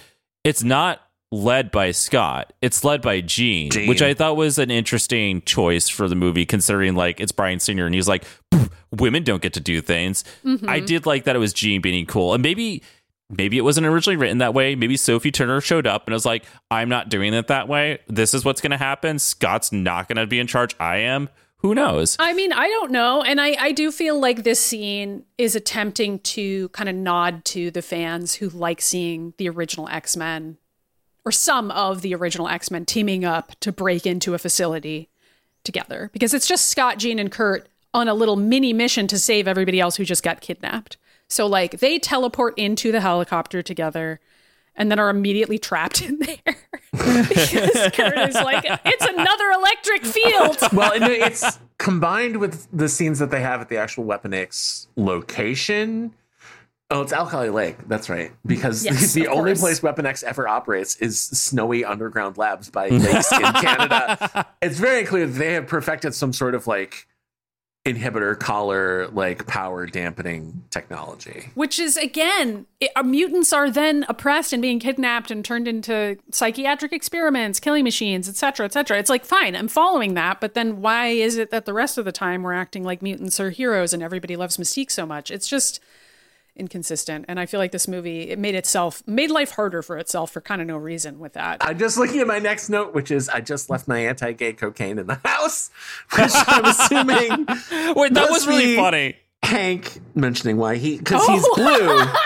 [SPEAKER 3] it's not led by Scott. It's led by Gene,
[SPEAKER 2] Gene.
[SPEAKER 3] which I thought was an interesting choice for the movie, considering like it's Brian Singer and he's like, "Pff, women don't get to do things. I did like that it was Gene being cool, and maybe. Maybe it wasn't originally written that way. Maybe Sophie Turner showed up and was like, I'm not doing it that way. This is what's going to happen. Scott's not going to be in charge. I am. Who knows?
[SPEAKER 1] I mean, I don't know. And I, I do feel like this scene is attempting to kind of nod to the fans who like seeing the original X Men or some of the original X Men teaming up to break into a facility together because it's just Scott, Jean, and Kurt on a little mini mission to save everybody else who just got kidnapped. So, like, they teleport into the helicopter together and then are immediately trapped *laughs* in there because Kurt is like, it's another electric field.
[SPEAKER 2] well,
[SPEAKER 1] *laughs*
[SPEAKER 2] and it's combined with the scenes that they have at the actual Weapon X location. Oh, it's Alkali Lake. That's right. Because *laughs*
[SPEAKER 1] Yes,
[SPEAKER 2] the,
[SPEAKER 1] of
[SPEAKER 2] only
[SPEAKER 1] course.
[SPEAKER 2] place Weapon X ever operates is snowy underground
[SPEAKER 1] *laughs*
[SPEAKER 2] labs by lakes in Canada. It's very clear that they have perfected some sort of like inhibitor collar, like power dampening technology.
[SPEAKER 1] Which is again, it, uh, mutants are then oppressed and being kidnapped and turned into psychiatric experiments, killing machines, etc., cetera, etc. Cetera. It's like fine, I'm following that, but then why is it that the rest of the time we're acting like mutants are heroes and everybody loves Mystique so much? It's just inconsistent, and I feel like this movie it made itself made life harder for itself for kind of no reason with that.
[SPEAKER 2] I'm just looking at my next note, which is I just left my anti gay cocaine in the house, *laughs* which I'm assuming
[SPEAKER 3] *laughs* Wait, that was
[SPEAKER 2] BuzzFeed.
[SPEAKER 3] really funny.
[SPEAKER 2] Hank mentioning why he, because
[SPEAKER 1] Oh.
[SPEAKER 2] he's
[SPEAKER 3] *laughs*
[SPEAKER 2] blue.
[SPEAKER 1] *laughs*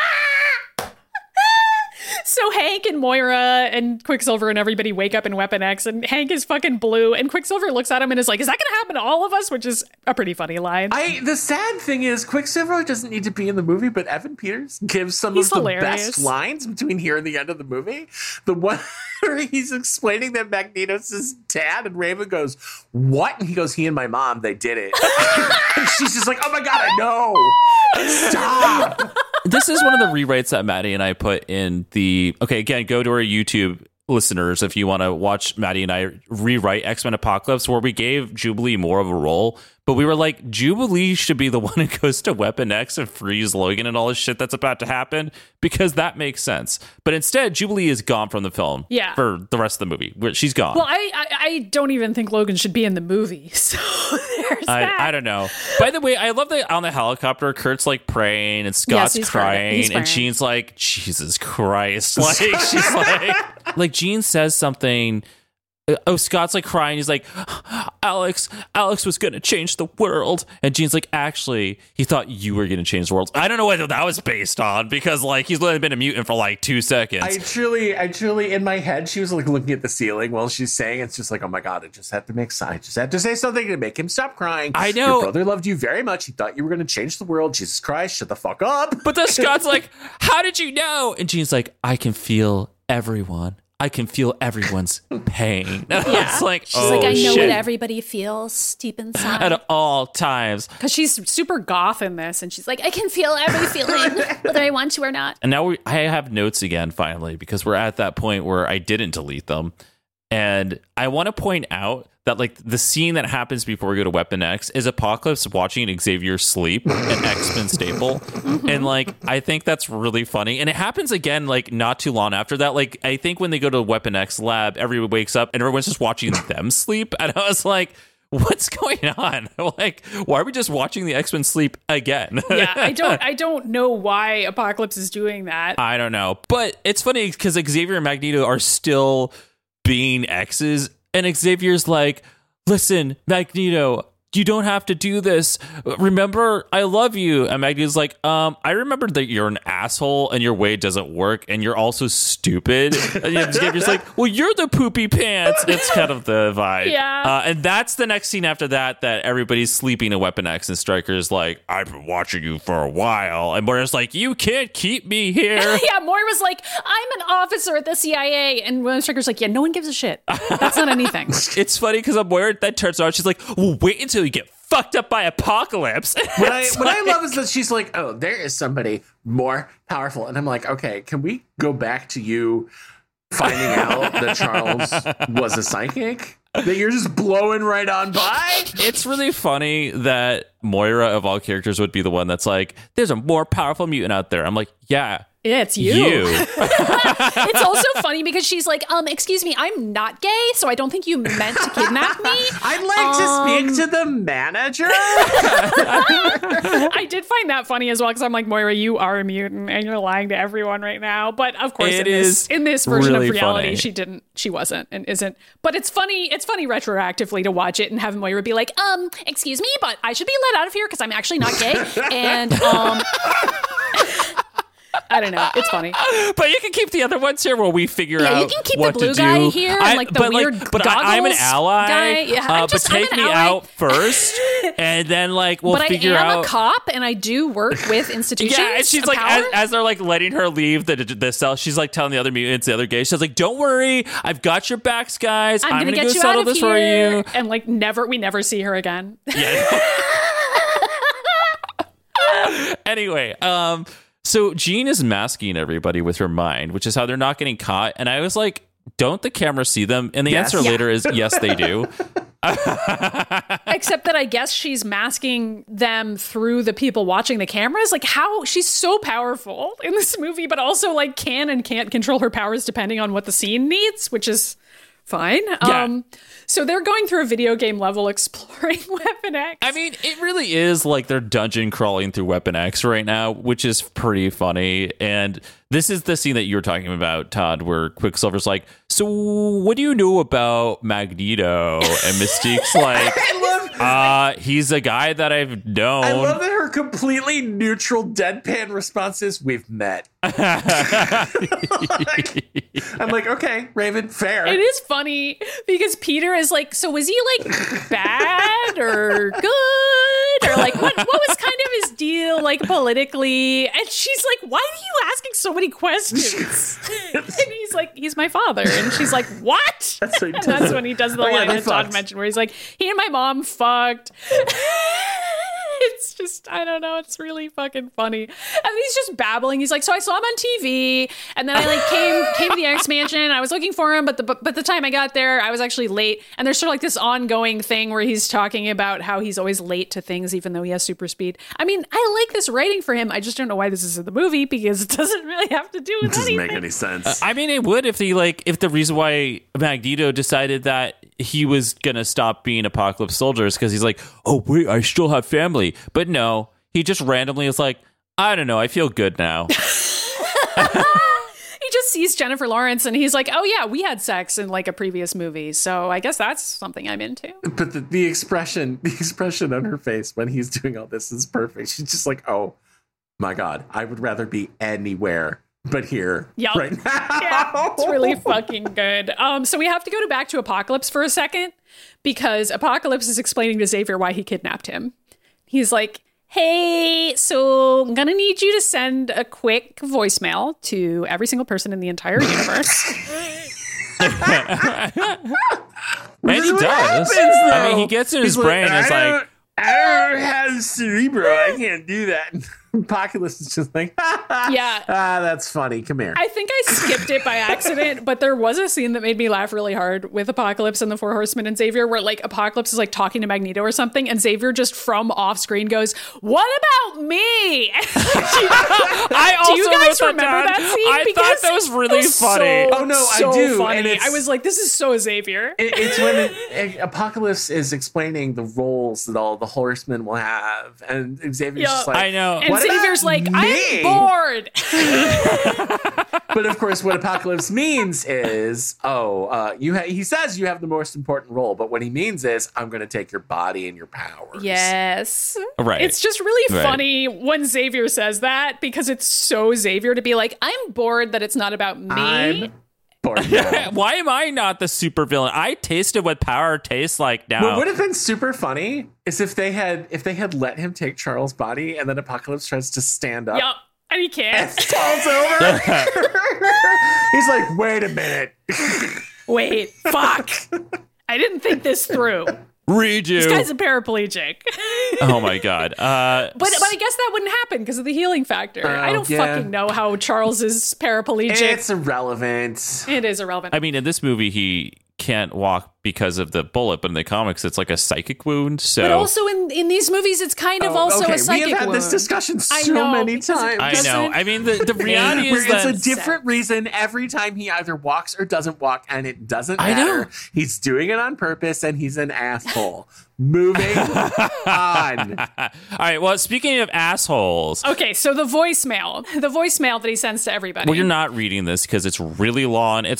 [SPEAKER 1] So Hank and Moira and Quicksilver and everybody wake up in Weapon X, and Hank is fucking blue, and Quicksilver looks at him and is like, "Is that going to happen to all of us?" Which is a pretty funny line.
[SPEAKER 2] I the sad thing is Quicksilver doesn't need to be in the movie, but Evan Peters gives some
[SPEAKER 1] He's
[SPEAKER 2] of the
[SPEAKER 1] hilarious.
[SPEAKER 2] best lines between here and the end of the movie. The one *laughs* where he's explaining that Magneto's his dad, and Raven goes, "What?" And he goes, "He and my mom, they did it." *laughs* and she's just like, "Oh my god, I
[SPEAKER 3] *laughs*
[SPEAKER 2] know! Stop!"
[SPEAKER 3] this is one of the rewrites that Maddie and I put in the. Okay, again, go to our YouTube listeners if you want to watch Maddie and I rewrite X Men Apocalypse, where we gave Jubilee more of a role, but we were like, Jubilee should be the *laughs* one who goes to Weapon X and frees Logan and all this shit that's about to happen because that makes sense. But instead, Jubilee is gone from the film.
[SPEAKER 1] Yeah.
[SPEAKER 3] for the rest of the movie, Where- she's gone.
[SPEAKER 1] Well, I, I I don't even think Logan should be in the movie. *laughs* So there's that.
[SPEAKER 3] I, I don't know. By the way, I love that on the helicopter, Kurt's like praying and Scott's
[SPEAKER 1] he's crying.
[SPEAKER 3] crying,
[SPEAKER 1] He's
[SPEAKER 3] and
[SPEAKER 1] crying.
[SPEAKER 3] Gene's like,
[SPEAKER 1] *laughs*
[SPEAKER 3] Jesus Christ. Like, she's like, like, Gene says something. uh, Oh, Scott's like crying. He's like, Alex, Alex was going to change the world. And Gene's like, actually, he thought you were going to change the world. I don't know what that was based on because, like, he's only been a mutant for like two seconds.
[SPEAKER 2] I truly, I truly, in my head, she was like looking at the ceiling while she's saying, "It's just like, oh my god, I just had to make, I just had to say something to make him stop crying."
[SPEAKER 3] I know.
[SPEAKER 2] your brother loved you very much. He thought you were going to change the world. Jesus Christ, shut the fuck up!
[SPEAKER 3] But then Scott's like, How did you know? And Gene's like, I can feel everyone. I can feel everyone's pain. *laughs* it's like,
[SPEAKER 4] She's
[SPEAKER 3] oh,
[SPEAKER 4] like, I know
[SPEAKER 3] shit.
[SPEAKER 4] what everybody
[SPEAKER 3] *laughs*
[SPEAKER 4] feels deep inside.
[SPEAKER 3] At all times.
[SPEAKER 1] Because she's super goth in this, and she's like,
[SPEAKER 4] Like, I can feel
[SPEAKER 3] *laughs*
[SPEAKER 4] every feeling, whether I want to or not.
[SPEAKER 3] And now we, I have notes again, finally, because we're at that point where I didn't delete them. And I want to point out that, like, the scene that happens before we go to Weapon X is Apocalypse watching Xavier sleep, an X Men staple. And, like, I think that's really funny. And it happens again, like, not too long after that. Like, I think when they go to Weapon X lab, everyone wakes up and everyone's just watching them sleep. And I was like, What's going on? *laughs* Like, why are we just watching the X Men sleep again?
[SPEAKER 1] yeah,
[SPEAKER 3] *laughs*
[SPEAKER 1] I don't I don't know why Apocalypse is doing that.
[SPEAKER 3] I don't know. But it's funny because Xavier and Magneto are still being X's and Xavier's like, "Listen, Magneto, you don't have to do this. Remember, I love you." And Magneto's like, "Um, I remember that you're an asshole and your way doesn't work, and you're also stupid." and yeah, Xavier's like, "Well, you're the poopy pants." It's kind of the vibe.
[SPEAKER 1] Yeah.
[SPEAKER 3] Uh, and that's the next scene after that that everybody's sleeping at Weapon X, and Stryker's like, "I've been watching you for a while," and Moira's like, "You can't keep
[SPEAKER 1] *laughs*
[SPEAKER 3] me here." *laughs*
[SPEAKER 1] Yeah, Moira's like, I'm an officer at the CIA. And William Stryker's like, yeah, no one gives a shit. That's not anything.
[SPEAKER 3] it's funny because I'm worried that turns around. She's like, well, wait until you get fucked up by apocalypse. *laughs*
[SPEAKER 2] What I, what I love is that she's like, oh, there is somebody more powerful. And I'm like, okay, can we go back to you finding out that Charles was a psychic? That you're just blowing right on by?
[SPEAKER 3] it's really funny that Moira of all characters would be the one that's like, there's a more powerful mutant out there. I'm like, yeah,
[SPEAKER 1] Yeah, it's you.
[SPEAKER 3] you.
[SPEAKER 1] *laughs* it's also funny because she's like, um, excuse me, I'm not gay, so I don't think you meant to kidnap me.
[SPEAKER 2] I'd like to
[SPEAKER 3] Um,
[SPEAKER 2] speak to the manager.
[SPEAKER 1] I did find that funny as well because I'm like, Moira, you are a mutant and you're lying to everyone right now. But of course,
[SPEAKER 3] It
[SPEAKER 1] in this
[SPEAKER 3] is
[SPEAKER 1] in this version
[SPEAKER 3] really
[SPEAKER 1] of reality,
[SPEAKER 3] funny.
[SPEAKER 1] she didn't, she wasn't, and isn't. But it's funny, it's funny retroactively to watch it and have Moira be like, um, excuse me, but I should be let out of here because I'm actually not
[SPEAKER 3] *laughs*
[SPEAKER 1] gay, and um. *laughs* I don't know. It's funny.
[SPEAKER 3] But you can keep the other ones here while we figure
[SPEAKER 1] Yeah,
[SPEAKER 3] out
[SPEAKER 1] you can keep
[SPEAKER 3] what
[SPEAKER 1] the blue
[SPEAKER 3] to
[SPEAKER 1] guy
[SPEAKER 3] do.
[SPEAKER 1] here
[SPEAKER 3] I-
[SPEAKER 1] and like the
[SPEAKER 3] but
[SPEAKER 1] weird
[SPEAKER 3] but I, am an
[SPEAKER 1] goggles
[SPEAKER 3] ally.
[SPEAKER 1] guy. Yeah, I'm
[SPEAKER 3] uh,
[SPEAKER 1] just-
[SPEAKER 3] but
[SPEAKER 1] I'm
[SPEAKER 3] take
[SPEAKER 1] an
[SPEAKER 3] me
[SPEAKER 1] ally. *laughs*
[SPEAKER 3] out first, and then like we'll
[SPEAKER 1] but I
[SPEAKER 3] figure
[SPEAKER 1] am
[SPEAKER 3] out.
[SPEAKER 1] a cop and I do
[SPEAKER 3] *laughs*
[SPEAKER 1] work with institutions.
[SPEAKER 3] Yeah, and she's
[SPEAKER 1] of
[SPEAKER 3] like,
[SPEAKER 1] power.
[SPEAKER 3] as, as they're like letting her leave the the cell, she's like telling the other mutants, the other gays, she's like, "Don't worry, I've got your backs, guys.
[SPEAKER 1] I'm, gonna,
[SPEAKER 3] go
[SPEAKER 1] get you
[SPEAKER 3] settle
[SPEAKER 1] out of
[SPEAKER 3] this
[SPEAKER 1] here.
[SPEAKER 3] for you."
[SPEAKER 1] And like, never, we never see her again.
[SPEAKER 3] Anyway, um, so Jean is masking everybody with her mind, which is how they're not getting caught. And I was like, "Don't the camera see them?" And the
[SPEAKER 2] Yes.
[SPEAKER 3] answer
[SPEAKER 2] Yeah.
[SPEAKER 3] later is, "Yes, they do."
[SPEAKER 1] Except that I guess she's masking them through the people watching the cameras. Like, how she's so powerful in this movie, but also like can and can't control her powers depending on what the scene needs, which is fine. Um,
[SPEAKER 3] Yeah.
[SPEAKER 1] so they're going through a video game level exploring *laughs* Weapon X.
[SPEAKER 3] I mean, it really is like they're dungeon crawling through Weapon X right now, which is pretty funny. And this is the scene that you were talking about, Todd, where Quicksilver's like, So, what do you know about Magneto? And
[SPEAKER 2] *laughs*
[SPEAKER 3] Mystique's like,
[SPEAKER 2] I love
[SPEAKER 3] Uh, he's a guy that I've known.
[SPEAKER 2] I love that her completely neutral deadpan response is we've
[SPEAKER 3] *laughs*
[SPEAKER 2] met. I'm like, okay, Raven, fair.
[SPEAKER 1] It is funny because Peter is like, so was he like bad or good or like what? What was kind of his deal like politically? And she's like, why are you asking so many questions? and he's like, he's my father. And she's like, what?
[SPEAKER 2] That's what he
[SPEAKER 1] and
[SPEAKER 2] does.
[SPEAKER 1] that's when he does the
[SPEAKER 2] Oh, yeah,
[SPEAKER 1] line
[SPEAKER 2] they
[SPEAKER 1] that Todd
[SPEAKER 2] fucked.
[SPEAKER 1] mentioned, where he's like, he and my mom fucked. *laughs* It's just, I don't know. It's really fucking funny. And he's just babbling. He's like, so I saw him on TV, and then I like came
[SPEAKER 2] *laughs*
[SPEAKER 1] came to the X Mansion. I was looking for him, but the but, but the time I got there, I was actually late. And there's sort of like this ongoing thing where he's talking about how he's always late to things, even though he has super speed. I mean, I like this writing for him. I just don't know why this is in the movie because it doesn't really have to do with
[SPEAKER 2] doesn't
[SPEAKER 1] anything.
[SPEAKER 2] make any sense.
[SPEAKER 3] I mean, it would if he like if the reason why Magneto decided that he was gonna stop being Apocalypse Soldier is because he's like, oh wait, I still have family, but no, he just randomly is like, I don't know, I feel good now.
[SPEAKER 1] he just sees Jennifer Lawrence and he's like, oh yeah, we had sex in like a previous movie, so I guess that's something I'm into.
[SPEAKER 2] but the, the expression the expression on her face when he's doing all this is perfect she's just like oh my god i would rather be anywhere but here
[SPEAKER 1] Yup.
[SPEAKER 2] right now
[SPEAKER 1] yeah, it's really fucking good. Um, so we have to go to back to Apocalypse for a second because Apocalypse is explaining to Xavier why he kidnapped him. He's like, "Hey, so I'm gonna need you to send a quick voicemail to every single person in the entire universe."
[SPEAKER 3] and he
[SPEAKER 2] What
[SPEAKER 3] does.
[SPEAKER 2] happens,
[SPEAKER 3] I mean,
[SPEAKER 2] though?
[SPEAKER 3] he gets in his
[SPEAKER 2] He's like,
[SPEAKER 3] brain and
[SPEAKER 2] I
[SPEAKER 3] it's like,
[SPEAKER 2] don't- i don't have cerebro i can't do that *laughs* apocalypse is just like
[SPEAKER 1] yeah.
[SPEAKER 2] ah that's funny come here
[SPEAKER 1] I think I skipped it by accident, but there was a scene that made me laugh really hard with Apocalypse and the Four Horsemen and Xavier, where like Apocalypse is like talking to Magneto or something, and Xavier just from off screen goes, "What about me?" *laughs*
[SPEAKER 3] I also
[SPEAKER 1] do you guys
[SPEAKER 3] wrote
[SPEAKER 1] remember
[SPEAKER 3] that down.
[SPEAKER 1] that scene?
[SPEAKER 3] I thought that was really
[SPEAKER 1] it's
[SPEAKER 3] funny.
[SPEAKER 1] so-
[SPEAKER 2] Oh, no, I
[SPEAKER 1] so
[SPEAKER 2] do, and
[SPEAKER 1] Funny.
[SPEAKER 2] it's-
[SPEAKER 1] I was like, this is so Xavier.
[SPEAKER 2] It- it's when it- Apocalypse is explaining the roles that all the horsemen will have have? And Xavier's
[SPEAKER 1] Yeah.
[SPEAKER 2] just like,
[SPEAKER 3] I know.
[SPEAKER 1] And
[SPEAKER 2] What about
[SPEAKER 1] Xavier's like,
[SPEAKER 2] me?
[SPEAKER 1] I'm bored.
[SPEAKER 2] But of course, what apocalypse means is, oh, uh, you. Ha- he says you have the most important role, but what he means is, I'm going to take your body and your
[SPEAKER 1] *laughs*
[SPEAKER 2] powers.
[SPEAKER 1] Yes.
[SPEAKER 3] Right.
[SPEAKER 1] It's just really
[SPEAKER 3] Right.
[SPEAKER 1] funny when Xavier says that because it's so Xavier to be like, I'm bored that it's not about me.
[SPEAKER 2] I'm
[SPEAKER 1] *laughs*
[SPEAKER 2] bored. now.
[SPEAKER 3] Why am I not the supervillain? I tasted what power tastes like now.
[SPEAKER 2] What would have been super funny is if they had if they had let him take Charles' body, and then Apocalypse tries to stand up.
[SPEAKER 1] Yup. And he can't.
[SPEAKER 2] *laughs* Falls over. *laughs* He's like, wait a minute.
[SPEAKER 1] Wait, fuck. I didn't think this
[SPEAKER 2] *laughs*
[SPEAKER 1] through.
[SPEAKER 3] Read you.
[SPEAKER 1] This guy's a paraplegic.
[SPEAKER 3] *laughs*
[SPEAKER 1] *laughs*
[SPEAKER 3] oh my god. Uh,
[SPEAKER 1] But, but I guess that wouldn't happen because of the healing factor. I
[SPEAKER 2] Oh,
[SPEAKER 1] don't
[SPEAKER 2] yeah.
[SPEAKER 1] fucking know how Charles is paraplegic.
[SPEAKER 2] It's irrelevant.
[SPEAKER 1] it is irrelevant.
[SPEAKER 3] I mean, in this movie, he can't walk because of the bullet, but in the comics, it's like a psychic wound. So
[SPEAKER 1] but also in, in these movies, it's kind of also
[SPEAKER 2] Oh, okay,
[SPEAKER 1] a psychic
[SPEAKER 2] we have had
[SPEAKER 1] wound.
[SPEAKER 2] this discussion
[SPEAKER 1] I
[SPEAKER 2] so
[SPEAKER 1] know,
[SPEAKER 2] many
[SPEAKER 1] because it
[SPEAKER 2] times.
[SPEAKER 3] I
[SPEAKER 1] doesn't-
[SPEAKER 3] know. I mean, the,
[SPEAKER 1] *laughs*
[SPEAKER 3] the reality
[SPEAKER 2] Where
[SPEAKER 3] is
[SPEAKER 2] it's a
[SPEAKER 3] that
[SPEAKER 2] different reason every time he either walks or doesn't walk, and it doesn't
[SPEAKER 3] I know.
[SPEAKER 2] matter. He's doing it on purpose, and he's an asshole.
[SPEAKER 3] *laughs*
[SPEAKER 2] Moving on.
[SPEAKER 3] All right. Well, speaking of assholes,
[SPEAKER 1] Okay, so the voicemail, the voicemail that he sends to everybody.
[SPEAKER 3] well, you're not reading this because it's really long. It's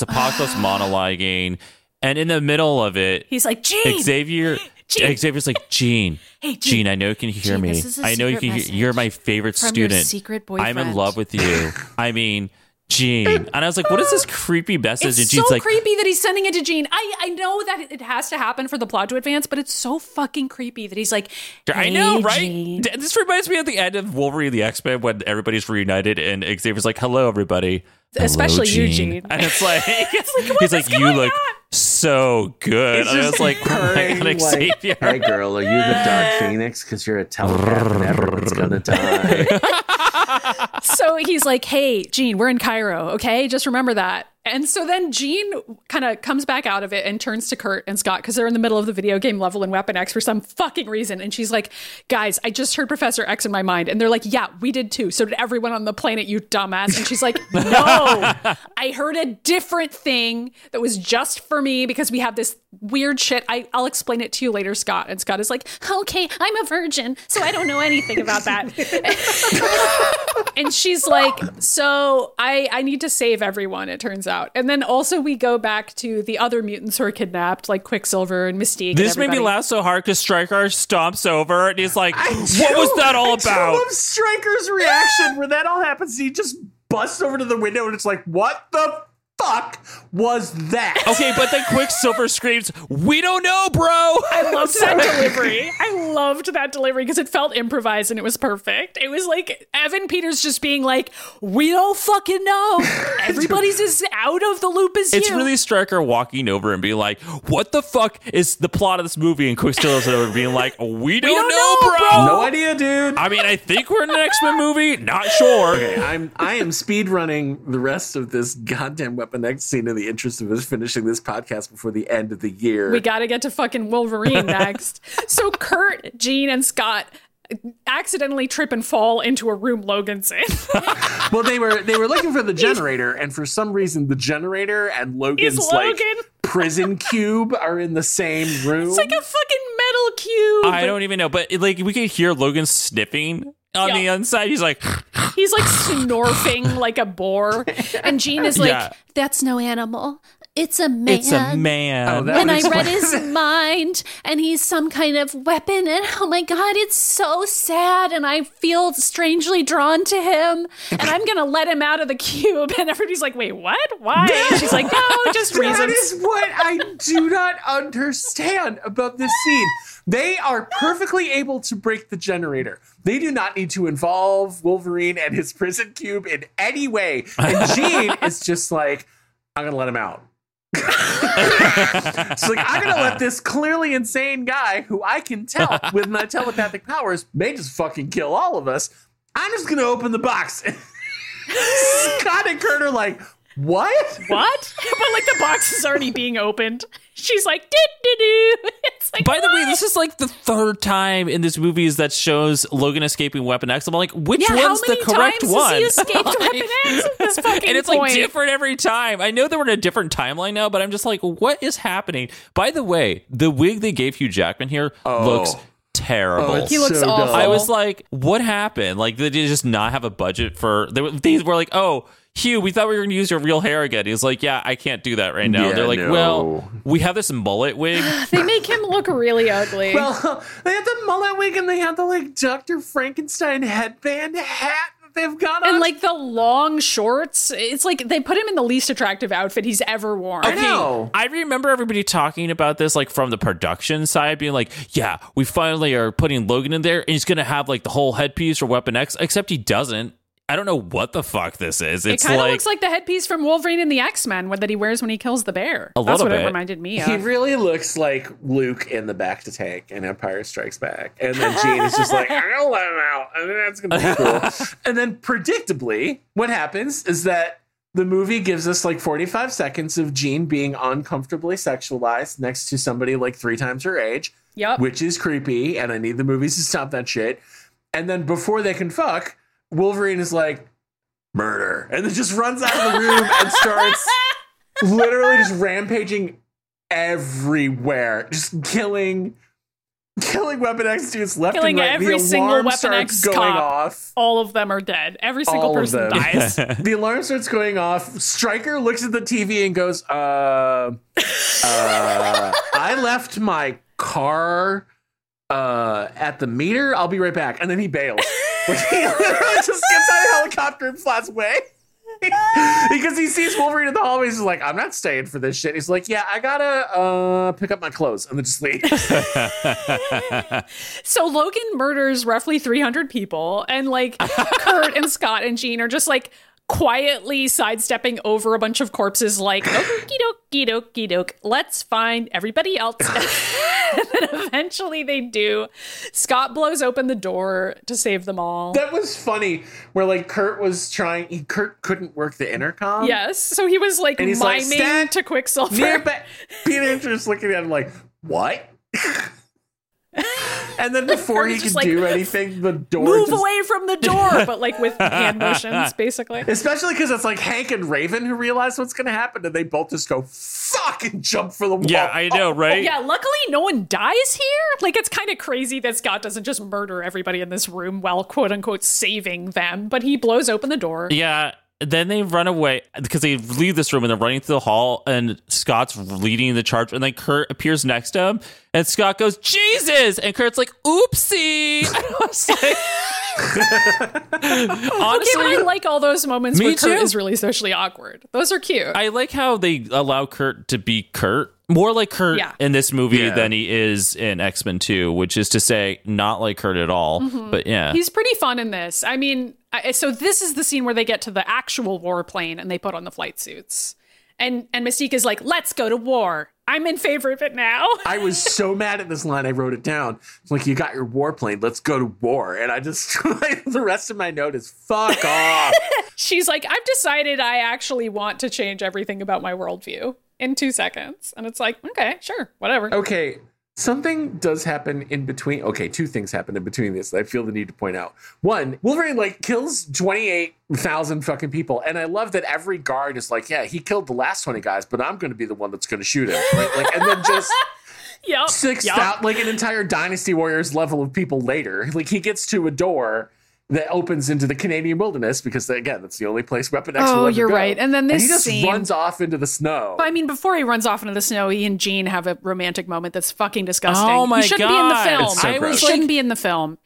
[SPEAKER 5] *gasps*
[SPEAKER 3] apocalypse monologuing, and in the middle of it,
[SPEAKER 1] He's like, Gene,
[SPEAKER 5] *gasps*
[SPEAKER 3] Xavier.
[SPEAKER 1] Gene.
[SPEAKER 3] Xavier's like Gene.
[SPEAKER 5] Hey, Gene.
[SPEAKER 3] Gene, I know you can hear
[SPEAKER 5] Gene,
[SPEAKER 3] me.
[SPEAKER 5] this is a
[SPEAKER 3] I know you
[SPEAKER 5] secret
[SPEAKER 3] can. Hear,
[SPEAKER 5] message
[SPEAKER 3] you're my favorite
[SPEAKER 5] from your
[SPEAKER 3] student.
[SPEAKER 5] secret
[SPEAKER 3] I'm in
[SPEAKER 5] boyfriend."
[SPEAKER 3] love
[SPEAKER 5] *laughs*
[SPEAKER 3] with you. I mean, Gene. And I was like, what is this creepy message?
[SPEAKER 1] it's
[SPEAKER 3] and Gene's
[SPEAKER 1] so
[SPEAKER 3] like,
[SPEAKER 1] creepy that he's sending it to Gene. I, I know that it has to happen for the plot to advance, but it's so fucking creepy that he's like,
[SPEAKER 3] I know,
[SPEAKER 5] Hey,
[SPEAKER 3] right?
[SPEAKER 5] Gene.
[SPEAKER 3] D- This reminds me of the end of Wolverine and the X Men when everybody's reunited and Xavier's like, "Hello, everybody."
[SPEAKER 1] Especially you, Gene.
[SPEAKER 3] And it's like, *laughs* he's like, "You look so good."
[SPEAKER 2] It's
[SPEAKER 3] and I
[SPEAKER 2] just
[SPEAKER 3] was like, "Oh my
[SPEAKER 2] purring,
[SPEAKER 3] God,
[SPEAKER 2] like,
[SPEAKER 3] Xavier."
[SPEAKER 2] Hey, girl, are you the Dark Phoenix? Because you're a telepath and everyone's gonna die.
[SPEAKER 1] so he's like, "Hey, Gene, we're in Cairo, okay? Just remember that." And so then Gene kind of comes back out of it and turns to Kurt and Scott because they're in the middle of the video game level in Weapon X for some fucking reason. And she's like, "Guys, I just heard Professor X in my mind," and they're like, "Yeah, we did too. So did everyone on the planet, you dumbass." And she's
[SPEAKER 3] *laughs*
[SPEAKER 1] like, "No, I heard a different thing that was just for me because we have this weird shit. I, I'll explain it to you later, Scott." And Scott is like, "Okay, I'm a virgin, so I don't know anything about that." *laughs* and she's like so i i need to save everyone it turns out and then also we go back to the other mutants who are kidnapped like quicksilver and mystique and
[SPEAKER 3] This made me
[SPEAKER 1] everybody.
[SPEAKER 3] laugh so hard because Stryker stomps over and he's like,
[SPEAKER 2] I
[SPEAKER 3] "What was
[SPEAKER 2] do-
[SPEAKER 3] that all
[SPEAKER 2] I do
[SPEAKER 3] about?"
[SPEAKER 2] love Stryker's reaction where that all happens. He just busts over to the window and it's like, what the fuck was that?
[SPEAKER 3] Okay, but then Quicksilver screams, "We don't know, bro."
[SPEAKER 1] i loved that delivery i loved that delivery because it felt improvised and it was perfect it was like evan peters just being like we don't fucking
[SPEAKER 3] *laughs*
[SPEAKER 1] know everybody's as out of the loop as
[SPEAKER 3] It's
[SPEAKER 1] you
[SPEAKER 3] really Stryker walking over and being like, "What the fuck is the plot of this movie?" And Quicksilver's over and being like, "We don't,
[SPEAKER 1] don't
[SPEAKER 3] know,
[SPEAKER 1] know,
[SPEAKER 3] bro."
[SPEAKER 2] No idea, dude.
[SPEAKER 3] I mean, I think we're in an X Men movie. Not sure.
[SPEAKER 2] Okay, I'm I am speed running the rest of this goddamn Weapon X scene in the interest of us finishing this podcast before the end of the year.
[SPEAKER 1] We got to get to fucking
[SPEAKER 3] *laughs*
[SPEAKER 1] Wolverine next. so Kurt, Gene, and Scott accidentally trip and fall into a room Logan's in. *laughs*
[SPEAKER 2] well, they were they were looking for the generator, and for some reason, the generator and Logan's like
[SPEAKER 1] Logan.
[SPEAKER 2] prison cube are in the same room.
[SPEAKER 1] it's like a fucking metal cube.
[SPEAKER 3] I don't even know, but it, like we could hear Logan sniffing on
[SPEAKER 1] Yeah.
[SPEAKER 3] the inside. He's like,
[SPEAKER 1] He's like snorfing like a boar. And Gene is like,
[SPEAKER 3] *laughs* Yeah.
[SPEAKER 5] That's no animal. It's a man.
[SPEAKER 3] "It's a man."
[SPEAKER 2] Oh, that
[SPEAKER 5] And
[SPEAKER 2] would
[SPEAKER 5] I read
[SPEAKER 2] explain-
[SPEAKER 5] his mind, and he's some kind of weapon. And oh my god, it's so sad.
[SPEAKER 1] and I feel strangely drawn to him. And I'm going to let him out of the cube. *laughs* And everybody's like, wait, what? Why? And she's
[SPEAKER 3] *laughs*
[SPEAKER 1] like, no, just
[SPEAKER 2] That
[SPEAKER 1] reasons.
[SPEAKER 2] is what I do not understand about this scene. They are perfectly able to break the generator. They do not need to involve Wolverine and his prison cube in any way. And Jean is just like, I'm going to let him out. *laughs* She's like, I'm going to let this clearly insane guy who I can tell with my telepathic powers may just fucking kill all of us. I'm just going to open the box. *laughs* Scott and Kurt are like, what?
[SPEAKER 1] what? *laughs* But like the box is already being opened. She's like, doo doo doo. *laughs* It's like,
[SPEAKER 3] By the way, this is like the third time in this movie that shows Logan escaping Weapon X. I'm like, which
[SPEAKER 1] yeah,
[SPEAKER 3] one's
[SPEAKER 1] how many
[SPEAKER 3] the correct
[SPEAKER 1] times
[SPEAKER 3] one?
[SPEAKER 1] has he
[SPEAKER 3] *laughs*
[SPEAKER 1] escaped Weapon X at this fucking
[SPEAKER 3] and it's
[SPEAKER 1] point?
[SPEAKER 3] like different every time. I know that we're in a different timeline now, but I'm just like, what is happening? By the way, the wig they gave Hugh Jackman here looks terrible.
[SPEAKER 2] Oh. it's
[SPEAKER 1] He looks
[SPEAKER 2] dumb.
[SPEAKER 1] awful.
[SPEAKER 3] I was like, what happened? Like, did you just not have a budget for? They, were- they were like, oh, Hugh, we thought we were going to use your real hair again. He's like, yeah, I can't do that right now.
[SPEAKER 2] Yeah,
[SPEAKER 3] They're like,
[SPEAKER 2] no.
[SPEAKER 3] well, we have this mullet wig.
[SPEAKER 1] They make him look really ugly.
[SPEAKER 2] Well, they had the mullet wig and they had the like Dr. Frankenstein headband hat that they've got on.
[SPEAKER 1] and like the long shorts, it's like they put him in the least attractive outfit he's ever worn.
[SPEAKER 2] *gasps* I know.
[SPEAKER 3] I remember everybody talking about this, like from the production side, being like, yeah, we finally are putting Logan in there, and he's going to have like the whole headpiece or Weapon X, except he doesn't. I don't know what the fuck this is.
[SPEAKER 1] It
[SPEAKER 3] It's
[SPEAKER 1] kind of
[SPEAKER 3] like,
[SPEAKER 1] looks like the headpiece from Wolverine and the X Men that he wears when he kills the bear.
[SPEAKER 3] A
[SPEAKER 1] That's
[SPEAKER 3] little
[SPEAKER 1] what
[SPEAKER 3] bit.
[SPEAKER 1] it reminded me
[SPEAKER 2] he
[SPEAKER 1] of.
[SPEAKER 2] really looks like Luke in the back to tank in Empire Strikes Back. And then Gene is just like, I'm gonna let him out. And that's gonna be *laughs* cool. and then predictably, what happens is that the movie gives us like 45 seconds of Gene being uncomfortably sexualized next to somebody like three times her age.
[SPEAKER 1] Yep.
[SPEAKER 2] which is creepy, and I need the movies to stop that shit. And then before they can fuck, Wolverine is like, murder, and then just runs out of the room
[SPEAKER 1] *laughs*
[SPEAKER 2] and starts literally just rampaging everywhere, just killing, killing Weapon X dudes left
[SPEAKER 1] Killing
[SPEAKER 2] and right.
[SPEAKER 1] every
[SPEAKER 2] the
[SPEAKER 1] single
[SPEAKER 2] alarm
[SPEAKER 1] Weapon
[SPEAKER 2] starts
[SPEAKER 1] X
[SPEAKER 2] going
[SPEAKER 1] cop.
[SPEAKER 2] off.
[SPEAKER 1] All of them are dead. Every single
[SPEAKER 2] All of
[SPEAKER 1] person
[SPEAKER 2] them.
[SPEAKER 1] dies.
[SPEAKER 3] *laughs*
[SPEAKER 2] The alarm starts going off. Stryker looks at the TV and goes, uh, uh, I left my car uh, at the meter. I'll be right back. And then he bails. *laughs* Like, he literally just gets out of the helicopter and flies away. *laughs* because he sees Wolverine in the hallway. He's like, I'm not staying for this shit. He's like, yeah, I gotta uh, pick up my clothes. And then just leave. *laughs*
[SPEAKER 1] So Logan murders roughly 300 people, and
[SPEAKER 2] *laughs*
[SPEAKER 1] like Kurt and Scott and Jean are just like quietly sidestepping over a bunch of corpses, like, okie dokie dokie doke, let's find everybody else. *laughs* and then eventually they do. Scott blows open the door to save them all.
[SPEAKER 2] that was funny where like Kurt was trying, he, Kurt couldn't work the intercom.
[SPEAKER 1] yes. So he was like
[SPEAKER 2] And
[SPEAKER 1] miming
[SPEAKER 2] he's like, "Stand
[SPEAKER 1] to Quicksilver. *laughs*
[SPEAKER 2] Peter, ba- Peter just looking at him like, what? *laughs* and then before he
[SPEAKER 1] He's
[SPEAKER 2] could
[SPEAKER 1] just like,
[SPEAKER 2] do anything, the door
[SPEAKER 1] Move
[SPEAKER 2] just-
[SPEAKER 1] away from the door, but like with hand motions,
[SPEAKER 2] *laughs*
[SPEAKER 1] basically.
[SPEAKER 2] Especially because it's like Hank and Raven who realize what's going to happen, and they both just go fuck and jump for the wall.
[SPEAKER 3] yeah, I know, right?
[SPEAKER 1] Yeah, luckily no one dies here. Like it's kind of crazy that Scott doesn't just murder everybody in this room while quote unquote saving them, but he blows open the door.
[SPEAKER 3] Yeah. Then they run away because they leave this room and they're running through the hall, and Scott's leading the charge. And then Kurt appears next to him, and Scott goes, Jesus! And Kurt's like, Oopsie! *laughs* And I was like,
[SPEAKER 1] Okay,
[SPEAKER 3] honestly,
[SPEAKER 1] but I like all those moments
[SPEAKER 3] Me
[SPEAKER 1] where Kurt
[SPEAKER 3] too.
[SPEAKER 1] is really socially awkward. Those are cute.
[SPEAKER 3] I like how they allow Kurt to be Kurt. More like Kurt
[SPEAKER 1] Yeah.
[SPEAKER 3] in this movie
[SPEAKER 2] Yeah.
[SPEAKER 3] than he is in X Men 2, which is to say, not like Kurt at all. But yeah.
[SPEAKER 1] Mm-hmm. He's pretty fun in this. I mean, I, so this is the scene where they get to the actual war plane and they put on the flight suits. And and Mystique is like, "Let's go to war. I'm in favor of it now."
[SPEAKER 2] I was so mad at this line, I wrote it down. It's like, you got your warplane, let's go to war. And I just, *laughs* the rest of my note is fuck off.
[SPEAKER 1] *laughs* She's like, I've decided I actually want to change everything about my worldview in two seconds. And it's like, okay, sure, whatever.
[SPEAKER 2] Okay, something does happen in between. Okay, two things happen in between this that I feel the need to point out. One, Wolverine like kills 28,000 fucking people. And I love that every guard is like, yeah, he killed the last 20 guys, but I'm going to be the one that's going to shoot him. Right? Like, and then
[SPEAKER 1] *laughs*
[SPEAKER 2] just
[SPEAKER 1] Yep.
[SPEAKER 2] six
[SPEAKER 1] yep.
[SPEAKER 2] out like an entire Dynasty Warriors level of people later. Like, he gets to a door. That opens into the Canadian wilderness because again, that's the only place Weapon X will
[SPEAKER 1] Oh,
[SPEAKER 2] ever
[SPEAKER 1] you're
[SPEAKER 2] go.
[SPEAKER 1] right. And then
[SPEAKER 2] he
[SPEAKER 1] this
[SPEAKER 2] just
[SPEAKER 1] scene-
[SPEAKER 2] runs off into the snow.
[SPEAKER 1] But I mean, before he runs off into the snow, he and Jean have a romantic moment that's fucking disgusting.
[SPEAKER 3] Oh my
[SPEAKER 1] he shouldn't be in
[SPEAKER 3] God.
[SPEAKER 1] the film.
[SPEAKER 2] It's so
[SPEAKER 1] I
[SPEAKER 2] gross.
[SPEAKER 1] shouldn't be in the film.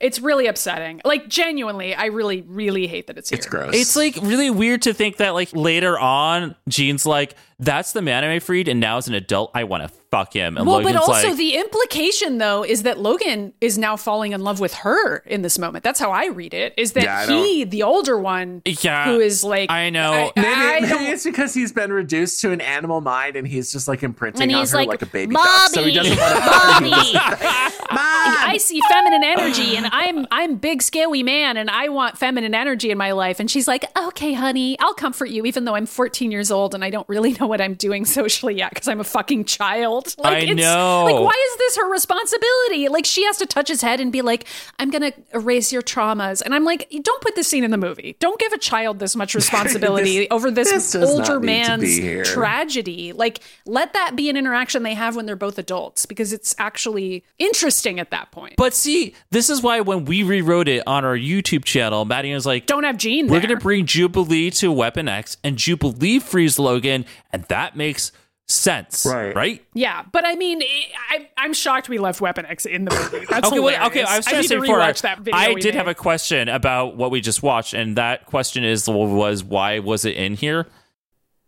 [SPEAKER 1] It's really upsetting. Like genuinely, I really, really hate that it's here.
[SPEAKER 2] it's gross.
[SPEAKER 3] It's like really weird to think that like later on, Gene's like, that's the man I freed, and now as an adult, I want to fuck him. And
[SPEAKER 1] Well,
[SPEAKER 3] Logan's
[SPEAKER 1] but also
[SPEAKER 3] like,
[SPEAKER 1] the implication though is that Logan is now falling in love with her in this moment. That's how I read it. Is that
[SPEAKER 2] Yeah, I
[SPEAKER 1] he, the older one,
[SPEAKER 3] yeah,
[SPEAKER 1] who is like
[SPEAKER 3] I know.
[SPEAKER 1] I-
[SPEAKER 2] Maybe,
[SPEAKER 1] I
[SPEAKER 2] maybe *laughs*
[SPEAKER 1] don't-
[SPEAKER 2] it's because he's been reduced to an animal mind and he's just like imprinting
[SPEAKER 5] And
[SPEAKER 2] on
[SPEAKER 5] he's
[SPEAKER 2] her
[SPEAKER 5] like,
[SPEAKER 2] like, a baby duck.
[SPEAKER 5] Mommy,
[SPEAKER 2] So he doesn't want to
[SPEAKER 5] mommy,
[SPEAKER 2] Mom!
[SPEAKER 5] I see feminine energy, and I'm I'm big, scary man, and I want feminine energy in my life.
[SPEAKER 1] life and she's like okay honey i'll comfort you even though i'm 14 years old and i don't really know know what I'm doing *laughs* socially yet because I'm a fucking child.
[SPEAKER 3] I
[SPEAKER 1] Like,
[SPEAKER 3] know.
[SPEAKER 1] Like, why is this her responsibility? Like, she has to touch his head and be like, "I'm gonna erase your traumas." And I'm like, "Don't put this scene in the movie. Don't give a child this
[SPEAKER 2] *laughs*
[SPEAKER 1] much responsibility
[SPEAKER 2] This-
[SPEAKER 1] over this,
[SPEAKER 2] this does
[SPEAKER 1] older
[SPEAKER 2] not need to be here.
[SPEAKER 1] man's tragedy. Like, let that be an interaction they have when they're both adults because it's actually interesting at that point.
[SPEAKER 3] But see, this is why when we rewrote it on our YouTube channel, Maddie was like,
[SPEAKER 1] don't have Gene.
[SPEAKER 3] We're
[SPEAKER 1] there.
[SPEAKER 3] going to bring Jubilee to Weapon X and Jubilee frees Logan, and that makes sense.
[SPEAKER 2] Right.
[SPEAKER 3] Right?
[SPEAKER 1] Yeah, but I mean, eh, I, I'm shocked we left Weapon X in the movie. That's
[SPEAKER 3] Okay, wait,
[SPEAKER 1] hilarious.
[SPEAKER 3] okay. I was trying
[SPEAKER 1] need
[SPEAKER 3] to say
[SPEAKER 1] to
[SPEAKER 3] before,
[SPEAKER 1] rewatch that video.
[SPEAKER 3] I
[SPEAKER 1] we
[SPEAKER 3] did
[SPEAKER 1] made.
[SPEAKER 3] have a question about what we just watched, and that question is was why was it in here?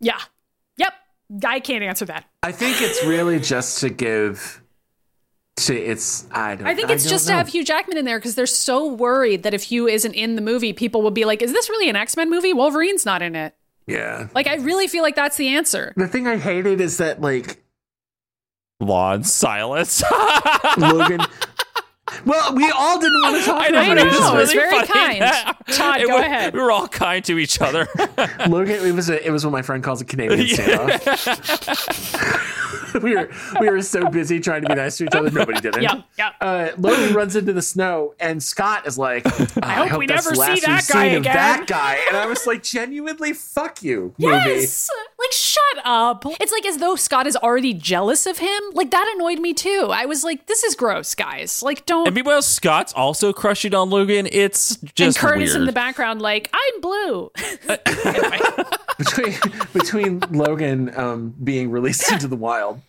[SPEAKER 1] yeah, yep. I can't answer that.
[SPEAKER 2] I think it's really just to give to it's I don't
[SPEAKER 1] I think it's
[SPEAKER 2] don't
[SPEAKER 1] just
[SPEAKER 2] know.
[SPEAKER 1] to have Hugh Jackman in there because they're so worried that if Hugh isn't in the movie, people will be like, "Is this really an X Men movie? Wolverine's not in it."
[SPEAKER 2] Yeah.
[SPEAKER 1] Like, I really feel like that's the answer.
[SPEAKER 2] The thing I hated is that like
[SPEAKER 3] Lawn silence. *laughs*
[SPEAKER 1] *laughs*
[SPEAKER 2] Logan Well, we all didn't want to talk
[SPEAKER 3] I
[SPEAKER 2] about
[SPEAKER 3] know,
[SPEAKER 1] I know,
[SPEAKER 3] it's
[SPEAKER 1] it
[SPEAKER 2] it.
[SPEAKER 1] was
[SPEAKER 3] really
[SPEAKER 1] very
[SPEAKER 3] funny
[SPEAKER 1] kind.
[SPEAKER 3] *laughs* that-
[SPEAKER 1] Todd,
[SPEAKER 3] It
[SPEAKER 1] go
[SPEAKER 3] wa-
[SPEAKER 1] ahead.
[SPEAKER 3] We were all kind to each other. *laughs*
[SPEAKER 2] Logan, it was a, it was what my friend calls a Canadian standoff. *laughs* we were we were so busy trying to be nice to each other, nobody did it.
[SPEAKER 1] Yeah, yeah.
[SPEAKER 2] Uh, Logan runs into the snow, and Scott is like, "I,
[SPEAKER 1] hope we
[SPEAKER 2] that's
[SPEAKER 1] never
[SPEAKER 2] the
[SPEAKER 1] see that
[SPEAKER 2] last we've
[SPEAKER 1] guy
[SPEAKER 2] seen of
[SPEAKER 1] again."
[SPEAKER 2] That guy, and I
[SPEAKER 1] *laughs*
[SPEAKER 2] was like, genuinely, fuck you, movie.
[SPEAKER 1] Yes! Like, shut up. It's like as though Scott is already jealous of him. Like, that annoyed me too. I was like, this is gross, guys. Like, don't.
[SPEAKER 3] and meanwhile, Scott's also crushing on Logan. It's
[SPEAKER 1] and
[SPEAKER 3] just
[SPEAKER 1] Curtis
[SPEAKER 3] weird.
[SPEAKER 1] in the background, like, I'm blue. *laughs*
[SPEAKER 2] between between Logan um,
[SPEAKER 1] *laughs*
[SPEAKER 2] being released into the wild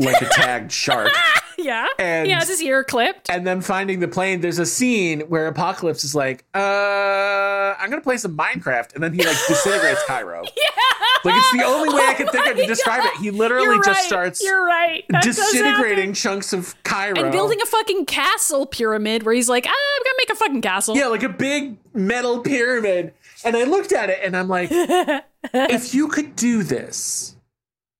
[SPEAKER 2] like a tagged shark,
[SPEAKER 1] yeah.
[SPEAKER 2] And-
[SPEAKER 1] he has his ear clipped.
[SPEAKER 2] and then finding the plane. There's a scene where Apocalypse is like, uh, "I'm gonna play some Minecraft," and then he like disintegrates
[SPEAKER 1] *laughs*
[SPEAKER 2] Cairo. yeah, like it's the only way I can think of to describe it. He literally
[SPEAKER 1] Oh You're
[SPEAKER 2] just
[SPEAKER 1] right.
[SPEAKER 2] starts
[SPEAKER 1] You're right. That does
[SPEAKER 2] disintegrating
[SPEAKER 1] happen.
[SPEAKER 2] chunks of Cairo
[SPEAKER 1] And building a fucking castle pyramid where he's like, ah, I'm gonna make a fucking castle.
[SPEAKER 2] Yeah, like a big metal pyramid. And I looked at it and I'm
[SPEAKER 1] *laughs*
[SPEAKER 2] like, if you could do this,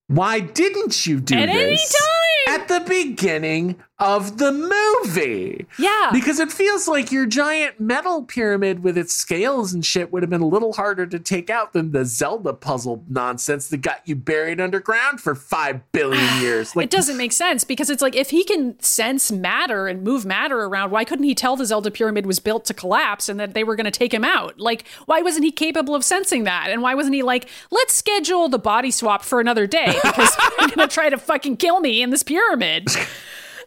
[SPEAKER 2] why didn't you do
[SPEAKER 1] At
[SPEAKER 2] this
[SPEAKER 1] any time!
[SPEAKER 2] at the beginning of the movie?
[SPEAKER 1] Yeah.
[SPEAKER 2] Because it feels like your giant metal pyramid with its scales and shit would have been a little harder to take out than the Zelda puzzle nonsense that got you buried underground for five
[SPEAKER 1] *sighs*
[SPEAKER 2] billion years. Like
[SPEAKER 1] it doesn't make sense because it's like if he can sense matter and move matter around, why couldn't he tell the Zelda pyramid was built to collapse and that they were going to take him out? Like, why wasn't he capable of sensing that? And why wasn't he like, let's schedule the body swap for another day because you're going to try to fucking kill me in this pyramid?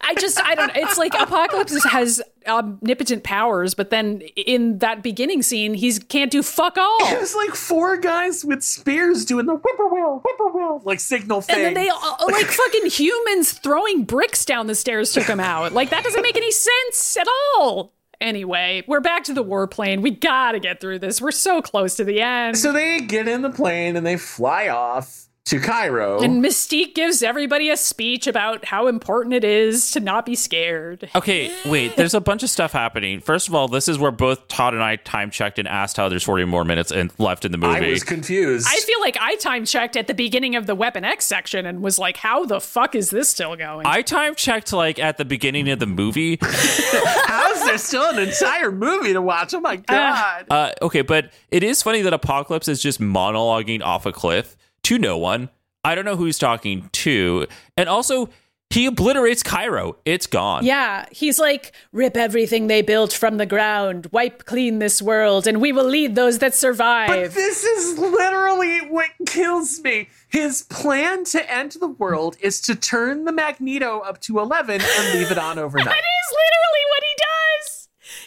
[SPEAKER 1] I just, I don't. It's like Apocalypse has omnipotent powers, but then in that beginning scene, he can't do fuck all.
[SPEAKER 2] it was like four guys with spears doing the whippoorwill, whippoorwill, like signal thing.
[SPEAKER 1] And then they all, like fucking humans throwing bricks down the stairs took him out. Like that doesn't make any sense at all. Anyway, we're back to the warplane. We gotta get through this. We're so close to the end.
[SPEAKER 2] So they get in the plane and they fly off to Cairo.
[SPEAKER 1] and Mystique gives everybody a speech about how important it is to not be scared.
[SPEAKER 3] Okay, wait. There's a bunch of stuff happening. First of all, this is where both Todd and I time checked and asked how there's 40 more minutes in, left in the
[SPEAKER 2] I
[SPEAKER 3] movie.
[SPEAKER 2] was confused.
[SPEAKER 1] I feel like I time checked at the beginning of the Weapon X section and was like, how the fuck is this still going?
[SPEAKER 3] I time checked like at the beginning of
[SPEAKER 2] *laughs*
[SPEAKER 3] the movie.
[SPEAKER 2] How is there still an entire movie to watch? Oh my god!
[SPEAKER 3] Uh, okay, but it is funny that Apocalypse is just monologuing off a cliff to no one. I don't know who he's talking to, and also he obliterates Cairo. It's gone.
[SPEAKER 1] Yeah, he's like, rip everything they built from the ground, wipe clean this world, and we will lead those that survive.
[SPEAKER 2] this is literally what kills me. His plan to end the world is to turn the magneto up to eleven and leave
[SPEAKER 1] *laughs*
[SPEAKER 2] it on overnight.
[SPEAKER 1] is literally what he does.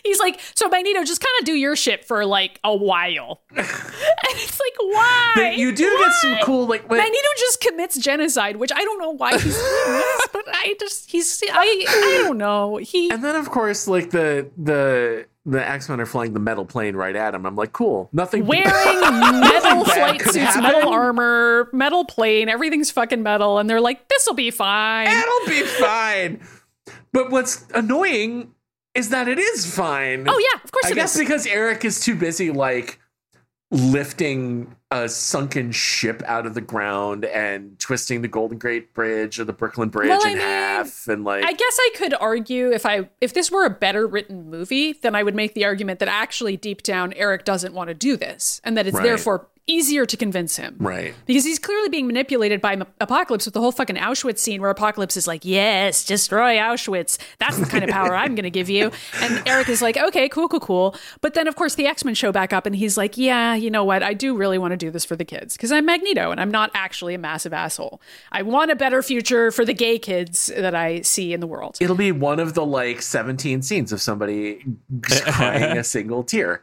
[SPEAKER 1] He's like, so Magneto, just kind of do your shit for like a while. *laughs* and it's like, why?
[SPEAKER 2] But you do get some
[SPEAKER 1] Why?
[SPEAKER 2] cool like when,
[SPEAKER 1] Magneto just commits genocide, which I don't know why he's doing
[SPEAKER 2] *laughs*
[SPEAKER 1] this, but I just he's I I don't know. He
[SPEAKER 2] and then of course like the the the X Men are flying the metal plane right at him. I'm like, cool, *laughs* nothing.
[SPEAKER 1] wearing metal
[SPEAKER 2] That
[SPEAKER 1] flight
[SPEAKER 2] could
[SPEAKER 1] suits,
[SPEAKER 2] happen.
[SPEAKER 1] metal armor, metal plane, everything's fucking metal, and they're like, this'll be fine.
[SPEAKER 2] It'll be fine. But what's annoying is that it is fine.
[SPEAKER 1] Oh yeah, of course
[SPEAKER 2] I
[SPEAKER 1] it
[SPEAKER 2] guess
[SPEAKER 1] is.
[SPEAKER 2] because Eric is too busy like lifting a sunken ship out of the ground and twisting the Golden Gate Bridge or the Brooklyn Bridge
[SPEAKER 1] Well, I
[SPEAKER 2] in
[SPEAKER 1] mean,
[SPEAKER 2] half and like
[SPEAKER 1] I guess I could argue if I if this were a better written movie, then I would make the argument that actually deep down Eric doesn't want to do this and that it's
[SPEAKER 2] Right.
[SPEAKER 1] therefore easier to convince him.
[SPEAKER 2] Right.
[SPEAKER 1] Because he's clearly being manipulated by M- Apocalypse with the whole fucking Auschwitz scene where Apocalypse is like, yes, destroy Auschwitz. That's the kind of power I'm going to give you. And Eric is like, okay, cool, cool, cool. But then, of course, the X Men show back up and he's like, yeah, you know what? I do really want to do this for the kids because I'm Magneto and I'm not actually a massive asshole. I want a better future for the gay kids that I see in the world.
[SPEAKER 2] It'll be one of the like 17 scenes of somebody crying a single tear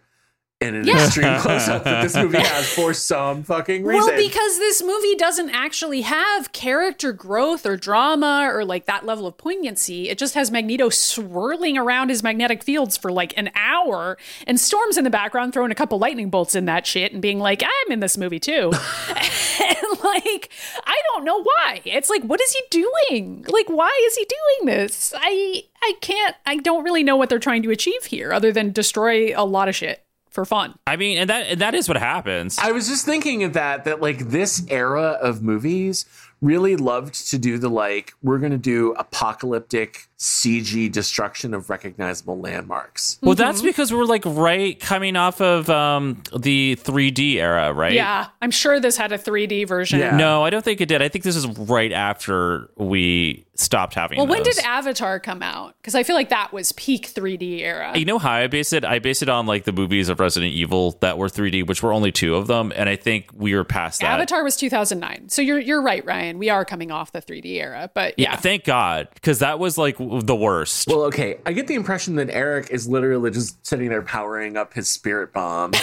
[SPEAKER 2] in an extreme close up that this movie has for some fucking reason.
[SPEAKER 1] Well, because this movie doesn't actually have character growth or drama or like that level of poignancy. It just has Magneto swirling around his magnetic fields for like an hour and Storm's in the background throwing a couple lightning bolts in that shit and being like, I'm in this movie
[SPEAKER 3] *laughs*
[SPEAKER 1] too. *laughs* and like, I don't know why. It's like, what is he doing? Like, why is he doing this? I I can't I don't really know what they're trying to achieve here other than destroy a lot of shit for fun.
[SPEAKER 3] I mean, and that and that is what happens.
[SPEAKER 2] I was just thinking of that, that like this era of movies really loved to do the like, we're going to do apocalyptic CG destruction of recognizable landmarks.
[SPEAKER 3] well,
[SPEAKER 1] Mm-hmm.
[SPEAKER 3] that's because we're like right coming off of um, the 3D era, right?
[SPEAKER 1] Yeah, I'm sure this had a 3D version.
[SPEAKER 2] Yeah.
[SPEAKER 3] No, I don't think it did. I think this is right after we stopped having.
[SPEAKER 1] Well, when
[SPEAKER 3] those.
[SPEAKER 1] did Avatar come out? Because I feel like that was peak 3D era.
[SPEAKER 3] You know how I base it? I base it on like the movies of Resident Evil that were 3D, which were only two of them, and I think we were past that.
[SPEAKER 1] Avatar was 2009, so you're you're right, Ryan. We are coming off the 3D era, but
[SPEAKER 3] Yeah,
[SPEAKER 1] yeah,
[SPEAKER 3] thank God, because that was like w- the worst.
[SPEAKER 2] Well, okay. I get the impression that Eric is literally just sitting there powering up his
[SPEAKER 1] *laughs*
[SPEAKER 2] spirit bomb,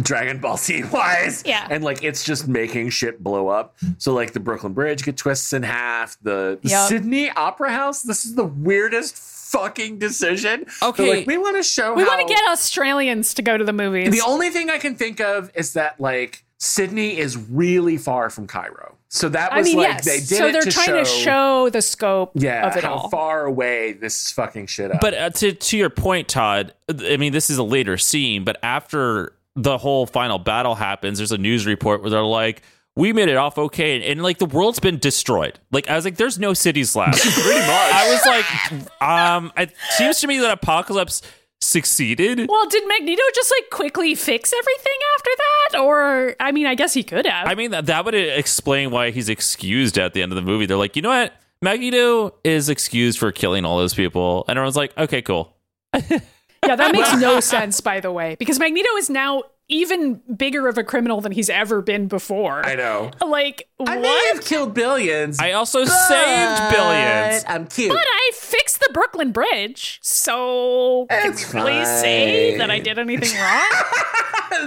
[SPEAKER 2] Dragon Ball Z wise.
[SPEAKER 1] Yeah.
[SPEAKER 2] And like it's just making shit blow up. So like the Brooklyn Bridge get twists in half. The, the
[SPEAKER 1] Yep.
[SPEAKER 2] Sydney Opera House. This is the weirdest fucking decision. They're
[SPEAKER 3] Okay.
[SPEAKER 2] like, we want to show.
[SPEAKER 1] we
[SPEAKER 2] how-
[SPEAKER 1] want to get Australians to go to the movies.
[SPEAKER 2] The only thing I can think of is that like Sydney is really far from Cairo. So that
[SPEAKER 1] I
[SPEAKER 2] was
[SPEAKER 1] mean,
[SPEAKER 2] like
[SPEAKER 1] yes.
[SPEAKER 2] they did
[SPEAKER 1] so
[SPEAKER 2] it
[SPEAKER 1] they're trying to show the scope
[SPEAKER 2] yeah,
[SPEAKER 1] of it
[SPEAKER 2] how
[SPEAKER 1] all.
[SPEAKER 2] far away this is fucking shit up.
[SPEAKER 3] But uh, to to your point, Todd, I mean, this is a later scene, but after the whole final battle happens, there's a news report where they're like, "We made it off okay," and, and, like the world's been destroyed. Like I was like, "There's no cities left." *laughs* Pretty much. I was like, um, it seems to me that Apocalypse succeeded.
[SPEAKER 1] well, did Magneto just like quickly fix everything after that? Or I mean, I guess he could have.
[SPEAKER 3] I mean, that, that would uh, explain why he's excused at the end of the movie. They're like, you know what? Magneto is excused for killing all those people. And everyone's like, okay, cool.
[SPEAKER 1] yeah,
[SPEAKER 2] *laughs*
[SPEAKER 1] that makes no sense, by the way, because Magneto is now even bigger of a criminal than he's ever been before.
[SPEAKER 2] I know.
[SPEAKER 1] Like
[SPEAKER 2] I
[SPEAKER 1] what?
[SPEAKER 2] may have killed billions.
[SPEAKER 3] I also saved billions.
[SPEAKER 2] I'm cute.
[SPEAKER 1] But I fixed the Brooklyn Bridge, so can
[SPEAKER 2] It's
[SPEAKER 1] you really say
[SPEAKER 2] fine.
[SPEAKER 1] that I did anything wrong?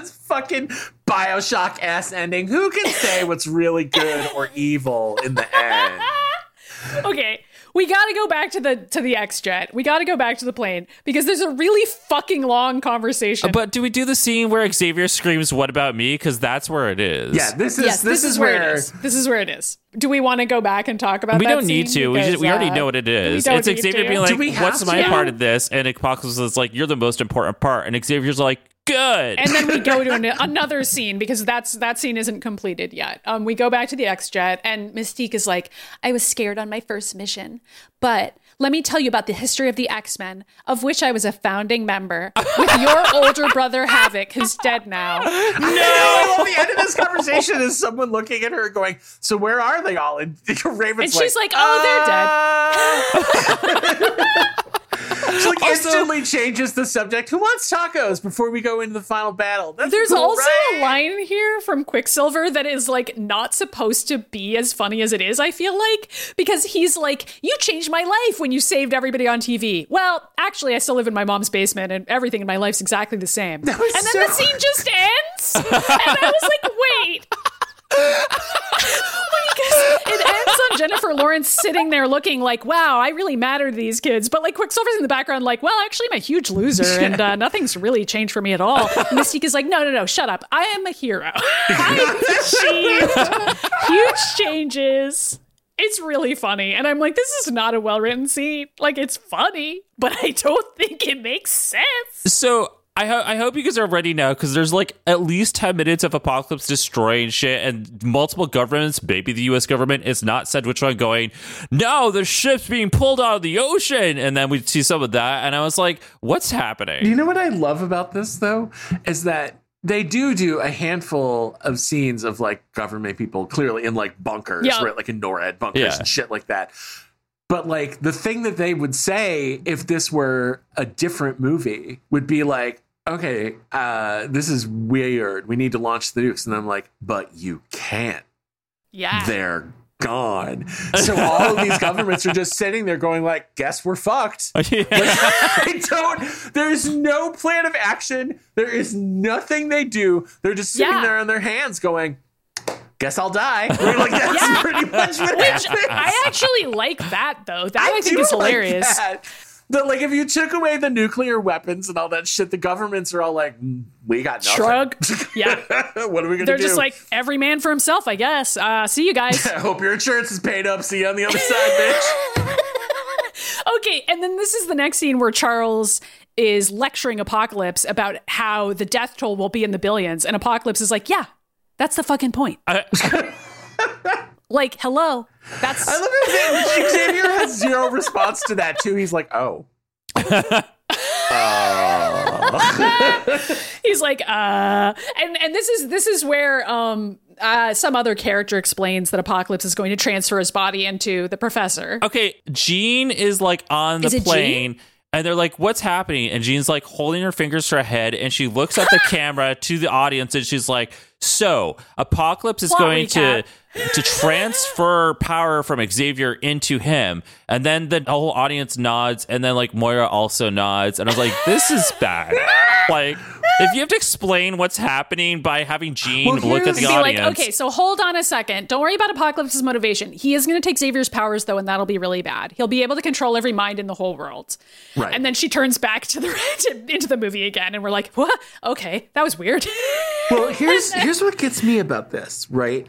[SPEAKER 2] It's fucking Bioshock ass ending. Who can say what's really good or evil in the
[SPEAKER 1] *laughs*
[SPEAKER 2] end?
[SPEAKER 1] okay, we got to go back to the to the X jet. We got to go back to the plane because there's a really fucking long conversation.
[SPEAKER 3] Uh, But do we do the scene where Xavier screams, what about me? Because that's where it is.
[SPEAKER 2] Yeah, this is
[SPEAKER 1] yes,
[SPEAKER 2] this, is, where,
[SPEAKER 1] it is. This is where it is. Do we want to go back and talk about?
[SPEAKER 3] We
[SPEAKER 1] that
[SPEAKER 3] don't need
[SPEAKER 1] scene?
[SPEAKER 3] to. We, just, we
[SPEAKER 1] Because,
[SPEAKER 3] already
[SPEAKER 1] uh,
[SPEAKER 3] know what it is.
[SPEAKER 1] don't
[SPEAKER 3] It's
[SPEAKER 1] need
[SPEAKER 3] Xavier
[SPEAKER 1] to.
[SPEAKER 3] being
[SPEAKER 2] Do we
[SPEAKER 3] like,
[SPEAKER 2] have
[SPEAKER 3] what's my
[SPEAKER 2] to?
[SPEAKER 3] part of this? And Apocalypse is like, you're the most important part. And Xavier's like, good.
[SPEAKER 1] *laughs* and then we go to an, another scene because that's that scene isn't completed yet. Um, we go back to the X Jet, and Mystique is like, "I was scared on my first mission, but let me tell you about the history of the X Men, of which I was a founding member, with your older brother Havoc, who's dead now."
[SPEAKER 2] *laughs* No! the end of this conversation is someone looking at her going, So where are they all? And *laughs* Raven's
[SPEAKER 1] And she's like, "Oh, they're dead."
[SPEAKER 2] *laughs* dead. She Uh. like instantly changes the subject. Who wants tacos before we go into the final battle? That's
[SPEAKER 1] There's
[SPEAKER 2] cool,
[SPEAKER 1] also
[SPEAKER 2] right?
[SPEAKER 1] a line here from Quicksilver that is like not supposed to be as funny as it is, I feel like, because he's like, You changed my life when you saved everybody on TV. Well, actually, I still live in my mom's basement and everything in my life's exactly the same. And
[SPEAKER 2] was
[SPEAKER 1] then
[SPEAKER 2] so-
[SPEAKER 1] the scene
[SPEAKER 2] *laughs*
[SPEAKER 1] just ends. and I was like, Wait. Because it ends on Jennifer Lawrence sitting there looking like, wow, I really matter to these kids. But like Quicksilver's in the background, like, well, actually, I'm a huge loser and uh, nothing's really changed for me at all. And Mystique is like, no, no, no, shut up. I am a hero. *laughs* I've achieved huge changes. It's really funny. And I'm like, this is not a well written scene. Like, it's funny, but I don't think it makes sense.
[SPEAKER 3] So I, ho- I hope you guys are ready now because there's like at least 10 minutes of Apocalypse destroying shit and multiple governments, maybe the US government, it's not said which one going, no, the ship's being pulled out of the ocean. And then we see some of that. And I was like, what's happening?
[SPEAKER 2] You know what I love about this though is that they do do a handful of scenes of like government people clearly in like bunkers,
[SPEAKER 1] Yeah.
[SPEAKER 2] right? Like in NORAD bunkers
[SPEAKER 3] Yeah.
[SPEAKER 2] and shit like that. But like the thing that they would say if this were a different movie would be like, okay, uh, this is weird. We need to launch the nukes. And I'm like, but you can't
[SPEAKER 1] Yeah.
[SPEAKER 2] they're gone. So all of these governments are just sitting there going like, guess we're fucked.
[SPEAKER 3] *laughs*
[SPEAKER 2] *laughs* I don't there's no plan of action. There is nothing they do. They're just sitting
[SPEAKER 1] Yeah.
[SPEAKER 2] there on their hands going, Guess I'll die. *laughs* We're like that's pretty much what
[SPEAKER 1] Which
[SPEAKER 2] happens.
[SPEAKER 1] I actually like that though. That I, think
[SPEAKER 2] do
[SPEAKER 1] is
[SPEAKER 2] like
[SPEAKER 1] hilarious.
[SPEAKER 2] that. That, like if you took away the nuclear weapons and all that shit, the governments are all like, "Mm, we got nothing.
[SPEAKER 1] Shrug. Yeah.
[SPEAKER 2] *laughs* what are we gonna
[SPEAKER 1] They're
[SPEAKER 2] do?
[SPEAKER 1] just like every man for himself, I guess. Uh, see you
[SPEAKER 2] *laughs*
[SPEAKER 1] guys. *laughs*
[SPEAKER 2] I hope your insurance is paid up. See you on the other side, bitch.
[SPEAKER 1] okay, and then this is the next scene where Charles is lecturing Apocalypse about how the death toll will be in the billions, and Apocalypse is like, "Yeah, that's the fucking point." *laughs* like, hello, that's
[SPEAKER 2] I love how Xavier has zero response to that too. He's like, oh.
[SPEAKER 1] he's like, uh, and and this is this is where um. Uh, some other character explains that Apocalypse is going to transfer his body into the professor.
[SPEAKER 3] Okay, Jean is like on the
[SPEAKER 1] Is it
[SPEAKER 3] plane. And they're like, what's happening? And Jean's like holding her fingers to her head, and she looks
[SPEAKER 1] *laughs*
[SPEAKER 3] at the camera to the audience, and she's like, "So, Apocalypse is
[SPEAKER 1] Plot
[SPEAKER 3] going
[SPEAKER 1] recap.
[SPEAKER 3] to to transfer power from Xavier into him." And then the whole audience nods, and then like Moira also nods, and I was like, "This is
[SPEAKER 1] *laughs*
[SPEAKER 3] bad." like, if you have to explain what's happening by having Jean
[SPEAKER 2] Well,
[SPEAKER 3] look at
[SPEAKER 2] here's-
[SPEAKER 3] the
[SPEAKER 2] Be
[SPEAKER 1] be
[SPEAKER 3] audience,
[SPEAKER 1] like, okay, so hold on a second. Don't worry about Apocalypse's motivation. He is going to take Xavier's powers, though, and that'll be really bad. He'll be able to control every mind in the whole world.
[SPEAKER 2] Right.
[SPEAKER 1] And then she turns back to the *laughs* to, into the movie again, and we're like, what? Okay, that was weird.
[SPEAKER 2] *laughs*
[SPEAKER 1] *laughs*
[SPEAKER 2] Well, here's here's what gets me about this, right?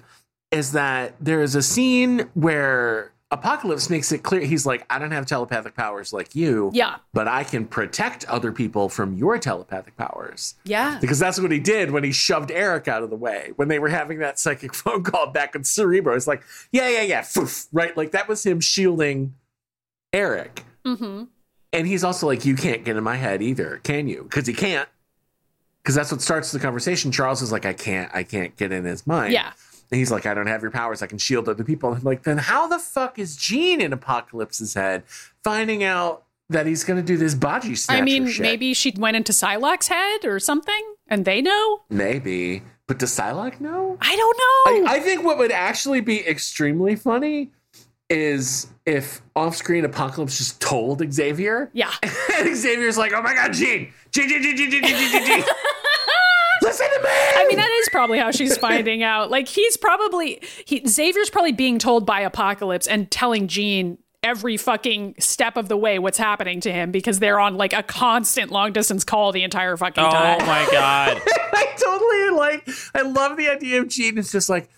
[SPEAKER 2] Is that there is a scene where Apocalypse makes it clear he's like, I don't have telepathic powers like you.
[SPEAKER 1] Yeah.
[SPEAKER 2] But I can protect other people from your telepathic powers.
[SPEAKER 1] yeah.
[SPEAKER 2] Because that's what he did when he shoved Eric out of the way. When they were having that psychic *laughs* phone call back in Cerebro, it's like, yeah, yeah, yeah, foof, right? Like that was him shielding Eric.
[SPEAKER 1] Mm-hmm.
[SPEAKER 2] And he's also like, you can't get in my head either, can you? Because he can't. Because that's what starts the conversation. Charles is like, I can't, I can't get in his mind.
[SPEAKER 1] Yeah.
[SPEAKER 2] And he's like, I don't have your powers. I can shield other people. And I'm like, then how the fuck is Gene in Apocalypse's head finding out that he's going to do this body snatcher
[SPEAKER 1] I mean,
[SPEAKER 2] shit?
[SPEAKER 1] maybe she went into Psylocke's head or something, and they know.
[SPEAKER 2] Maybe. But does Psylocke know?
[SPEAKER 1] I don't
[SPEAKER 2] I,
[SPEAKER 1] know.
[SPEAKER 2] I think what would actually be extremely funny is if off screen Apocalypse just told Xavier
[SPEAKER 1] yeah.
[SPEAKER 2] And *laughs* Xavier's like, oh my god, Gene! Gene, Gene, Gene, Gene, Gene, Gene,
[SPEAKER 1] *laughs*
[SPEAKER 2] Gene, Gene. Listen to me!
[SPEAKER 1] I mean, that is probably how she's finding out. Like he's probably he Xavier's probably being told by Apocalypse and telling Jean every fucking step of the way what's happening to him because they're on like a constant long distance call the entire fucking
[SPEAKER 3] oh
[SPEAKER 1] time.
[SPEAKER 3] my god,
[SPEAKER 2] *laughs* I totally like, I love the idea of Gene is just like,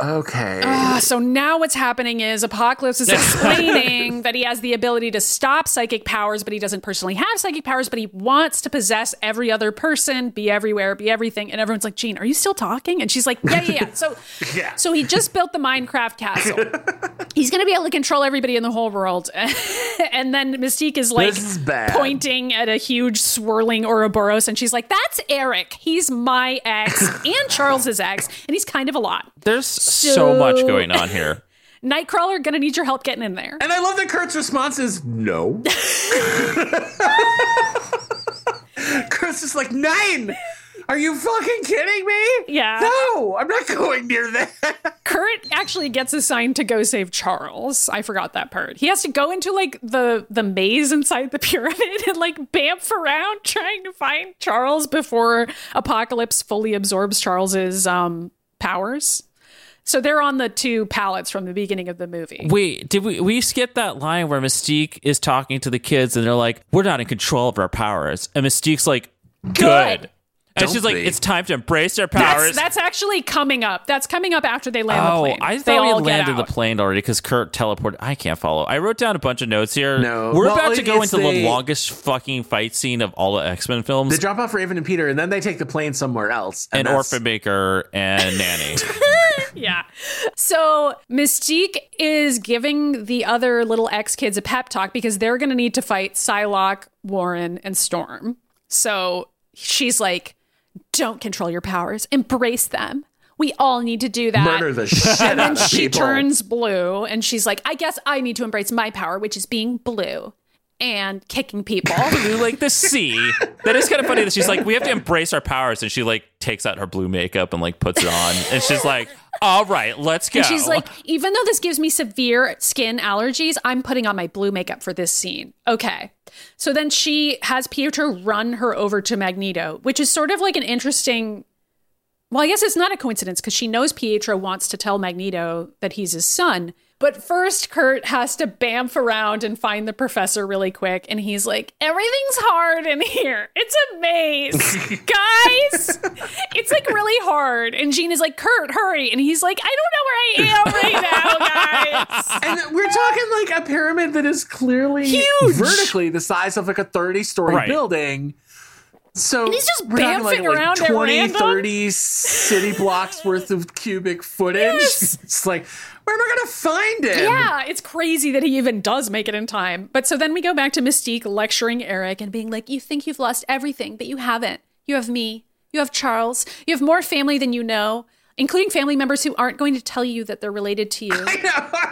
[SPEAKER 2] okay.
[SPEAKER 1] Ah, so now what's happening is Apocalypse is
[SPEAKER 2] *laughs*
[SPEAKER 1] explaining that he has the ability to stop psychic powers, but he doesn't personally have psychic powers, but he wants to possess every other person, be everywhere, be everything. And everyone's like, Jean, are you still talking? And she's like, Yeah, yeah, yeah. So,
[SPEAKER 2] *laughs* Yeah.
[SPEAKER 1] so he just built the Minecraft
[SPEAKER 2] *laughs*
[SPEAKER 1] castle. He's gonna be able to control everybody in the whole world. *laughs* and then Mystique is like
[SPEAKER 2] This is bad.
[SPEAKER 1] pointing at a huge swirling Ouroboros, and she's like, That's Eric. He's my ex and Charles's ex, and he's kind of a lot.
[SPEAKER 3] there's so much going on here.
[SPEAKER 1] Nightcrawler, gonna need your help getting in there.
[SPEAKER 2] and I love that Kurt's response is
[SPEAKER 1] *laughs*
[SPEAKER 2] no. *laughs* Kurt's just like, nine! Are you fucking kidding me?
[SPEAKER 1] Yeah.
[SPEAKER 2] No, I'm not going near that. *laughs*
[SPEAKER 1] Kurt actually gets assigned to go save Charles. I forgot that part. He has to go into like the the maze inside the *laughs* pyramid and like bamf around trying to find Charles before Apocalypse fully absorbs Charles's um powers. So they're on the two pallets from the beginning of the movie.
[SPEAKER 3] Wait, did we we skip that line where Mystique is talking to the kids and they're like, "We're not in control of our powers," and Mystique's like, "Good,", and
[SPEAKER 2] Don't
[SPEAKER 3] she's like,
[SPEAKER 2] be.
[SPEAKER 3] "It's time to embrace our
[SPEAKER 1] That's,
[SPEAKER 3] powers."
[SPEAKER 1] that's actually coming up. That's coming up after they land the
[SPEAKER 3] oh,
[SPEAKER 1] plane.
[SPEAKER 3] I
[SPEAKER 1] they
[SPEAKER 3] thought
[SPEAKER 1] all
[SPEAKER 3] we
[SPEAKER 1] get
[SPEAKER 3] landed the
[SPEAKER 1] out.
[SPEAKER 3] plane already because Kurt teleported. I can't follow. I wrote down a bunch of notes here.
[SPEAKER 2] No.
[SPEAKER 3] we're
[SPEAKER 2] Well,
[SPEAKER 3] about to
[SPEAKER 2] it-
[SPEAKER 3] go
[SPEAKER 2] it's
[SPEAKER 3] into the
[SPEAKER 2] the-
[SPEAKER 3] longest fucking fight scene of all the X Men
[SPEAKER 2] They
[SPEAKER 3] films.
[SPEAKER 2] drop off Raven and Peter, and then they take the plane somewhere else.
[SPEAKER 3] and
[SPEAKER 2] that's-
[SPEAKER 3] Orphan Baker and
[SPEAKER 2] *laughs*
[SPEAKER 3] Nanny.
[SPEAKER 1] Yeah. So Mystique is giving the other little X kids a pep talk because they're going to need to fight Psylocke, Warren, and Storm. So she's like, Don't control your powers. Embrace them. We all need to do that.
[SPEAKER 2] Murder the
[SPEAKER 1] *laughs*
[SPEAKER 2] shit
[SPEAKER 1] and
[SPEAKER 2] out
[SPEAKER 1] then
[SPEAKER 2] of
[SPEAKER 1] she
[SPEAKER 2] people.
[SPEAKER 1] turns blue and she's like, I guess I need to embrace my power, which is being blue and kicking people.
[SPEAKER 3] Blue like the sea. That is kind of funny that she's like, we have to embrace our powers, and she like takes out her blue makeup and like puts it on, and she's like, all right, let's go.
[SPEAKER 1] And she's like, even though this gives me severe skin allergies, I'm putting on my blue makeup for this scene. Okay. So then she has Pietro run her over to Magneto, which is sort of like an interesting. Well, I guess it's not a coincidence because she knows Pietro wants to tell Magneto that he's his son. But first, Kurt has to bamf around and find the professor really quick. And he's like, Everything's hard in here. It's a
[SPEAKER 3] *laughs*
[SPEAKER 1] maze. Guys, it's like really hard. And Gene is like, Kurt, hurry. And he's like, I don't know where I am right now, guys.
[SPEAKER 3] *laughs*
[SPEAKER 2] And we're talking like a pyramid that is clearly
[SPEAKER 1] Huge.
[SPEAKER 2] vertically the size of like a 30 story
[SPEAKER 3] Right.
[SPEAKER 2] building. So
[SPEAKER 1] he's just
[SPEAKER 2] we're talking like,
[SPEAKER 1] bamfing
[SPEAKER 2] like
[SPEAKER 1] around at
[SPEAKER 2] 20,
[SPEAKER 1] random.
[SPEAKER 2] 30 city blocks worth of cubic footage.
[SPEAKER 1] Yes.
[SPEAKER 2] *laughs* It's like, where am I going to find it? *laughs*
[SPEAKER 1] Yeah, it's crazy that he even does make it in time. But so then we go back to Mystique lecturing Eric and being like, You think you've lost everything, but you haven't. You have me. You have Charles. You have more family than you know, including family members who aren't going to tell you that they're related to
[SPEAKER 3] *laughs*
[SPEAKER 1] you.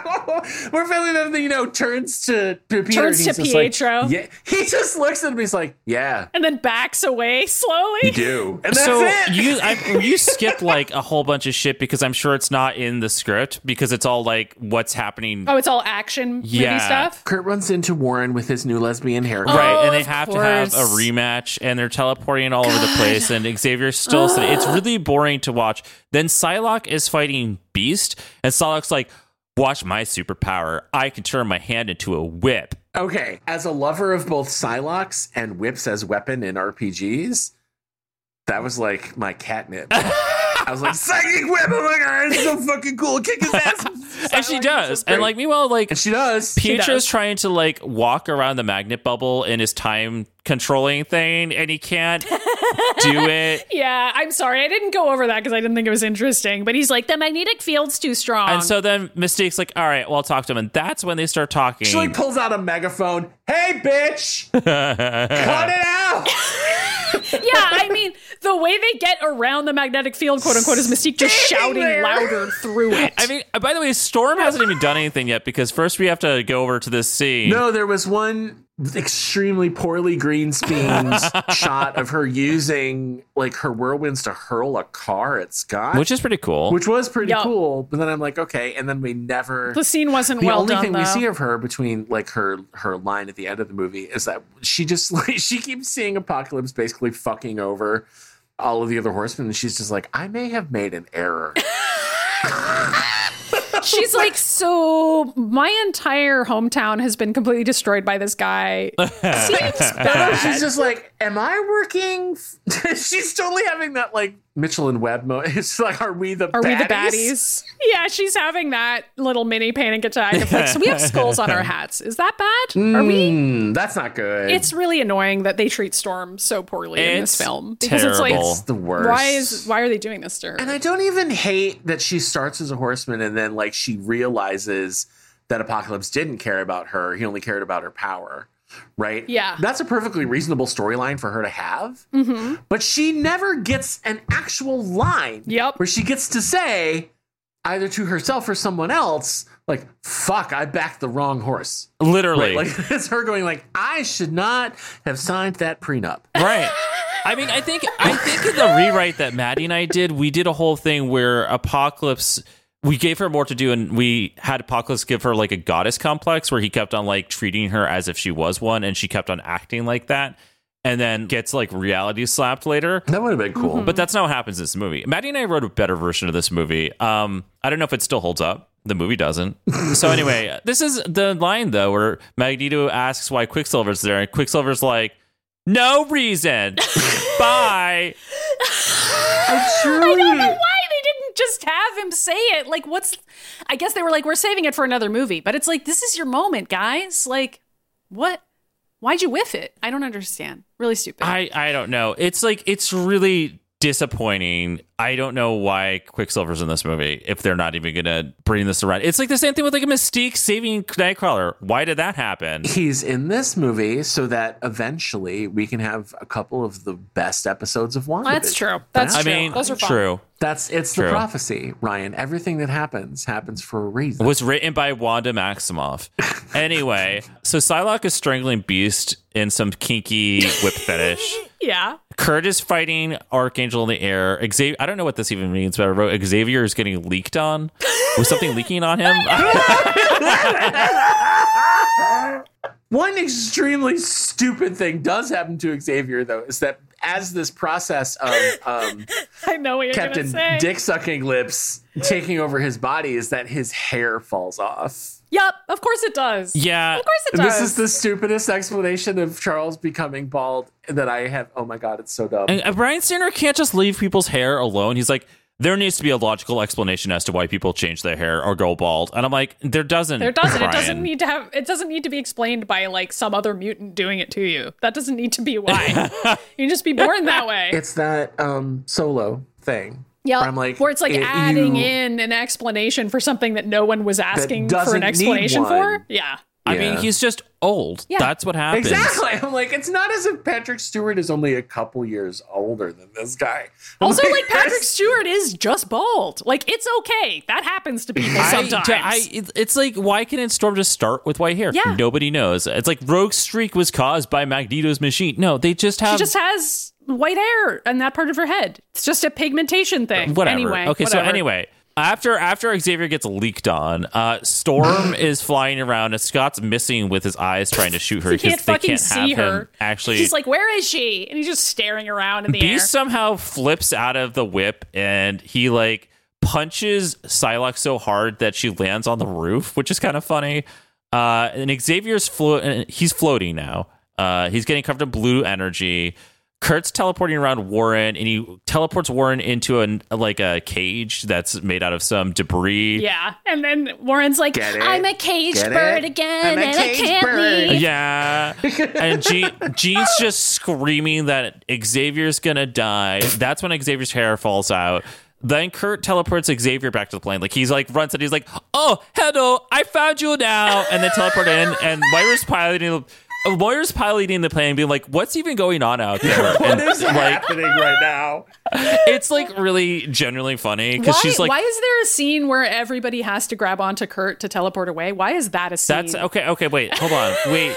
[SPEAKER 2] We're family member that, you know, turns to, to Peter.
[SPEAKER 1] Turns
[SPEAKER 2] and he's
[SPEAKER 1] to
[SPEAKER 2] just like,
[SPEAKER 1] Pietro.
[SPEAKER 2] yeah. He just looks at me. He's like, yeah,
[SPEAKER 1] and then backs away slowly.
[SPEAKER 2] do. And that's
[SPEAKER 3] so
[SPEAKER 2] it.
[SPEAKER 3] you I, you skipped like a whole bunch of shit because I'm sure it's not in the script because it's all like what's happening
[SPEAKER 1] Oh, it's all action
[SPEAKER 3] Yeah.
[SPEAKER 1] movie stuff?
[SPEAKER 2] Kurt runs into Warren with his new lesbian haircut.
[SPEAKER 3] Right,
[SPEAKER 1] Oh,
[SPEAKER 3] and they
[SPEAKER 1] of
[SPEAKER 3] have to have a
[SPEAKER 1] course.
[SPEAKER 3] rematch, and they're teleporting all over the place, and Xavier's still sitting. It's really boring to watch. Then Psylocke is fighting Beast, and Psylocke's like, Watch my superpower. I can turn my hand into a whip.
[SPEAKER 2] Okay, as a lover of both Psylocks and whips as weapon in RPGs, that was like my catnip. I was like, psychic whip! Oh my god, it's so fucking cool! Kick his ass!
[SPEAKER 3] *laughs* and she
[SPEAKER 2] Psylocke,
[SPEAKER 3] does.
[SPEAKER 2] so great.
[SPEAKER 3] and like, meanwhile, like,
[SPEAKER 2] and she does.
[SPEAKER 3] Pietro's trying to like walk around the magnet bubble in his time controlling thing, and he can't do it.
[SPEAKER 1] Yeah, I'm sorry. I didn't go over that because I didn't think it was interesting. But he's like, the magnetic field's too strong.
[SPEAKER 3] And so then Mystique's like, all right, well, I'll talk to him. And that's when they start talking.
[SPEAKER 2] She like pulls out a megaphone. Hey, bitch! Cut it out!
[SPEAKER 3] *laughs*
[SPEAKER 1] yeah, I mean, the way they get around the magnetic field, quote unquote, is Mystique just shouting
[SPEAKER 2] there.
[SPEAKER 1] louder through it.
[SPEAKER 3] I mean, uh, by the way, Storm hasn't even done anything yet because first we have to go over to this scene.
[SPEAKER 2] No, there was one extremely poorly green
[SPEAKER 3] *laughs*
[SPEAKER 2] screened shot of her using like her whirlwinds to hurl a car at Scott,
[SPEAKER 3] which is pretty cool.
[SPEAKER 2] which was pretty
[SPEAKER 1] Yeah.
[SPEAKER 2] cool. But then I'm like, okay, and then we never.
[SPEAKER 1] the scene wasn't
[SPEAKER 2] the
[SPEAKER 1] well
[SPEAKER 2] only
[SPEAKER 1] done.
[SPEAKER 2] thing
[SPEAKER 1] though.
[SPEAKER 2] we see of her between like her her line at the end of the movie is that she just *laughs* like she keeps seeing apocalypse basically fucking over all of the other horsemen and she's just like i may have made an
[SPEAKER 1] *laughs*
[SPEAKER 2] error
[SPEAKER 1] She's like, so my entire hometown has been completely destroyed by this guy. Seems
[SPEAKER 2] No,
[SPEAKER 1] bad.
[SPEAKER 2] she's just like am i working f-" *laughs* she's totally having that like mitchell and webb moment *laughs* it's like are we the
[SPEAKER 1] Are we the
[SPEAKER 2] baddies?
[SPEAKER 1] baddies? Yeah, she's having that little mini panic attack. Of like, so we
[SPEAKER 2] *laughs*
[SPEAKER 1] have skulls on our hats. Is that bad? Are we?
[SPEAKER 2] Hmm, that's not good
[SPEAKER 1] It's really annoying that they treat Storm so poorly in this
[SPEAKER 3] It's
[SPEAKER 1] film because
[SPEAKER 3] terrible.
[SPEAKER 2] It's
[SPEAKER 1] it's
[SPEAKER 2] the
[SPEAKER 1] like,
[SPEAKER 2] worst
[SPEAKER 1] why is why are they doing this to her?
[SPEAKER 2] And I don't even hate that she starts as a horseman and then like she realizes that Apocalypse didn't care about her. He only cared about her power. Right?
[SPEAKER 1] Yeah. Mm-hmm.
[SPEAKER 2] That's a perfectly reasonable storyline for her to have. But she never gets an actual line
[SPEAKER 1] Yep.
[SPEAKER 2] where she gets to say, either to herself or someone else, like, fuck, I backed the wrong horse.
[SPEAKER 3] Literally.
[SPEAKER 2] Like, *laughs* it's her going, like, I should not have signed that prenup.
[SPEAKER 3] right. I mean, I think I think in the rewrite that Maddie and I did, we did a whole thing where Apocalypse we gave her more to do and we had Apocalypse give her like a goddess complex where he kept on like treating her as if she was one and she kept on acting like that and then gets like reality slapped later.
[SPEAKER 2] That would have been
[SPEAKER 1] Mm-hmm.
[SPEAKER 2] cool.
[SPEAKER 1] *laughs*
[SPEAKER 3] But that's not what happens in this movie. Maddie and I wrote a better version of this movie. Um, I don't know if it still holds up. The movie doesn't.
[SPEAKER 1] *laughs*
[SPEAKER 3] So anyway, this is the line though where Magneto asks why Quicksilver's there, and Quicksilver's like,
[SPEAKER 1] *laughs*
[SPEAKER 3] "No reason." Bye.
[SPEAKER 2] Truly.
[SPEAKER 1] why they didn't just have him say it. Like, what's? I guess they were like, we're saving it for another movie, but it's like, this is your moment, guys. Like, what? Why'd you whiff it? I don't understand. Really stupid.
[SPEAKER 3] I I don't know. It's like it's really disappointing. I don't know why Quicksilver's in this movie if they're not even gonna bring this around. It's like the same thing with like a Mystique saving Nightcrawler. Why did that happen?
[SPEAKER 2] He's in this movie so that eventually we can have a couple of the best episodes of WandaVision.
[SPEAKER 1] That's true. That's
[SPEAKER 3] I
[SPEAKER 1] true.
[SPEAKER 3] mean,
[SPEAKER 1] Those are fun.
[SPEAKER 3] true.
[SPEAKER 2] That's it's the
[SPEAKER 3] True.
[SPEAKER 2] prophecy, Ryan. Everything that happens happens for a reason.
[SPEAKER 3] was written by Wanda Maximoff. Anyway, so Psylocke is strangling Beast in some kinky
[SPEAKER 1] *laughs*
[SPEAKER 3] whip fetish.
[SPEAKER 1] Yeah. *laughs*
[SPEAKER 3] Kurt is fighting Archangel in the air. Xavier, I don't know what this even means, but I wrote Xavier is getting leaked on. Was something leaking
[SPEAKER 1] *laughs*
[SPEAKER 3] on him?
[SPEAKER 2] One extremely stupid thing does happen to Xavier, though, is that as this process
[SPEAKER 1] *laughs*
[SPEAKER 2] of um,
[SPEAKER 1] I know what you're going to
[SPEAKER 2] Captain
[SPEAKER 1] say.
[SPEAKER 2] Dick sucking lips taking over his body, is that his hair falls off.
[SPEAKER 1] Yep. Of course it does.
[SPEAKER 3] yeah.
[SPEAKER 1] Of course it
[SPEAKER 2] And
[SPEAKER 1] does.
[SPEAKER 2] this is the stupidest explanation of Charles becoming bald that I have. Oh my god, it's so dumb.
[SPEAKER 3] And uh, Brian Singer can't just leave people's hair alone. He's like, there needs to be a logical explanation as to why people change their hair or go bald. And I'm like, there doesn't.
[SPEAKER 1] there doesn't. It
[SPEAKER 3] Brian.
[SPEAKER 1] doesn't need to have. It doesn't need to be explained by like some other mutant doing it to you. That doesn't need to be
[SPEAKER 2] *laughs*
[SPEAKER 1] why. you can just be born that way.
[SPEAKER 2] it's that um solo thing.
[SPEAKER 1] Yeah.
[SPEAKER 2] Where I'm like,
[SPEAKER 1] where it's like
[SPEAKER 2] it-
[SPEAKER 1] adding
[SPEAKER 2] you-
[SPEAKER 1] in an explanation for something that no one was asking for
[SPEAKER 2] doesn't
[SPEAKER 1] an
[SPEAKER 2] need
[SPEAKER 1] explanation
[SPEAKER 2] one.
[SPEAKER 1] for. Yeah.
[SPEAKER 3] I
[SPEAKER 2] Yeah.
[SPEAKER 3] mean, he's just old.
[SPEAKER 1] Yeah.
[SPEAKER 3] That's what happens.
[SPEAKER 2] Exactly. I'm like, it's not as if Patrick Stewart is only a couple years older than this guy.
[SPEAKER 1] *laughs*
[SPEAKER 2] I'm
[SPEAKER 1] Also, like Patrick
[SPEAKER 2] that's-
[SPEAKER 1] Stewart is just bald. Like it's okay. That happens to people
[SPEAKER 3] I-
[SPEAKER 1] sometimes.
[SPEAKER 3] yeah, I- it- it's like why can't Storm just start with white hair?
[SPEAKER 1] Yeah.
[SPEAKER 3] Nobody knows. It's like Rogue Streak was caused by Magneto's machine. No, they just have
[SPEAKER 1] she just has white hair on that part of her head. It's just a pigmentation thing.
[SPEAKER 3] whatever.
[SPEAKER 1] Anyway,
[SPEAKER 3] okay, so
[SPEAKER 1] whatever.
[SPEAKER 3] anyway. After after Xavier gets leaked on, uh,
[SPEAKER 1] *laughs*
[SPEAKER 3] Storm is flying around and Scott's missing with his eyes trying to shoot her
[SPEAKER 1] he can't
[SPEAKER 3] because they
[SPEAKER 1] fucking
[SPEAKER 3] can't
[SPEAKER 1] see
[SPEAKER 3] have
[SPEAKER 1] her.
[SPEAKER 3] him actually
[SPEAKER 1] she's like, "Where is she?" And he's just staring around in the air.
[SPEAKER 3] Beast somehow flips out of the whip and he like punches Psylocke so hard that she lands on the roof, which is kind of funny. Uh, and Xavier's flo- uh, he's floating now. Uh, he's getting covered in blue energy. Kurt's teleporting around Warren, and he teleports Warren into an like a cage that's made out of some debris.
[SPEAKER 1] Yeah, and then Warren's like,
[SPEAKER 2] Get it?
[SPEAKER 5] I'm a caged
[SPEAKER 2] Get it?
[SPEAKER 5] bird again,
[SPEAKER 2] I'm a
[SPEAKER 5] and I
[SPEAKER 2] caged
[SPEAKER 5] can't
[SPEAKER 2] bird. *laughs*
[SPEAKER 5] leave.
[SPEAKER 3] Yeah. And Jean, Jean's just screaming that Xavier's going to die. That's when Xavier's hair falls out. Then Kurt teleports Xavier back to the plane. Like he's like runs and he's like, "Oh, hello, I found you now!" And then teleport in. And Moira's piloting. the- Moira's piloting the plane, being like, "What's even going on out there?"
[SPEAKER 2] *laughs* What
[SPEAKER 3] And
[SPEAKER 2] is
[SPEAKER 3] like,
[SPEAKER 2] happening right now?
[SPEAKER 3] it's like really generally funny
[SPEAKER 1] why,
[SPEAKER 3] because she's like,
[SPEAKER 1] why is there a scene where everybody has to grab onto Kurt to teleport away? Why is that a scene?
[SPEAKER 3] That's okay. Okay, wait, hold on, wait.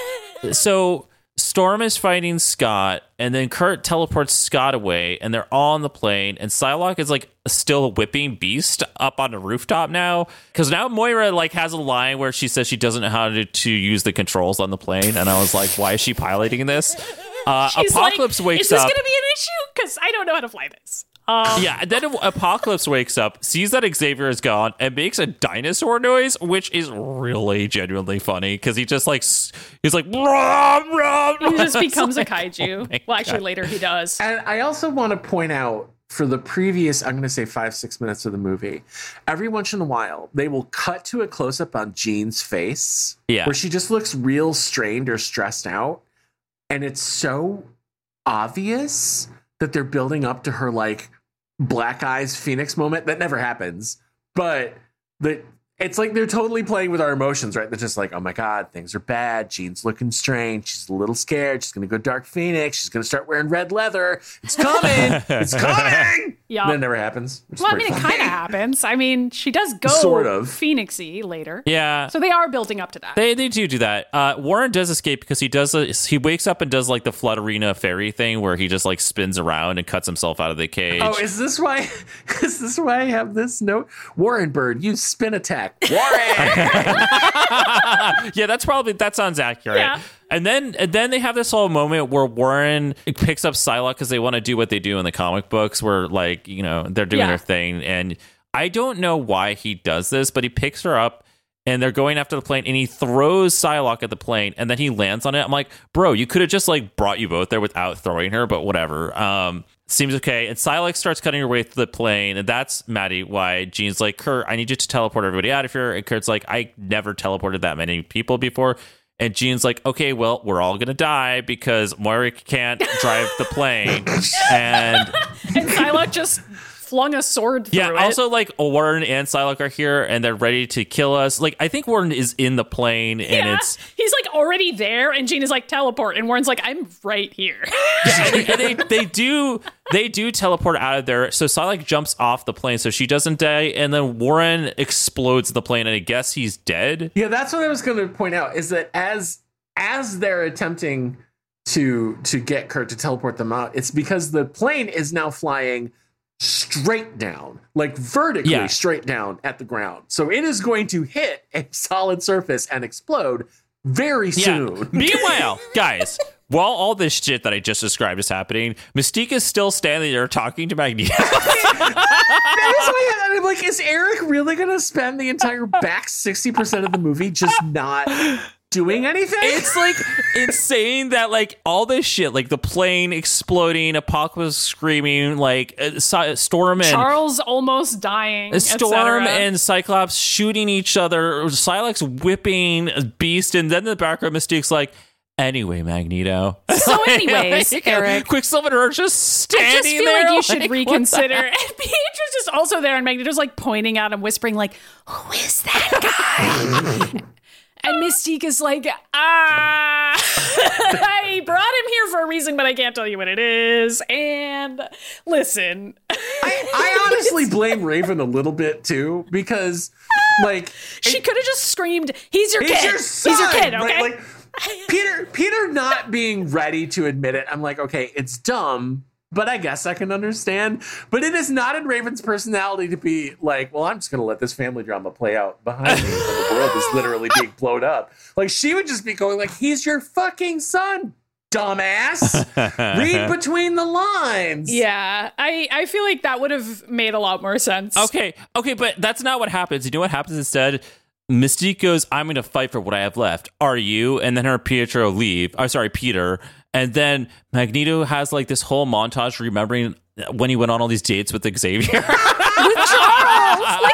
[SPEAKER 3] So Storm is fighting Scott, and then Kurt teleports Scott away, and they're all on the plane. And Psylocke is like still whipping Beast up on the rooftop now, because now Moira like has a line where she says she doesn't know how to, to use the controls on the plane, and I was like, why is she piloting this? Uh,
[SPEAKER 1] She's like,
[SPEAKER 3] Apocalypse wakes
[SPEAKER 1] Is this
[SPEAKER 3] up.
[SPEAKER 1] going to be an issue? Because I don't know how to fly this.
[SPEAKER 3] Yeah, and then Apocalypse wakes up, sees that Xavier is gone, and makes a dinosaur noise, which is really genuinely funny because he just like s- he's like "Rom, rom, rom."
[SPEAKER 1] He
[SPEAKER 3] *laughs*
[SPEAKER 1] just becomes a kaiju.
[SPEAKER 3] Oh my
[SPEAKER 1] well, actually, later he does.
[SPEAKER 2] And I also want to point out for the previous, I'm going to say five, six minutes of the movie, every once in a while, they will cut to a close up on Jean's face
[SPEAKER 3] Yeah.
[SPEAKER 2] where she just looks real strained or stressed out. And it's so obvious that they're building up to her like black eyes phoenix moment that never happens. But the it's like they're totally playing with our emotions, right? They're just like, oh my God, things are bad. Jean's looking strange. She's a little scared. She's going to go Dark Phoenix. She's going to start wearing red leather. It's coming. it's coming.
[SPEAKER 1] Yeah.
[SPEAKER 2] That never happens. which is
[SPEAKER 1] Well, I
[SPEAKER 2] pretty
[SPEAKER 1] mean, it
[SPEAKER 2] funny.
[SPEAKER 1] kind of happens. I mean, she does go
[SPEAKER 2] Sort of.
[SPEAKER 1] phoenixy later.
[SPEAKER 3] yeah.
[SPEAKER 1] So they are building up to that.
[SPEAKER 3] They, they do do that. Uh, Warren does escape because he does a, he wakes up and does like the Flutterina fairy thing where he just like spins around and cuts himself out of the cage.
[SPEAKER 2] Oh, is this why? *laughs* Is this why I have this note? Warren Bird, use spin attack. Warren.
[SPEAKER 3] yeah, that's probably that sounds accurate.
[SPEAKER 1] Yeah.
[SPEAKER 3] And then and then they have this whole moment where Warren picks up Psylocke because they want to do what they do in the comic books, where like you know they're doing
[SPEAKER 1] Yeah.
[SPEAKER 3] their thing, and I don't know why he does this, but he picks her up. And they're going after the plane, and he throws Psylocke at the plane, and then he lands on it. I'm like, bro, you could have just like brought you both there without throwing her, but whatever. Um, seems okay. And Psylocke starts cutting her way through the plane, and that's Maddie why Jean's like, Kurt, I need you to teleport everybody out of here. And Kurt's like, I never teleported that many people before. And Jean's like, okay, well, we're all gonna die because Moira can't drive the plane. and
[SPEAKER 1] and Psylocke just flung a sword through
[SPEAKER 3] Yeah,
[SPEAKER 1] it.
[SPEAKER 3] also like Warren and Psylocke are here and they're ready to kill us. Like I think Warren is in the plane and
[SPEAKER 1] yeah,
[SPEAKER 3] *laughs* it's *laughs*
[SPEAKER 1] *laughs* he's like already there, and Gene is like teleport, and Warren's like, "I'm right here."
[SPEAKER 3] and they, they do they do teleport out of there. So Psylocke jumps off the plane so she doesn't die, and then Warren explodes the plane and I guess he's dead.
[SPEAKER 2] Yeah, that's what I was going to point out is that as as they're attempting to to get Kurt to teleport them out, it's because the plane is now flying straight down, like vertically
[SPEAKER 3] Yeah.
[SPEAKER 2] straight down at the ground. So it is going to hit a solid surface and explode
[SPEAKER 1] *laughs*
[SPEAKER 2] very
[SPEAKER 3] *laughs*
[SPEAKER 2] soon.
[SPEAKER 3] Meanwhile, guys, while all this shit that I just described is happening, Mystique is still standing there talking to Magneto.
[SPEAKER 2] that is why I- I'm like, is Eric really going to spend the entire back 60% of the movie just not doing anything?
[SPEAKER 3] it's like insane that like all this shit, like the plane exploding, Apocalypse screaming, like uh, Cy- Storm and
[SPEAKER 1] Charles almost dying.
[SPEAKER 3] A
[SPEAKER 1] et
[SPEAKER 3] Storm
[SPEAKER 1] cetera.
[SPEAKER 3] and Cyclops shooting each other, or Psylocke whipping a Beast, and then in the background Mystique's like, anyway, Magneto. *laughs*
[SPEAKER 1] So anyways, Eric.
[SPEAKER 3] Quicksilver are just standing
[SPEAKER 1] I just feel
[SPEAKER 3] there.
[SPEAKER 1] like you should
[SPEAKER 3] what the-
[SPEAKER 1] reconsider. And *laughs* Pietro's just also there, and Magneto's like pointing at him, whispering, like, "Who is that guy?" *laughs* and Mystique is like, "Ah, *laughs* I brought him here for a reason, but I can't tell you what it is." And listen,
[SPEAKER 2] I, I
[SPEAKER 3] *laughs*
[SPEAKER 2] honestly blame Raven a little bit too because, like,
[SPEAKER 1] she could have just screamed, "He's your
[SPEAKER 2] it's
[SPEAKER 1] kid!
[SPEAKER 2] your son.
[SPEAKER 1] He's your kid!"
[SPEAKER 2] right?
[SPEAKER 1] Okay.
[SPEAKER 2] Like, Peter, Peter not being ready to admit it. I'm like, okay, it's dumb, but I guess I can understand. But it is not in Raven's personality to be like, well, I'm just gonna let this family drama play out behind me. when the world is literally being blown up. Like she would just be going like, he's your fucking son, dumbass.
[SPEAKER 1] *laughs*
[SPEAKER 2] Read between the lines.
[SPEAKER 1] yeah, I, I feel like that would have made a lot more sense.
[SPEAKER 3] Okay, okay, but that's not what happens. You know what happens instead? Mystique goes, I'm going to fight for what I have left. Are you? And then her Pietro leave. I'm sorry, Peter. And then Magneto has like this whole montage remembering when he went on all these dates with Xavier. *laughs*
[SPEAKER 1] It's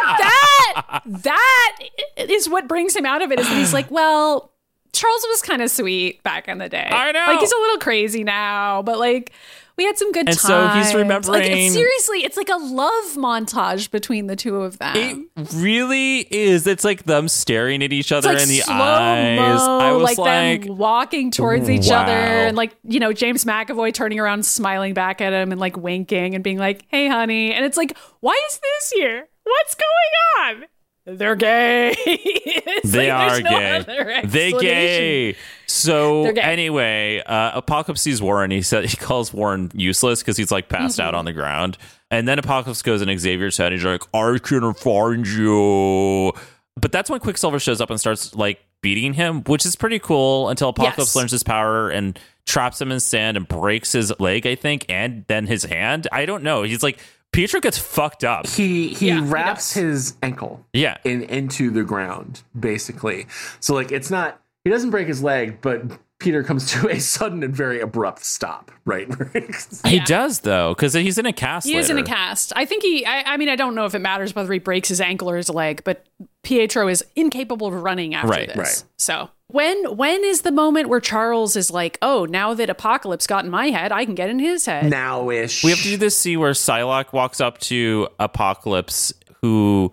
[SPEAKER 1] like that that is what brings him out of it is that he's like well charles was kind of sweet back in the day
[SPEAKER 3] I know.
[SPEAKER 1] like he's a little crazy now but like we had some good
[SPEAKER 3] And
[SPEAKER 1] times.
[SPEAKER 3] so he's
[SPEAKER 1] Like,
[SPEAKER 3] remembering-
[SPEAKER 1] it's- seriously, it's like a love montage between the two of them.
[SPEAKER 3] It really is. It's like them staring at
[SPEAKER 1] it's
[SPEAKER 3] each other
[SPEAKER 1] like
[SPEAKER 3] in the
[SPEAKER 1] slow-mo,
[SPEAKER 3] eyes. I was
[SPEAKER 1] like,
[SPEAKER 3] like,
[SPEAKER 1] them walking towards each
[SPEAKER 3] wow.
[SPEAKER 1] other, and like you know James McAvoy turning around, smiling back at him, and like winking and being like, "Hey, honey," and it's like, why is this here? What's going on? They're gay. *laughs* It's
[SPEAKER 3] they
[SPEAKER 1] like,
[SPEAKER 3] are
[SPEAKER 1] there's no other
[SPEAKER 3] gay. they
[SPEAKER 1] explanation.
[SPEAKER 3] gay. So
[SPEAKER 1] They're gay.
[SPEAKER 3] anyway, uh, Apocalypse sees Warren. He said *laughs* he calls Warren useless because he's like passed out
[SPEAKER 1] Mm-hmm.
[SPEAKER 3] on the ground. And then Apocalypse goes in Xavier's head. And he's like, "I can find you." But that's when Quicksilver shows up and starts like beating him, which is pretty cool. Until Apocalypse
[SPEAKER 1] Yes.
[SPEAKER 3] learns his power and traps him in sand and breaks his leg, I think, and then his hand. I don't know. He's like Pietro gets fucked up.
[SPEAKER 2] He he
[SPEAKER 1] Yeah, he
[SPEAKER 2] wraps his ankle.
[SPEAKER 3] Yeah.
[SPEAKER 2] in into the ground basically so like it's not he doesn't break his leg but peter comes to a sudden and very abrupt stop right *laughs*
[SPEAKER 3] He does though, because he's in a cast.
[SPEAKER 1] He is in a
[SPEAKER 3] later.
[SPEAKER 1] cast. I think he. I, I mean, I don't know if it matters whether he breaks his ankle or his leg, but Pietro is incapable of running after
[SPEAKER 3] Right,
[SPEAKER 1] this.
[SPEAKER 2] right.
[SPEAKER 1] So when when is the moment where Charles is like, oh, now that Apocalypse got in my head, I can get in his head.
[SPEAKER 2] now ish
[SPEAKER 3] We have to do this scene where Psylocke walks up to Apocalypse, who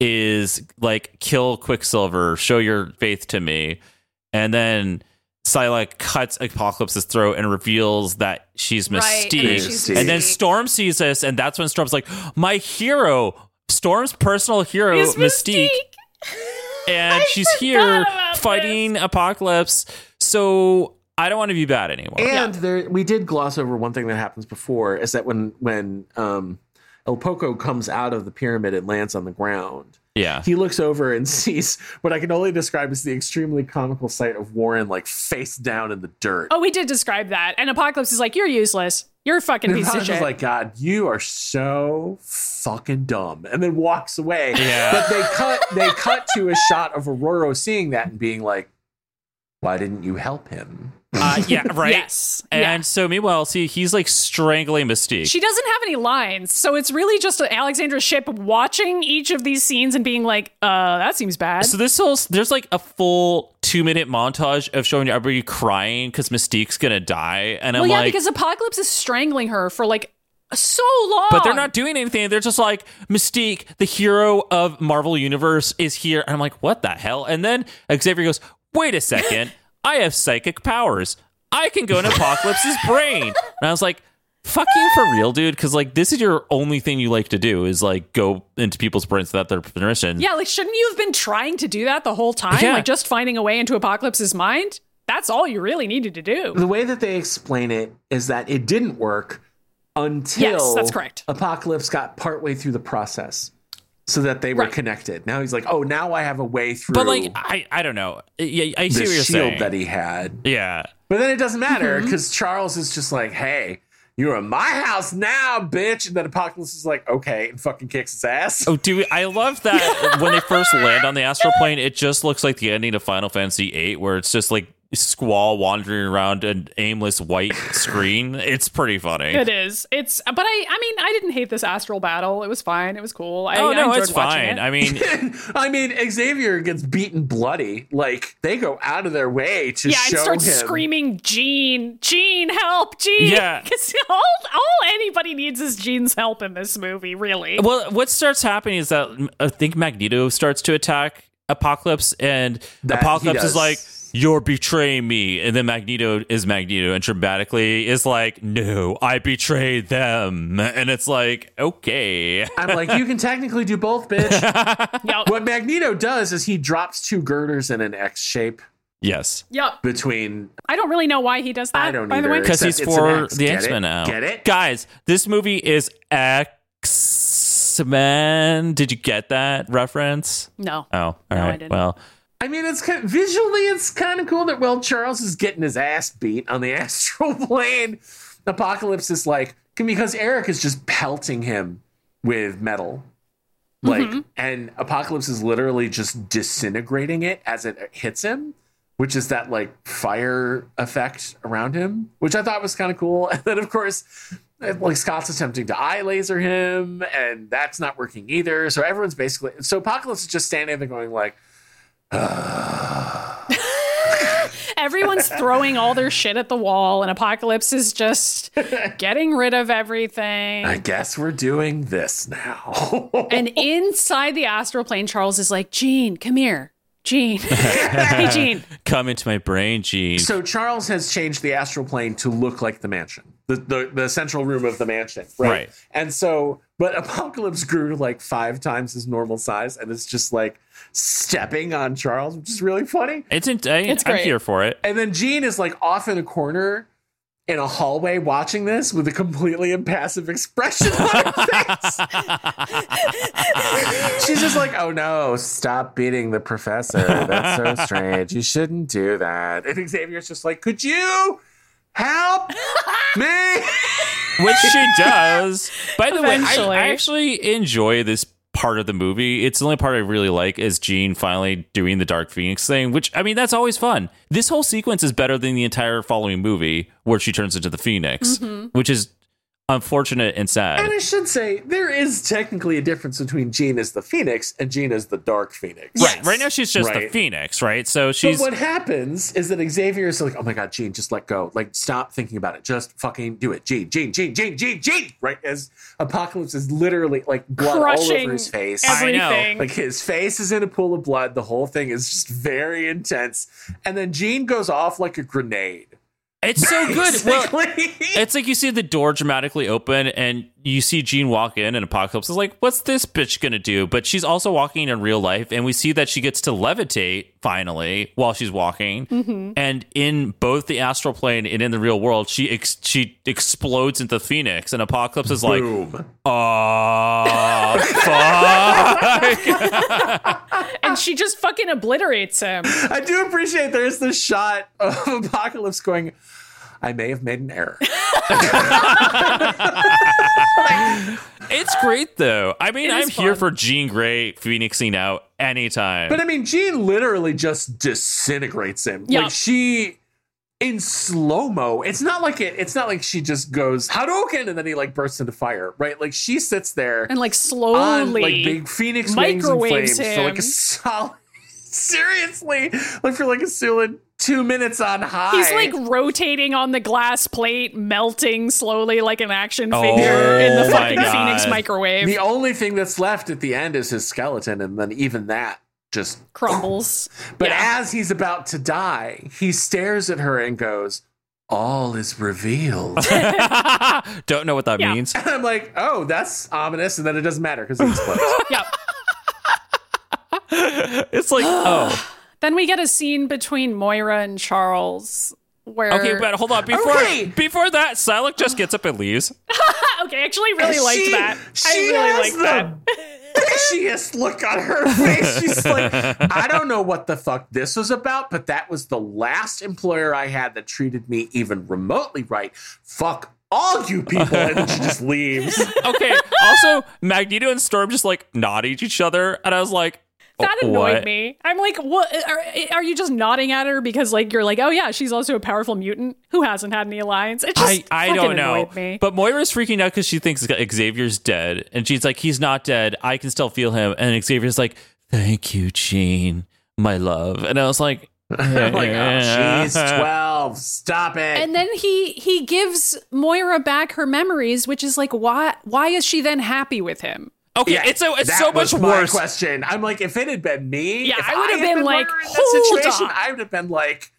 [SPEAKER 3] is like, kill Quicksilver, show your faith to me. And then Psylocke cuts Apocalypse's throat and reveals that she's
[SPEAKER 1] Right, and
[SPEAKER 3] Mystique.
[SPEAKER 1] then
[SPEAKER 3] and,
[SPEAKER 2] she's
[SPEAKER 3] then
[SPEAKER 2] Mystique.
[SPEAKER 3] Storm sees this, and that's when Storm's like, my hero, Storm's personal hero,
[SPEAKER 1] It's
[SPEAKER 3] Mystique. And she's here fighting Apocalypse. So I don't want to be bad anymore.
[SPEAKER 2] and there we did gloss over one thing that happens before is that when when um el poco comes out of the pyramid and lands on the ground
[SPEAKER 3] yeah.
[SPEAKER 2] he looks over and *laughs* sees what i can only describe as the extremely comical sight of warren like face down in the dirt
[SPEAKER 1] Oh, we did describe that. And Apocalypse is like, you're useless. You're a
[SPEAKER 3] *laughs*
[SPEAKER 1] fucking
[SPEAKER 2] And
[SPEAKER 1] piece of
[SPEAKER 2] Hodge
[SPEAKER 1] shit.
[SPEAKER 2] is like, God, you are so fucking dumb, and then walks away.
[SPEAKER 3] Yeah.
[SPEAKER 2] But they cut they cut to a shot of Aurora seeing that and being like, Why didn't you help him?
[SPEAKER 3] Uh,
[SPEAKER 1] *laughs*
[SPEAKER 3] yeah, right.
[SPEAKER 1] Yes.
[SPEAKER 3] And
[SPEAKER 1] Yeah.
[SPEAKER 3] so meanwhile, see, he's like strangling Mystique.
[SPEAKER 1] she doesn't have any lines, so it's really just Alexandra Ship watching each of these scenes and being like, "Uh, that seems bad."
[SPEAKER 3] so this whole there's like a full two minute montage of showing everybody crying because Mystique's gonna die, and
[SPEAKER 1] well,
[SPEAKER 3] I'm
[SPEAKER 1] yeah,
[SPEAKER 3] like,
[SPEAKER 1] because Apocalypse is strangling her for like so long.
[SPEAKER 3] But they're not doing anything. They're just like Mystique, the hero of Marvel Universe, is here. And I'm like, what the hell? And then Xavier goes, wait a second, I have psychic powers. I can go in Apocalypse's brain. And I was like, fuck you for real, dude. Because like this is your only thing you like to do is like go into people's brains without their permission.
[SPEAKER 1] Yeah, like shouldn't you have been trying to do that the whole time?
[SPEAKER 3] Yeah.
[SPEAKER 1] Like just finding a way into Apocalypse's mind? That's all you really needed to do.
[SPEAKER 2] the way that they explain it is that it didn't work until
[SPEAKER 1] Yes, that's correct.
[SPEAKER 2] Apocalypse got partway through the process so that they were
[SPEAKER 1] Right.
[SPEAKER 2] connected. Now he's like, oh, now I have a way through
[SPEAKER 3] But like I, I don't know. Yeah, I see
[SPEAKER 2] the
[SPEAKER 3] what
[SPEAKER 2] shield
[SPEAKER 3] you're saying.
[SPEAKER 2] that he had.
[SPEAKER 3] yeah.
[SPEAKER 2] But then it doesn't matter
[SPEAKER 1] Mm-hmm.
[SPEAKER 2] because Charles is just like, hey, you're in my house now, bitch. And then Apocalypse is like, okay, and fucking kicks his ass.
[SPEAKER 3] Oh, do we, I love that when they first land on the astral plane, it just looks like the ending of Final Fantasy VIII, where it's just like Squall wandering around an aimless white screen. It's pretty funny.
[SPEAKER 1] It is. It's but I I mean, I didn't hate this astral battle. It was fine. It was cool. I,
[SPEAKER 3] oh
[SPEAKER 1] I
[SPEAKER 3] no,
[SPEAKER 1] enjoyed
[SPEAKER 3] it's
[SPEAKER 1] watching
[SPEAKER 3] fine.
[SPEAKER 1] it.
[SPEAKER 2] *laughs*
[SPEAKER 3] I mean,
[SPEAKER 2] I mean, Xavier gets beaten bloody. Like they go out of their way to
[SPEAKER 1] yeah,
[SPEAKER 2] show
[SPEAKER 1] and starts
[SPEAKER 2] him.
[SPEAKER 1] screaming, Gene, Gene, help, Gene. *laughs*
[SPEAKER 3] Yeah.
[SPEAKER 1] Because all, all anybody needs is Gene's help in this movie, really.
[SPEAKER 3] well, what starts happening is that mm, I think Magneto starts to attack Apocalypse, and
[SPEAKER 2] That he
[SPEAKER 3] Apocalypse is
[SPEAKER 2] does.
[SPEAKER 3] like, "You're betraying me," and then Magneto is Magneto, and dramatically is like, "No, I betrayed them," and it's like, okay.
[SPEAKER 2] I'm like, you can technically do both,
[SPEAKER 1] *laughs*
[SPEAKER 2] bitch.
[SPEAKER 1] Yep.
[SPEAKER 2] what Magneto does is he drops two girders in an X shape
[SPEAKER 3] Yes.
[SPEAKER 1] Yep.
[SPEAKER 2] between.
[SPEAKER 1] I don't really know why he does that.
[SPEAKER 2] I don't
[SPEAKER 1] by the
[SPEAKER 2] either.
[SPEAKER 1] way.
[SPEAKER 3] because
[SPEAKER 2] Except
[SPEAKER 3] he's
[SPEAKER 2] it's an
[SPEAKER 3] for
[SPEAKER 2] X.
[SPEAKER 3] the
[SPEAKER 2] Get
[SPEAKER 3] X
[SPEAKER 2] it?
[SPEAKER 3] Men now.
[SPEAKER 2] Get it?
[SPEAKER 3] guys? This movie is X Men. Did you get that reference? *laughs*
[SPEAKER 1] No.
[SPEAKER 3] Oh, all right.
[SPEAKER 1] didn't.
[SPEAKER 3] Well,
[SPEAKER 2] I mean, it's kind visually, it's kind of cool that well, Charles is getting his ass beat on the *laughs* astral plane. Apocalypse is like because Eric is just pelting him with metal, like, and Apocalypse is literally just disintegrating it as it hits him. which is that like fire effect around him, which I thought was kind of cool. *laughs* And then of course, uh, like Scott's attempting to eye laser him, and that's not working either. So everyone's basically so Apocalypse is just standing there going like,
[SPEAKER 1] Everyone's throwing all their shit at the wall, and Apocalypse is
[SPEAKER 2] *laughs*
[SPEAKER 1] just getting rid of everything.
[SPEAKER 2] I guess we're doing this now. *laughs*
[SPEAKER 1] and inside the astral plane, Charles is like, Gene, come here. Gene. *laughs* hey, Gene.
[SPEAKER 3] come into my brain, Gene.
[SPEAKER 2] so Charles has changed the astral plane to look like the mansion, the the, the central room of the mansion, right?
[SPEAKER 3] Right.
[SPEAKER 2] And so, but Apocalypse grew to like five times his normal size, and it's just like stepping on Charles, which is really funny.
[SPEAKER 3] it's, in, I,
[SPEAKER 1] It's
[SPEAKER 3] I'm
[SPEAKER 1] great.
[SPEAKER 3] here for it.
[SPEAKER 2] And then Gene is like off in a corner in a hallway watching this with a completely impassive expression on
[SPEAKER 3] *laughs*
[SPEAKER 2] her face. She's just like, oh no, stop beating the professor. That's so strange. You shouldn't do that. And Xavier's just like, could you help me?
[SPEAKER 3] which she
[SPEAKER 2] *laughs*
[SPEAKER 3] does. By the
[SPEAKER 1] Eventually.
[SPEAKER 3] way, I, I actually enjoy this part of the movie. It's the only part I really like is Jean finally doing the Dark Phoenix thing, which I mean that's always fun. This whole sequence is better than the entire following movie where she turns into the Phoenix,
[SPEAKER 1] Mm-hmm.
[SPEAKER 3] which is unfortunate and sad.
[SPEAKER 2] And I should say, there is technically a difference between Gene as the Phoenix and Gene as the Dark Phoenix.
[SPEAKER 3] Right. Right now she's just the
[SPEAKER 2] Right.
[SPEAKER 3] Phoenix, right? So she's
[SPEAKER 2] But what happens is that Xavier is like, oh my God, Gene, just let go. Like, stop thinking about it. Just fucking do it. Gene, Gene, Gene, Gene, Gene, Gene. Right? As Apocalypse is literally like *laughs* blood all
[SPEAKER 1] Crushing
[SPEAKER 2] over his face.
[SPEAKER 3] I know.
[SPEAKER 1] Everything.
[SPEAKER 2] like his face is in a pool of blood. The whole thing is just very intense. And then Gene goes off like a grenade.
[SPEAKER 3] it's so good. Well,
[SPEAKER 2] Basically. *laughs*
[SPEAKER 3] It's like you see the door dramatically open and you see Jean walk in and Apocalypse is like, What's this bitch gonna do? But she's also walking in real life and we see that she gets to levitate finally while she's walking.
[SPEAKER 1] Mm-hmm.
[SPEAKER 3] And in both the astral plane and in the real world, she ex- she explodes into Phoenix and Apocalypse is like,
[SPEAKER 2] Boom.
[SPEAKER 3] Oh
[SPEAKER 1] And she just fucking obliterates him.
[SPEAKER 2] I do appreciate there's this shot of Apocalypse going, I may have made an error.
[SPEAKER 3] it's great though. I mean,
[SPEAKER 1] It is
[SPEAKER 3] I'm here
[SPEAKER 1] fun.
[SPEAKER 3] for Jean Grey phoenixing out anytime.
[SPEAKER 2] But I mean, Jean literally just disintegrates him.
[SPEAKER 1] Yeah.
[SPEAKER 2] Like she in slow mo. It's not like it. It's not like she just goes Hadouken and then he like bursts into fire, right? Like she sits there
[SPEAKER 1] And like
[SPEAKER 2] *laughs* on
[SPEAKER 1] slowly.
[SPEAKER 2] like big phoenix wings and
[SPEAKER 1] microwaves
[SPEAKER 2] *laughs* flames for like a
[SPEAKER 1] him.
[SPEAKER 2] solid. Seriously, like for like a solid two minutes on high.
[SPEAKER 1] He's like rotating on the glass plate, melting slowly like an action
[SPEAKER 3] Oh
[SPEAKER 1] figure in the
[SPEAKER 3] my
[SPEAKER 1] fucking
[SPEAKER 3] God.
[SPEAKER 1] Phoenix microwave.
[SPEAKER 2] *laughs* the only thing that's left at the end is his skeleton, and then even that just
[SPEAKER 1] crumbles.
[SPEAKER 2] But
[SPEAKER 1] Yeah.
[SPEAKER 2] as he's about to die, he stares at her and goes, All is revealed. and
[SPEAKER 3] Don't know what that
[SPEAKER 1] Yeah.
[SPEAKER 3] means.
[SPEAKER 2] *laughs* I'm like, Oh, that's ominous. And then it doesn't matter because it explodes.
[SPEAKER 1] *laughs* yep.
[SPEAKER 3] *laughs* It's *gasps* like, oh,
[SPEAKER 1] Then we get a scene between Moira and Charles where
[SPEAKER 3] okay, but hold on. Before
[SPEAKER 2] Okay.
[SPEAKER 3] before that, Psylocke just gets up and leaves.
[SPEAKER 1] okay, I actually really liked
[SPEAKER 2] She-
[SPEAKER 1] that. I
[SPEAKER 2] she
[SPEAKER 1] really
[SPEAKER 2] has
[SPEAKER 1] liked
[SPEAKER 2] the
[SPEAKER 1] that.
[SPEAKER 2] Bitchiest look on her face. She's like, I
[SPEAKER 1] *laughs*
[SPEAKER 2] don't know what the fuck this was about, but that was the last employer I had that treated me even remotely right. Fuck all you people. And then she
[SPEAKER 1] *laughs*
[SPEAKER 2] just leaves. *laughs*
[SPEAKER 3] Okay. also, Magneto and Storm just like nod at each other, and I was like,
[SPEAKER 1] That
[SPEAKER 3] "Oh,
[SPEAKER 1] annoyed
[SPEAKER 3] what?"
[SPEAKER 1] me. I'm like, what? Are, are you just nodding at her because like you're like, oh yeah, she's also a powerful mutant who hasn't had any alliance? It just
[SPEAKER 3] I, I
[SPEAKER 1] fucking
[SPEAKER 3] don't know.
[SPEAKER 1] annoyed Me.
[SPEAKER 3] But Moira's freaking out because she thinks Xavier's dead. And she's like, he's not dead. I can still feel him. And Xavier's like, thank you, Jean, my love. And I was like,
[SPEAKER 2] *laughs* I'm like, oh, she's 12. Stop it.
[SPEAKER 1] and then he he gives Moira back her memories, which is like, why why is she then happy with him?
[SPEAKER 3] okay,
[SPEAKER 2] Yeah,
[SPEAKER 3] it's so, it's
[SPEAKER 2] that
[SPEAKER 3] so
[SPEAKER 2] was
[SPEAKER 3] much
[SPEAKER 2] my
[SPEAKER 3] worse.
[SPEAKER 2] Question. I'm like, if it had been me,
[SPEAKER 1] Yeah,
[SPEAKER 2] if
[SPEAKER 1] I would have
[SPEAKER 2] had
[SPEAKER 1] been like,
[SPEAKER 2] Moira in that
[SPEAKER 1] "Hold
[SPEAKER 2] situation,
[SPEAKER 1] on."
[SPEAKER 2] I would have been like,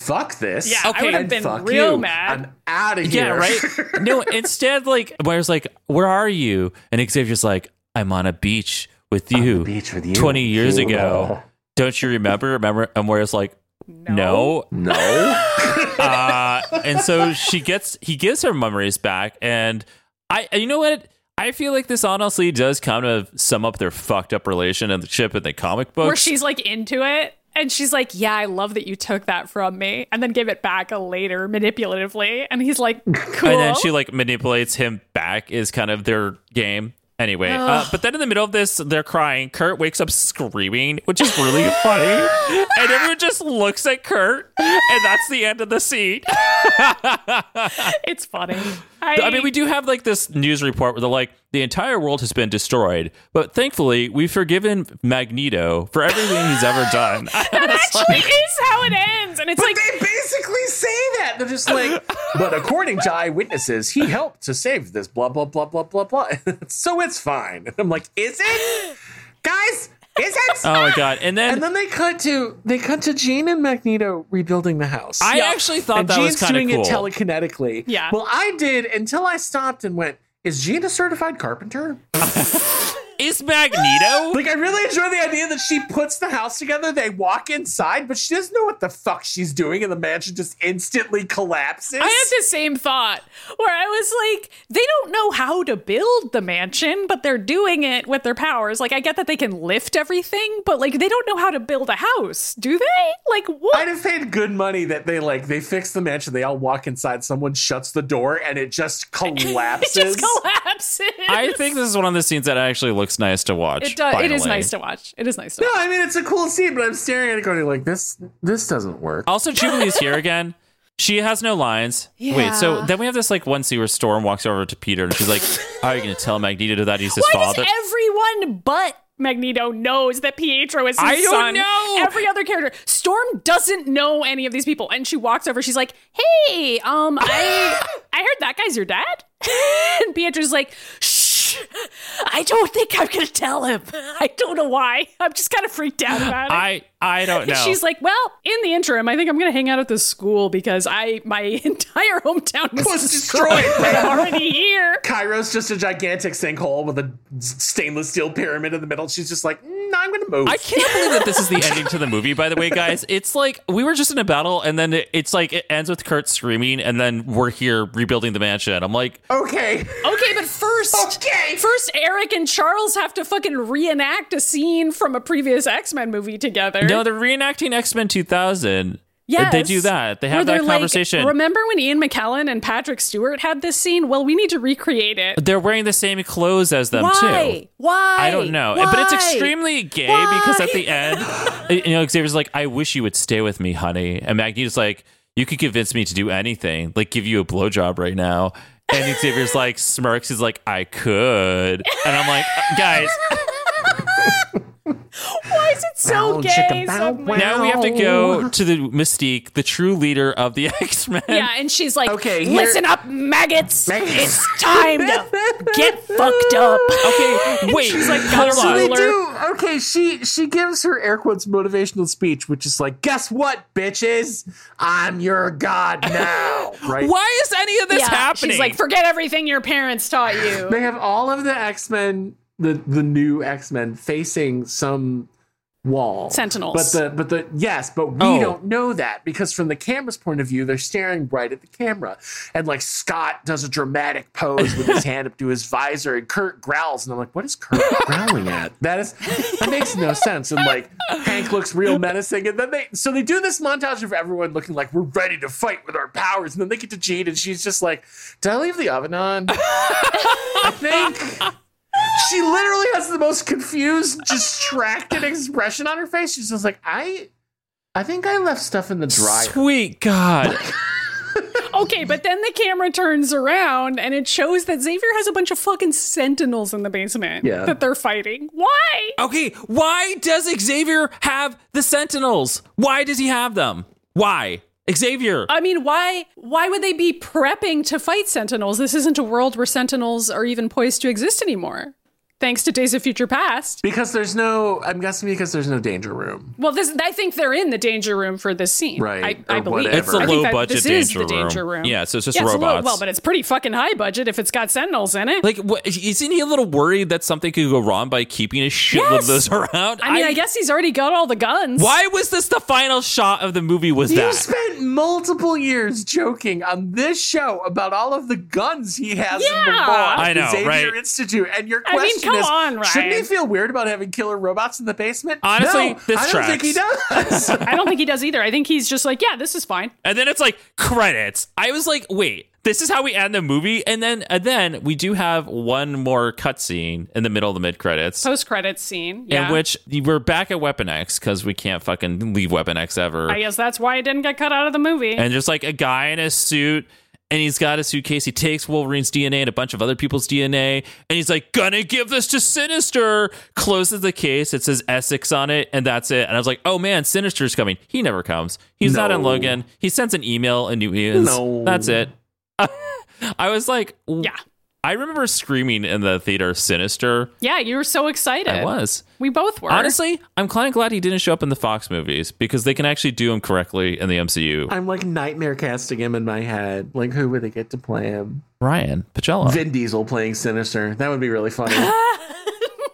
[SPEAKER 2] fuck this.
[SPEAKER 1] Yeah, I
[SPEAKER 3] Okay.
[SPEAKER 1] would have
[SPEAKER 2] and
[SPEAKER 1] been
[SPEAKER 2] fuck
[SPEAKER 1] real
[SPEAKER 2] you.
[SPEAKER 1] mad.
[SPEAKER 2] I'm out of here.
[SPEAKER 3] Yeah,
[SPEAKER 2] *laughs*
[SPEAKER 3] right? no, instead, like, Moira's like, where are you? And Xavier's like, I'm on a beach with you
[SPEAKER 2] beach with you.
[SPEAKER 3] 20 years
[SPEAKER 2] Yeah. *laughs*
[SPEAKER 3] ago. Don't you remember? Remember? And Moira's like, no.
[SPEAKER 2] *laughs* No.
[SPEAKER 3] uh, and so she gets he gives her memories back and i you know what i feel like this honestly does kind of sum up their fucked up relationship in the comic books
[SPEAKER 1] Where she's like into it. And she's like, "Yeah, I love that you took that from me," and then gave it back later manipulatively. And he's like, "Cool."
[SPEAKER 3] *laughs* and then she like manipulates him back is kind of their game anyway uh, but then in the middle of this they're crying kurt wakes up screaming which is really *laughs* funny and everyone just looks at kurt and that's the end of the scene
[SPEAKER 1] it's funny. I,
[SPEAKER 3] I mean, we do have like this news report where they're like, the entire world has been destroyed, but thankfully we've forgiven Magneto for everything he's ever done.
[SPEAKER 1] that actually is how it ends, and it's like
[SPEAKER 2] they basically say that. They're just like, *laughs* but according to eyewitnesses, he helped to save this blah, blah, blah, blah, blah, *laughs* blah. so it's fine. And I'm like, is it? Guys, is it?
[SPEAKER 3] *laughs* oh my god! And then,
[SPEAKER 2] and then they cut to they cut to Jean and Magneto rebuilding the house.
[SPEAKER 3] I actually thought
[SPEAKER 2] and
[SPEAKER 3] that
[SPEAKER 2] Jean's
[SPEAKER 3] was kind
[SPEAKER 2] doing
[SPEAKER 3] of cool.
[SPEAKER 2] it telekinetically.
[SPEAKER 1] Yeah.
[SPEAKER 2] Well, I did until I stopped and went. Is Jean a certified carpenter?
[SPEAKER 3] is Magneto?
[SPEAKER 2] *laughs* Like, I really enjoy the idea that she puts the house together. They walk inside, but she doesn't know what the fuck she's doing, and the mansion just instantly collapses.
[SPEAKER 1] I had the same thought where I was like, they don't know how to build the mansion, but they're doing it with their powers. Like, I get that they can lift everything, but like, they don't know how to build a house, do they? Like,
[SPEAKER 2] I'd
[SPEAKER 1] what?
[SPEAKER 2] have paid good money that they like they fix the mansion. They all walk inside. Someone shuts the door, and it just
[SPEAKER 1] It
[SPEAKER 2] collapses.
[SPEAKER 1] *laughs* just collapses.
[SPEAKER 3] I think this is one of the scenes that actually looks nice to watch. *laughs*
[SPEAKER 1] it does. It is
[SPEAKER 3] finally.
[SPEAKER 1] nice to watch. It is nice to
[SPEAKER 2] no,
[SPEAKER 1] watch.
[SPEAKER 2] I mean it's a cool scene, but I'm staring at it going like this. This doesn't work.
[SPEAKER 3] Also, Jubilee's here again. She has no lines. Wait, so
[SPEAKER 1] Yeah.
[SPEAKER 3] then we have this like one scene where Storm walks over to Peter and she's like, "How are you going to tell Magneto that he's his
[SPEAKER 1] Why
[SPEAKER 3] father?"
[SPEAKER 1] does everyone but Magneto knows that Pietro is his
[SPEAKER 3] I don't
[SPEAKER 1] son?
[SPEAKER 3] know.
[SPEAKER 1] Every other character, Storm doesn't know any of these people, and she walks over. She's like, "Hey, um,
[SPEAKER 3] *gasps*
[SPEAKER 1] I I heard that guy's your dad," *laughs* and Pietro's like, "Shh, I don't think I'm gonna tell him. I don't know why. I'm just kind of freaked out about it."
[SPEAKER 3] I I don't know.
[SPEAKER 1] And she's like, well, in the interim, I think I'm going to hang out at this school because I my *laughs* entire hometown was, *laughs*
[SPEAKER 2] was
[SPEAKER 1] destroyed.
[SPEAKER 2] destroyed.
[SPEAKER 1] They're already here.
[SPEAKER 3] *laughs*
[SPEAKER 2] Cairo's just a gigantic sinkhole with a stainless steel pyramid in the middle. She's just like, no, I'm gonna move.
[SPEAKER 3] I can't believe that this is the ending to the movie, by the way,
[SPEAKER 1] *laughs*
[SPEAKER 3] guys. It's like we were just in a battle, and then it- it's like it ends with Kurt screaming, and then we're here rebuilding the mansion. I'm like,
[SPEAKER 2] okay.
[SPEAKER 1] Okay, but first,
[SPEAKER 2] *laughs*
[SPEAKER 3] Oh,
[SPEAKER 2] Okay.
[SPEAKER 1] first Eric and Charles have to fucking reenact a scene from a previous X Men movie together.
[SPEAKER 3] no, they're reenacting X Men 2000.
[SPEAKER 1] Yes.
[SPEAKER 3] They do that. They have
[SPEAKER 1] Where
[SPEAKER 3] that
[SPEAKER 1] they're like,
[SPEAKER 3] conversation.
[SPEAKER 1] Remember when Ian McKellen and Patrick Stewart had this scene? Well, we need to recreate it.
[SPEAKER 3] they're wearing the same clothes as them,
[SPEAKER 1] Why?
[SPEAKER 3] too.
[SPEAKER 1] Why?
[SPEAKER 3] I don't know. But it's
[SPEAKER 1] Why?
[SPEAKER 3] extremely gay because at the end, *laughs* you know, Xavier's like, I wish you would stay with me, honey. And Magneto's like, You could convince me to do anything, like give you a blowjob right now. And Xavier's like, smirks. He's like, I "Uh, could. And I'm like, Guys,
[SPEAKER 1] Why is it so
[SPEAKER 2] Bow,
[SPEAKER 1] gay.
[SPEAKER 2] chicka, bow,
[SPEAKER 1] Submarine.
[SPEAKER 2] wow.
[SPEAKER 3] Now we have to go to the Mystique, the true leader of the *laughs* X Men.
[SPEAKER 1] Yeah, and she's like,
[SPEAKER 2] Okay, here-
[SPEAKER 1] listen up, maggots.
[SPEAKER 2] Maggots."
[SPEAKER 1] It's time to
[SPEAKER 2] *laughs*
[SPEAKER 1] get fucked up.
[SPEAKER 3] Okay, wait.
[SPEAKER 1] she's like,
[SPEAKER 3] hold
[SPEAKER 1] "Godzilla."
[SPEAKER 2] So
[SPEAKER 3] on.
[SPEAKER 2] they
[SPEAKER 1] Spoiler.
[SPEAKER 2] do. Okay, she she gives her air quotes motivational speech, which is like, guess what, bitches? I'm your god now. Right?
[SPEAKER 3] Why is any of this
[SPEAKER 1] Yeah,
[SPEAKER 3] happening?
[SPEAKER 1] She's like, forget everything your parents taught
[SPEAKER 2] *laughs*
[SPEAKER 1] you.
[SPEAKER 2] They have all of the X Men, the the new X Men, facing some wall
[SPEAKER 1] Sentinels.
[SPEAKER 2] But the but the yes, but we
[SPEAKER 3] Oh.
[SPEAKER 2] don't know that because from the camera's point of view, they're staring right at the camera, and like Scott does a dramatic pose with his hand up to his visor, and Kurt growls, and I'm like, what is Kurt growling at? That is that makes no sense. And like Hank looks real menacing, and then they so they do this montage of everyone looking like we're ready to fight with our powers, and then they get to Jean, and she's just like, did I leave the oven on? I think. She literally has the most confused, distracted expression on her face. She's just like, I, I think I left stuff in the dryer.
[SPEAKER 3] Sweet God.
[SPEAKER 1] Okay, but then the camera turns around and it shows that Xavier has a bunch of fucking sentinels in the basement
[SPEAKER 2] Yeah.
[SPEAKER 1] that they're fighting. Why?
[SPEAKER 3] Okay, why does Xavier have the Sentinels? Why does he have them? Why? Xavier.
[SPEAKER 1] I mean, why why would they be prepping to fight sentinels? This isn't a world where sentinels are even poised to exist anymore. Thanks to Days of Future Past.
[SPEAKER 2] Because there's no, I'm guessing because there's no danger room.
[SPEAKER 1] Well, this I think they're in the danger room for this scene.
[SPEAKER 2] Right,
[SPEAKER 1] I, I
[SPEAKER 2] or
[SPEAKER 1] believe
[SPEAKER 2] whatever.
[SPEAKER 3] it's a
[SPEAKER 2] I
[SPEAKER 1] I think
[SPEAKER 3] low
[SPEAKER 1] that
[SPEAKER 3] budget
[SPEAKER 1] this
[SPEAKER 3] danger,
[SPEAKER 1] is the danger room.
[SPEAKER 3] Yeah, so it's just
[SPEAKER 1] Yeah, it's a
[SPEAKER 3] robots.
[SPEAKER 1] low, well, but it's pretty fucking high budget if it's got sentinels in it.
[SPEAKER 3] like, what, isn't he a little worried that something could go wrong by keeping a shitload of
[SPEAKER 1] Yes!
[SPEAKER 3] those around?
[SPEAKER 1] I mean, I, guess he's already got all the guns.
[SPEAKER 3] Why was this the final shot of the movie? Was
[SPEAKER 2] You
[SPEAKER 3] that?
[SPEAKER 2] spent multiple years joking on this show about all of the guns he has in the
[SPEAKER 1] Yeah.
[SPEAKER 2] vault
[SPEAKER 3] I
[SPEAKER 2] at
[SPEAKER 3] know,
[SPEAKER 2] the Xavier
[SPEAKER 3] right?
[SPEAKER 2] Institute, and your
[SPEAKER 1] I mean, come
[SPEAKER 2] question is,
[SPEAKER 1] on,
[SPEAKER 2] shouldn't he
[SPEAKER 1] Ryan.
[SPEAKER 2] feel weird about having killer robots in the basement?
[SPEAKER 3] Honestly,
[SPEAKER 2] No,
[SPEAKER 3] this
[SPEAKER 2] I don't think he does.
[SPEAKER 1] I don't think he does either. I think he's just like, yeah, this is fine.
[SPEAKER 3] and then it's like credits. I was like, wait, this is how we end the movie, and then and then we do have one more cutscene in the middle of the mid credits.
[SPEAKER 1] Post credits scene. Oh, Yeah.
[SPEAKER 3] In which we're back at Weapon X because we can't fucking leave Weapon X ever.
[SPEAKER 1] I guess that's why it didn't get cut out of the movie.
[SPEAKER 3] and there's like a guy in a suit and he's got a suitcase he takes wolverine's dna and a bunch of other people's dna and he's like gonna give this to sinister closes the case it says essex on it and that's it and i was like oh man sinister's coming he never comes he's not in
[SPEAKER 2] No.
[SPEAKER 3] logan he sends an email and new Mutants.
[SPEAKER 2] No.
[SPEAKER 3] that's it *laughs* i was like w-
[SPEAKER 1] yeah.
[SPEAKER 3] i remember screaming in the theater sinister
[SPEAKER 1] Yeah, you were so excited.
[SPEAKER 3] i was
[SPEAKER 1] We both were.
[SPEAKER 3] honestly i'm kind of glad he didn't show up in the fox movies because they can actually do him correctly in the mcu
[SPEAKER 2] *laughs* I'm like nightmare casting him in my head. Like, who would they get to play him?
[SPEAKER 3] ryan pacello
[SPEAKER 2] Vin Diesel playing Sinister. That would be really
[SPEAKER 3] *laughs*
[SPEAKER 2] funny.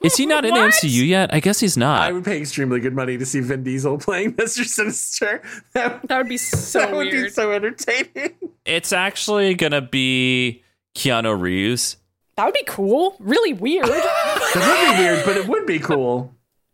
[SPEAKER 3] Is he not in
[SPEAKER 1] What?
[SPEAKER 3] the MCU yet? I guess he's
[SPEAKER 2] I
[SPEAKER 3] not.
[SPEAKER 2] would pay extremely good money to see Vin Diesel playing *laughs* Mr. Sinister. *laughs* That,
[SPEAKER 1] that would be so
[SPEAKER 2] that would be
[SPEAKER 1] weird.
[SPEAKER 2] so entertaining. *laughs*
[SPEAKER 3] It's actually gonna be Keanu Reeves.
[SPEAKER 1] that would be cool. Really weird. *laughs*
[SPEAKER 2] That would be weird, but it would be cool. *laughs*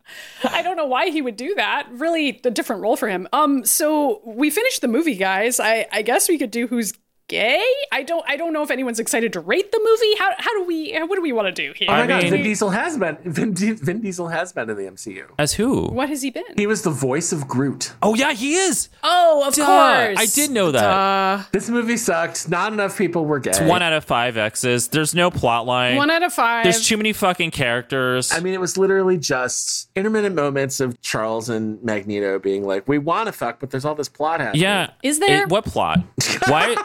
[SPEAKER 1] I don't know why he would do that. Really a different role for him. Um, so we finished the movie, guys. I, I guess we could do who's gay. I don't I don't know if anyone's excited to rate the movie. How how do we what do we want to do here?
[SPEAKER 2] Oh my
[SPEAKER 3] I
[SPEAKER 2] god,
[SPEAKER 3] mean-
[SPEAKER 2] Vin Diesel has been Vin, Di- Vin Diesel has been in the MCU.
[SPEAKER 3] As who?
[SPEAKER 1] what has he been?
[SPEAKER 2] He was the voice of Groot.
[SPEAKER 3] Oh yeah, he is.
[SPEAKER 1] oh, of
[SPEAKER 3] Duh.
[SPEAKER 1] course.
[SPEAKER 3] I did know that.
[SPEAKER 2] This movie sucked. Not enough people were gay.
[SPEAKER 3] One out of five X's. There's no plot line.
[SPEAKER 1] One out of five.
[SPEAKER 3] There's too many fucking characters.
[SPEAKER 2] I mean, it was literally just intermittent moments of Charles and Magneto being like, "We want to fuck, but there's all this plot happening."
[SPEAKER 3] yeah.
[SPEAKER 1] Is there-
[SPEAKER 3] It- what plot?
[SPEAKER 2] *laughs*
[SPEAKER 3] Why?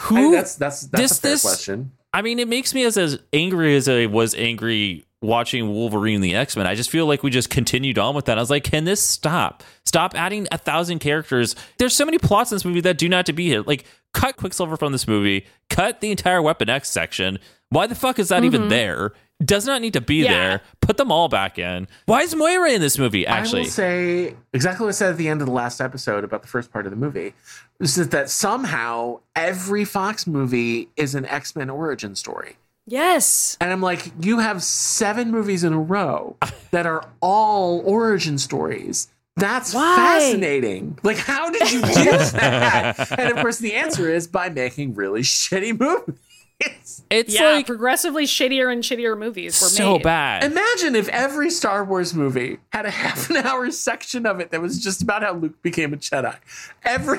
[SPEAKER 3] Who?
[SPEAKER 2] I mean, that's that's that's
[SPEAKER 3] This-
[SPEAKER 2] a fair
[SPEAKER 3] this-
[SPEAKER 2] question.
[SPEAKER 3] I mean, it makes me as as angry as I was angry watching Wolverine and the X Men. I just feel like we just continued on with that. I was like, can this stop? Stop adding a thousand characters. There's so many plots in this movie that do not to be here. Like, cut Quicksilver from this movie. Cut the entire Weapon X section. Why the fuck is that
[SPEAKER 2] Mm-hmm.
[SPEAKER 3] even there? Does not need to be
[SPEAKER 1] Yeah.
[SPEAKER 3] there. Put them all back in. Why is Moira in this movie?
[SPEAKER 2] I
[SPEAKER 3] Actually,
[SPEAKER 2] will say exactly what I said at the end of the last episode about the first part of the movie is that, that somehow every Fox movie is an X Men origin story.
[SPEAKER 1] yes.
[SPEAKER 2] And I'm like, you have seven movies in a row that are all origin stories. That's
[SPEAKER 1] Why?
[SPEAKER 2] fascinating. Like, how did you do that? and of course, the answer is by making really shitty movies. *laughs*
[SPEAKER 3] it's
[SPEAKER 1] yeah,
[SPEAKER 3] like
[SPEAKER 1] progressively shittier and shittier movies were
[SPEAKER 3] so
[SPEAKER 1] made.
[SPEAKER 3] bad.
[SPEAKER 2] Imagine if every Star Wars movie had a half an hour section of it that was just about how Luke became a Jedi. Every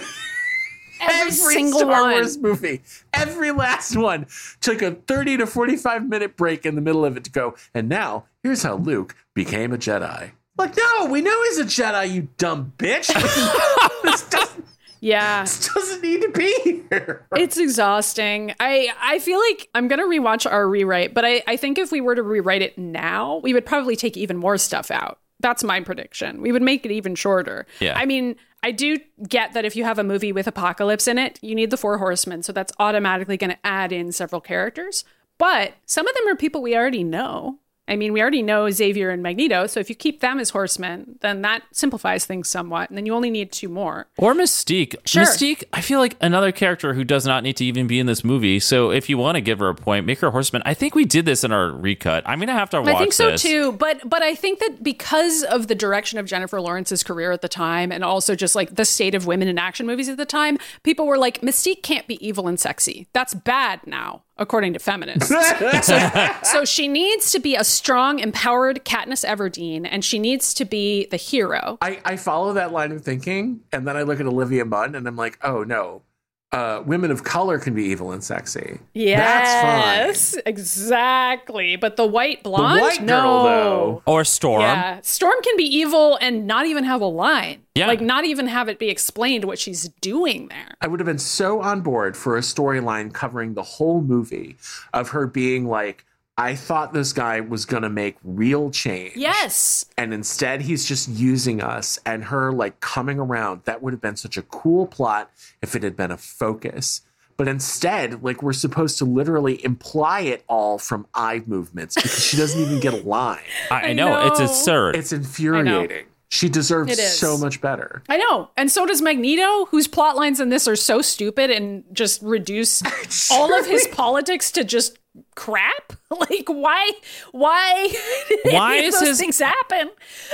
[SPEAKER 1] Every, single
[SPEAKER 2] Star
[SPEAKER 1] one.
[SPEAKER 2] Wars movie, every last one took a 30 to 45 minute break in the middle of it to go, and now here's how Luke became a Jedi. Like, no, we know he's a Jedi, you dumb bitch. *laughs* this doesn't,
[SPEAKER 1] Yeah.
[SPEAKER 2] doesn't need to be here.
[SPEAKER 1] It's exhausting. I I feel like I'm gonna rewatch our rewrite, but I, I think if we were to rewrite it now, we would probably take even more stuff out. That's my prediction. We would make it even shorter.
[SPEAKER 3] Yeah.
[SPEAKER 1] I mean, I do get that if you have a movie with apocalypse in it, you need the four horsemen, so that's automatically gonna add in several characters. But some of them are people we already know. I mean, we already know Xavier and Magneto, so if you keep them as horsemen, then that simplifies things somewhat, and then you only need two more.
[SPEAKER 3] Or Mystique.
[SPEAKER 1] Sure.
[SPEAKER 3] Mystique, I feel like another character who does not need to even be in this movie. So if you want to give her a point, make her a horseman. I think we did this in our recut. I'm gonna have to watch
[SPEAKER 1] I think so
[SPEAKER 3] this.
[SPEAKER 1] too, but but I think that because of the direction of Jennifer Lawrence's career at the time, and also just like the state of women in action movies at the time, people were like, Mystique can't be evil and sexy. That's bad now, according to
[SPEAKER 2] *laughs*
[SPEAKER 1] feminists. so she needs to be a strong, empowered Katniss Everdeen, and she needs to be the hero.
[SPEAKER 2] I, I follow that line of thinking, and then I look at Olivia Munn, and I'm like, oh no, uh, women of color can be evil and sexy. that's
[SPEAKER 1] Yes, exactly. But the white
[SPEAKER 2] fine.
[SPEAKER 1] blonde,
[SPEAKER 2] The white
[SPEAKER 1] no.
[SPEAKER 2] girl though,
[SPEAKER 3] Or Storm.
[SPEAKER 1] Yeah, Storm can be evil and not even have a line.
[SPEAKER 3] Yeah.
[SPEAKER 1] like not even have it be explained what she's doing there.
[SPEAKER 2] I would have been so on board for a storyline covering the whole movie of her being like, I thought this guy was gonna make real change.
[SPEAKER 1] Yes,
[SPEAKER 2] and instead he's just using us and her like coming around that would have been such a cool plot if it had been a focus but instead like we're supposed to literally imply it all from eye movements because she doesn't
[SPEAKER 1] *laughs*
[SPEAKER 2] even get a line
[SPEAKER 3] I, I know, it's
[SPEAKER 1] know.
[SPEAKER 3] absurd.
[SPEAKER 2] it's infuriating she deserves
[SPEAKER 1] It is.
[SPEAKER 2] so much better
[SPEAKER 1] I know. And so does Magneto, whose plot lines in this are so stupid and just
[SPEAKER 3] *laughs*
[SPEAKER 1] reduce all of his politics to just crap. *laughs* Like why? Why? *laughs* did
[SPEAKER 3] Why
[SPEAKER 1] any of
[SPEAKER 3] is
[SPEAKER 1] those
[SPEAKER 3] his-
[SPEAKER 1] things happen?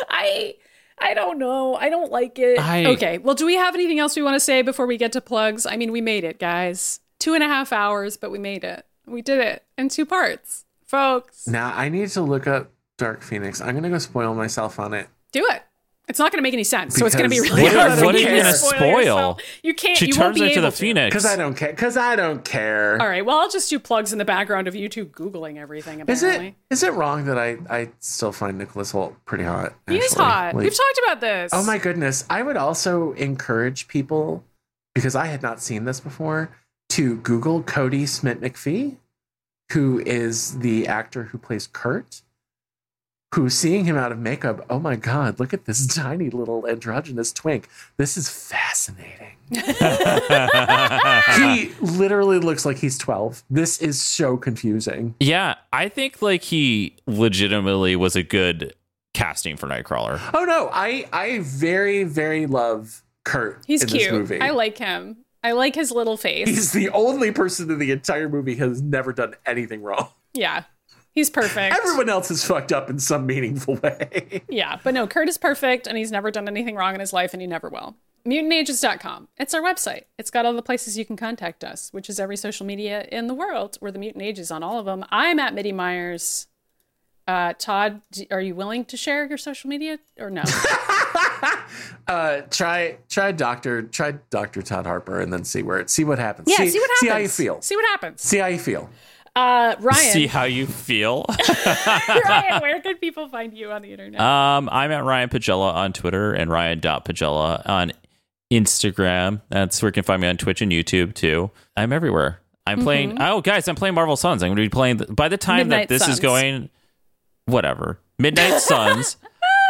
[SPEAKER 1] I. I don't know. I don't like it.
[SPEAKER 3] I-
[SPEAKER 1] Okay. Well, do we have anything else we want to say before we get to plugs? I mean, we made it, guys. Two and a half hours, but we made it. We did it in two parts, folks.
[SPEAKER 2] now i need to look up dark phoenix i'm gonna go spoil myself on it
[SPEAKER 1] Do it. It's not going to make any sense. so it's going to be
[SPEAKER 2] Because-
[SPEAKER 1] really
[SPEAKER 2] What are-
[SPEAKER 1] hard for
[SPEAKER 2] what are you
[SPEAKER 1] to
[SPEAKER 2] gonna
[SPEAKER 3] spoil?
[SPEAKER 1] yourself. You can't.
[SPEAKER 3] she
[SPEAKER 1] you won't
[SPEAKER 3] turns
[SPEAKER 1] be
[SPEAKER 3] into
[SPEAKER 1] able
[SPEAKER 3] the
[SPEAKER 1] to.
[SPEAKER 3] Phoenix.
[SPEAKER 2] because i don't care because i don't care
[SPEAKER 1] All right. Well, I'll just do plugs in the background of you two googling everything.
[SPEAKER 2] is
[SPEAKER 1] Apparently,
[SPEAKER 2] it is it wrong that i i still find nicholas holt pretty hot
[SPEAKER 1] He is
[SPEAKER 2] actually?
[SPEAKER 1] hot.
[SPEAKER 2] Like-
[SPEAKER 1] We've talked about this.
[SPEAKER 2] Oh my goodness. I would also encourage people, because I had not seen this before, to Google Cody Smith McPhee, who is the actor who plays Kurt. Who seeing him out of makeup, oh my god, look at this *laughs* tiny little androgynous twink. This is
[SPEAKER 1] *laughs*
[SPEAKER 2] fascinating. he literally looks like he's 12. This is so confusing.
[SPEAKER 3] yeah, I think like he legitimately was a good casting for Nightcrawler.
[SPEAKER 2] Oh no, I I very, very love Kurt.
[SPEAKER 1] He's
[SPEAKER 2] in
[SPEAKER 1] cute.
[SPEAKER 2] This movie.
[SPEAKER 1] I like him. I like his little face.
[SPEAKER 2] He's the only person in the entire movie who has never done anything wrong.
[SPEAKER 1] *laughs* yeah. He's perfect.
[SPEAKER 2] Everyone else is fucked up in some meaningful way.
[SPEAKER 1] Yeah, but no, Kurt is perfect and he's never done anything wrong in his life and he never will. MutantAges.com. It's our website. It's got all the places you can contact us, which is every social media in the world. We're the Mutant Ages on all of them. I'm at Mitty Myers. Uh, Todd, d- are you willing to share your social media or
[SPEAKER 2] *laughs*
[SPEAKER 1] no?
[SPEAKER 2] Uh, *laughs* try try Doctor try Doctor Todd Harper and then see where it see what happens.
[SPEAKER 1] Yeah, see, what happens.
[SPEAKER 2] See how you feel.
[SPEAKER 1] See what happens.
[SPEAKER 2] See how you feel.
[SPEAKER 1] Uh, Ryan,
[SPEAKER 3] See how you feel.
[SPEAKER 1] Ryan, where can people find you on the internet?
[SPEAKER 3] Um, I'm at Ryan Pagella on Twitter and Ryan.pagella on Instagram. That's where you can find me on Twitch and YouTube too. I'm everywhere.
[SPEAKER 1] Mm-hmm.
[SPEAKER 3] I'm playing. Oh, guys, I'm playing Marvel Suns. I'm going to be playing by the time
[SPEAKER 1] Midnight
[SPEAKER 3] that this
[SPEAKER 1] Suns.
[SPEAKER 3] is going. Whatever,
[SPEAKER 1] *laughs*
[SPEAKER 3] Midnight Suns.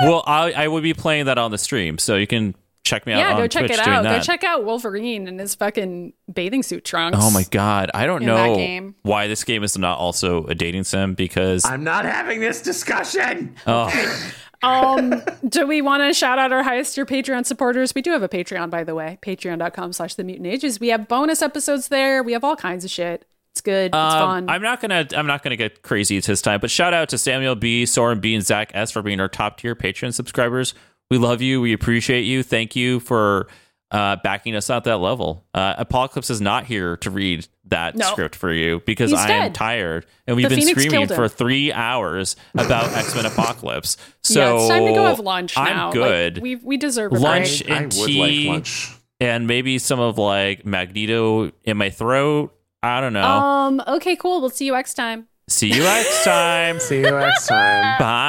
[SPEAKER 3] Well, I I will be playing that on the stream, so you can check me out.
[SPEAKER 1] yeah,
[SPEAKER 3] on
[SPEAKER 1] go check
[SPEAKER 3] Twitch
[SPEAKER 1] it
[SPEAKER 3] doing
[SPEAKER 1] out. Go
[SPEAKER 3] that.
[SPEAKER 1] check out Wolverine and his fucking bathing suit trunks.
[SPEAKER 3] Oh my god, I don't
[SPEAKER 1] in that
[SPEAKER 3] know
[SPEAKER 1] game.
[SPEAKER 3] why this game is not also a dating sim because
[SPEAKER 2] I'm not having this discussion.
[SPEAKER 3] oh,
[SPEAKER 1] um do we want to shout out our highest tier patreon supporters we do have a patreon by the way patreon.com slash the mutant ages we have bonus episodes there we have all kinds of shit it's good it's
[SPEAKER 3] Um,
[SPEAKER 1] fun
[SPEAKER 3] I'm not gonna I'm not gonna get crazy this time, but shout out to Samuel B, Soren B, and Zach S for being our top tier Patreon subscribers. We love you. We appreciate you. Thank you for uh, backing us at that level. Uh, Apocalypse is not here to read that
[SPEAKER 1] No.
[SPEAKER 3] script for you because
[SPEAKER 1] He's
[SPEAKER 3] I am
[SPEAKER 1] dead.
[SPEAKER 3] tired and we've
[SPEAKER 1] The
[SPEAKER 3] been
[SPEAKER 1] Phoenix
[SPEAKER 3] screaming
[SPEAKER 1] killed him.
[SPEAKER 3] for three hours about *laughs* X Men Apocalypse. So
[SPEAKER 1] yeah it's time to go have lunch now
[SPEAKER 3] I'm
[SPEAKER 1] Like,
[SPEAKER 3] good.
[SPEAKER 1] we, we deserve a
[SPEAKER 3] Lunch
[SPEAKER 1] break.
[SPEAKER 2] I
[SPEAKER 3] and
[SPEAKER 2] would
[SPEAKER 3] tea.
[SPEAKER 2] like lunch.
[SPEAKER 3] and maybe some of like Magneto in my throat. I
[SPEAKER 1] Uh,
[SPEAKER 3] don't know.
[SPEAKER 1] um okay cool we'll see you next time *laughs*
[SPEAKER 3] See you next time.
[SPEAKER 2] See you next time.
[SPEAKER 3] Bye.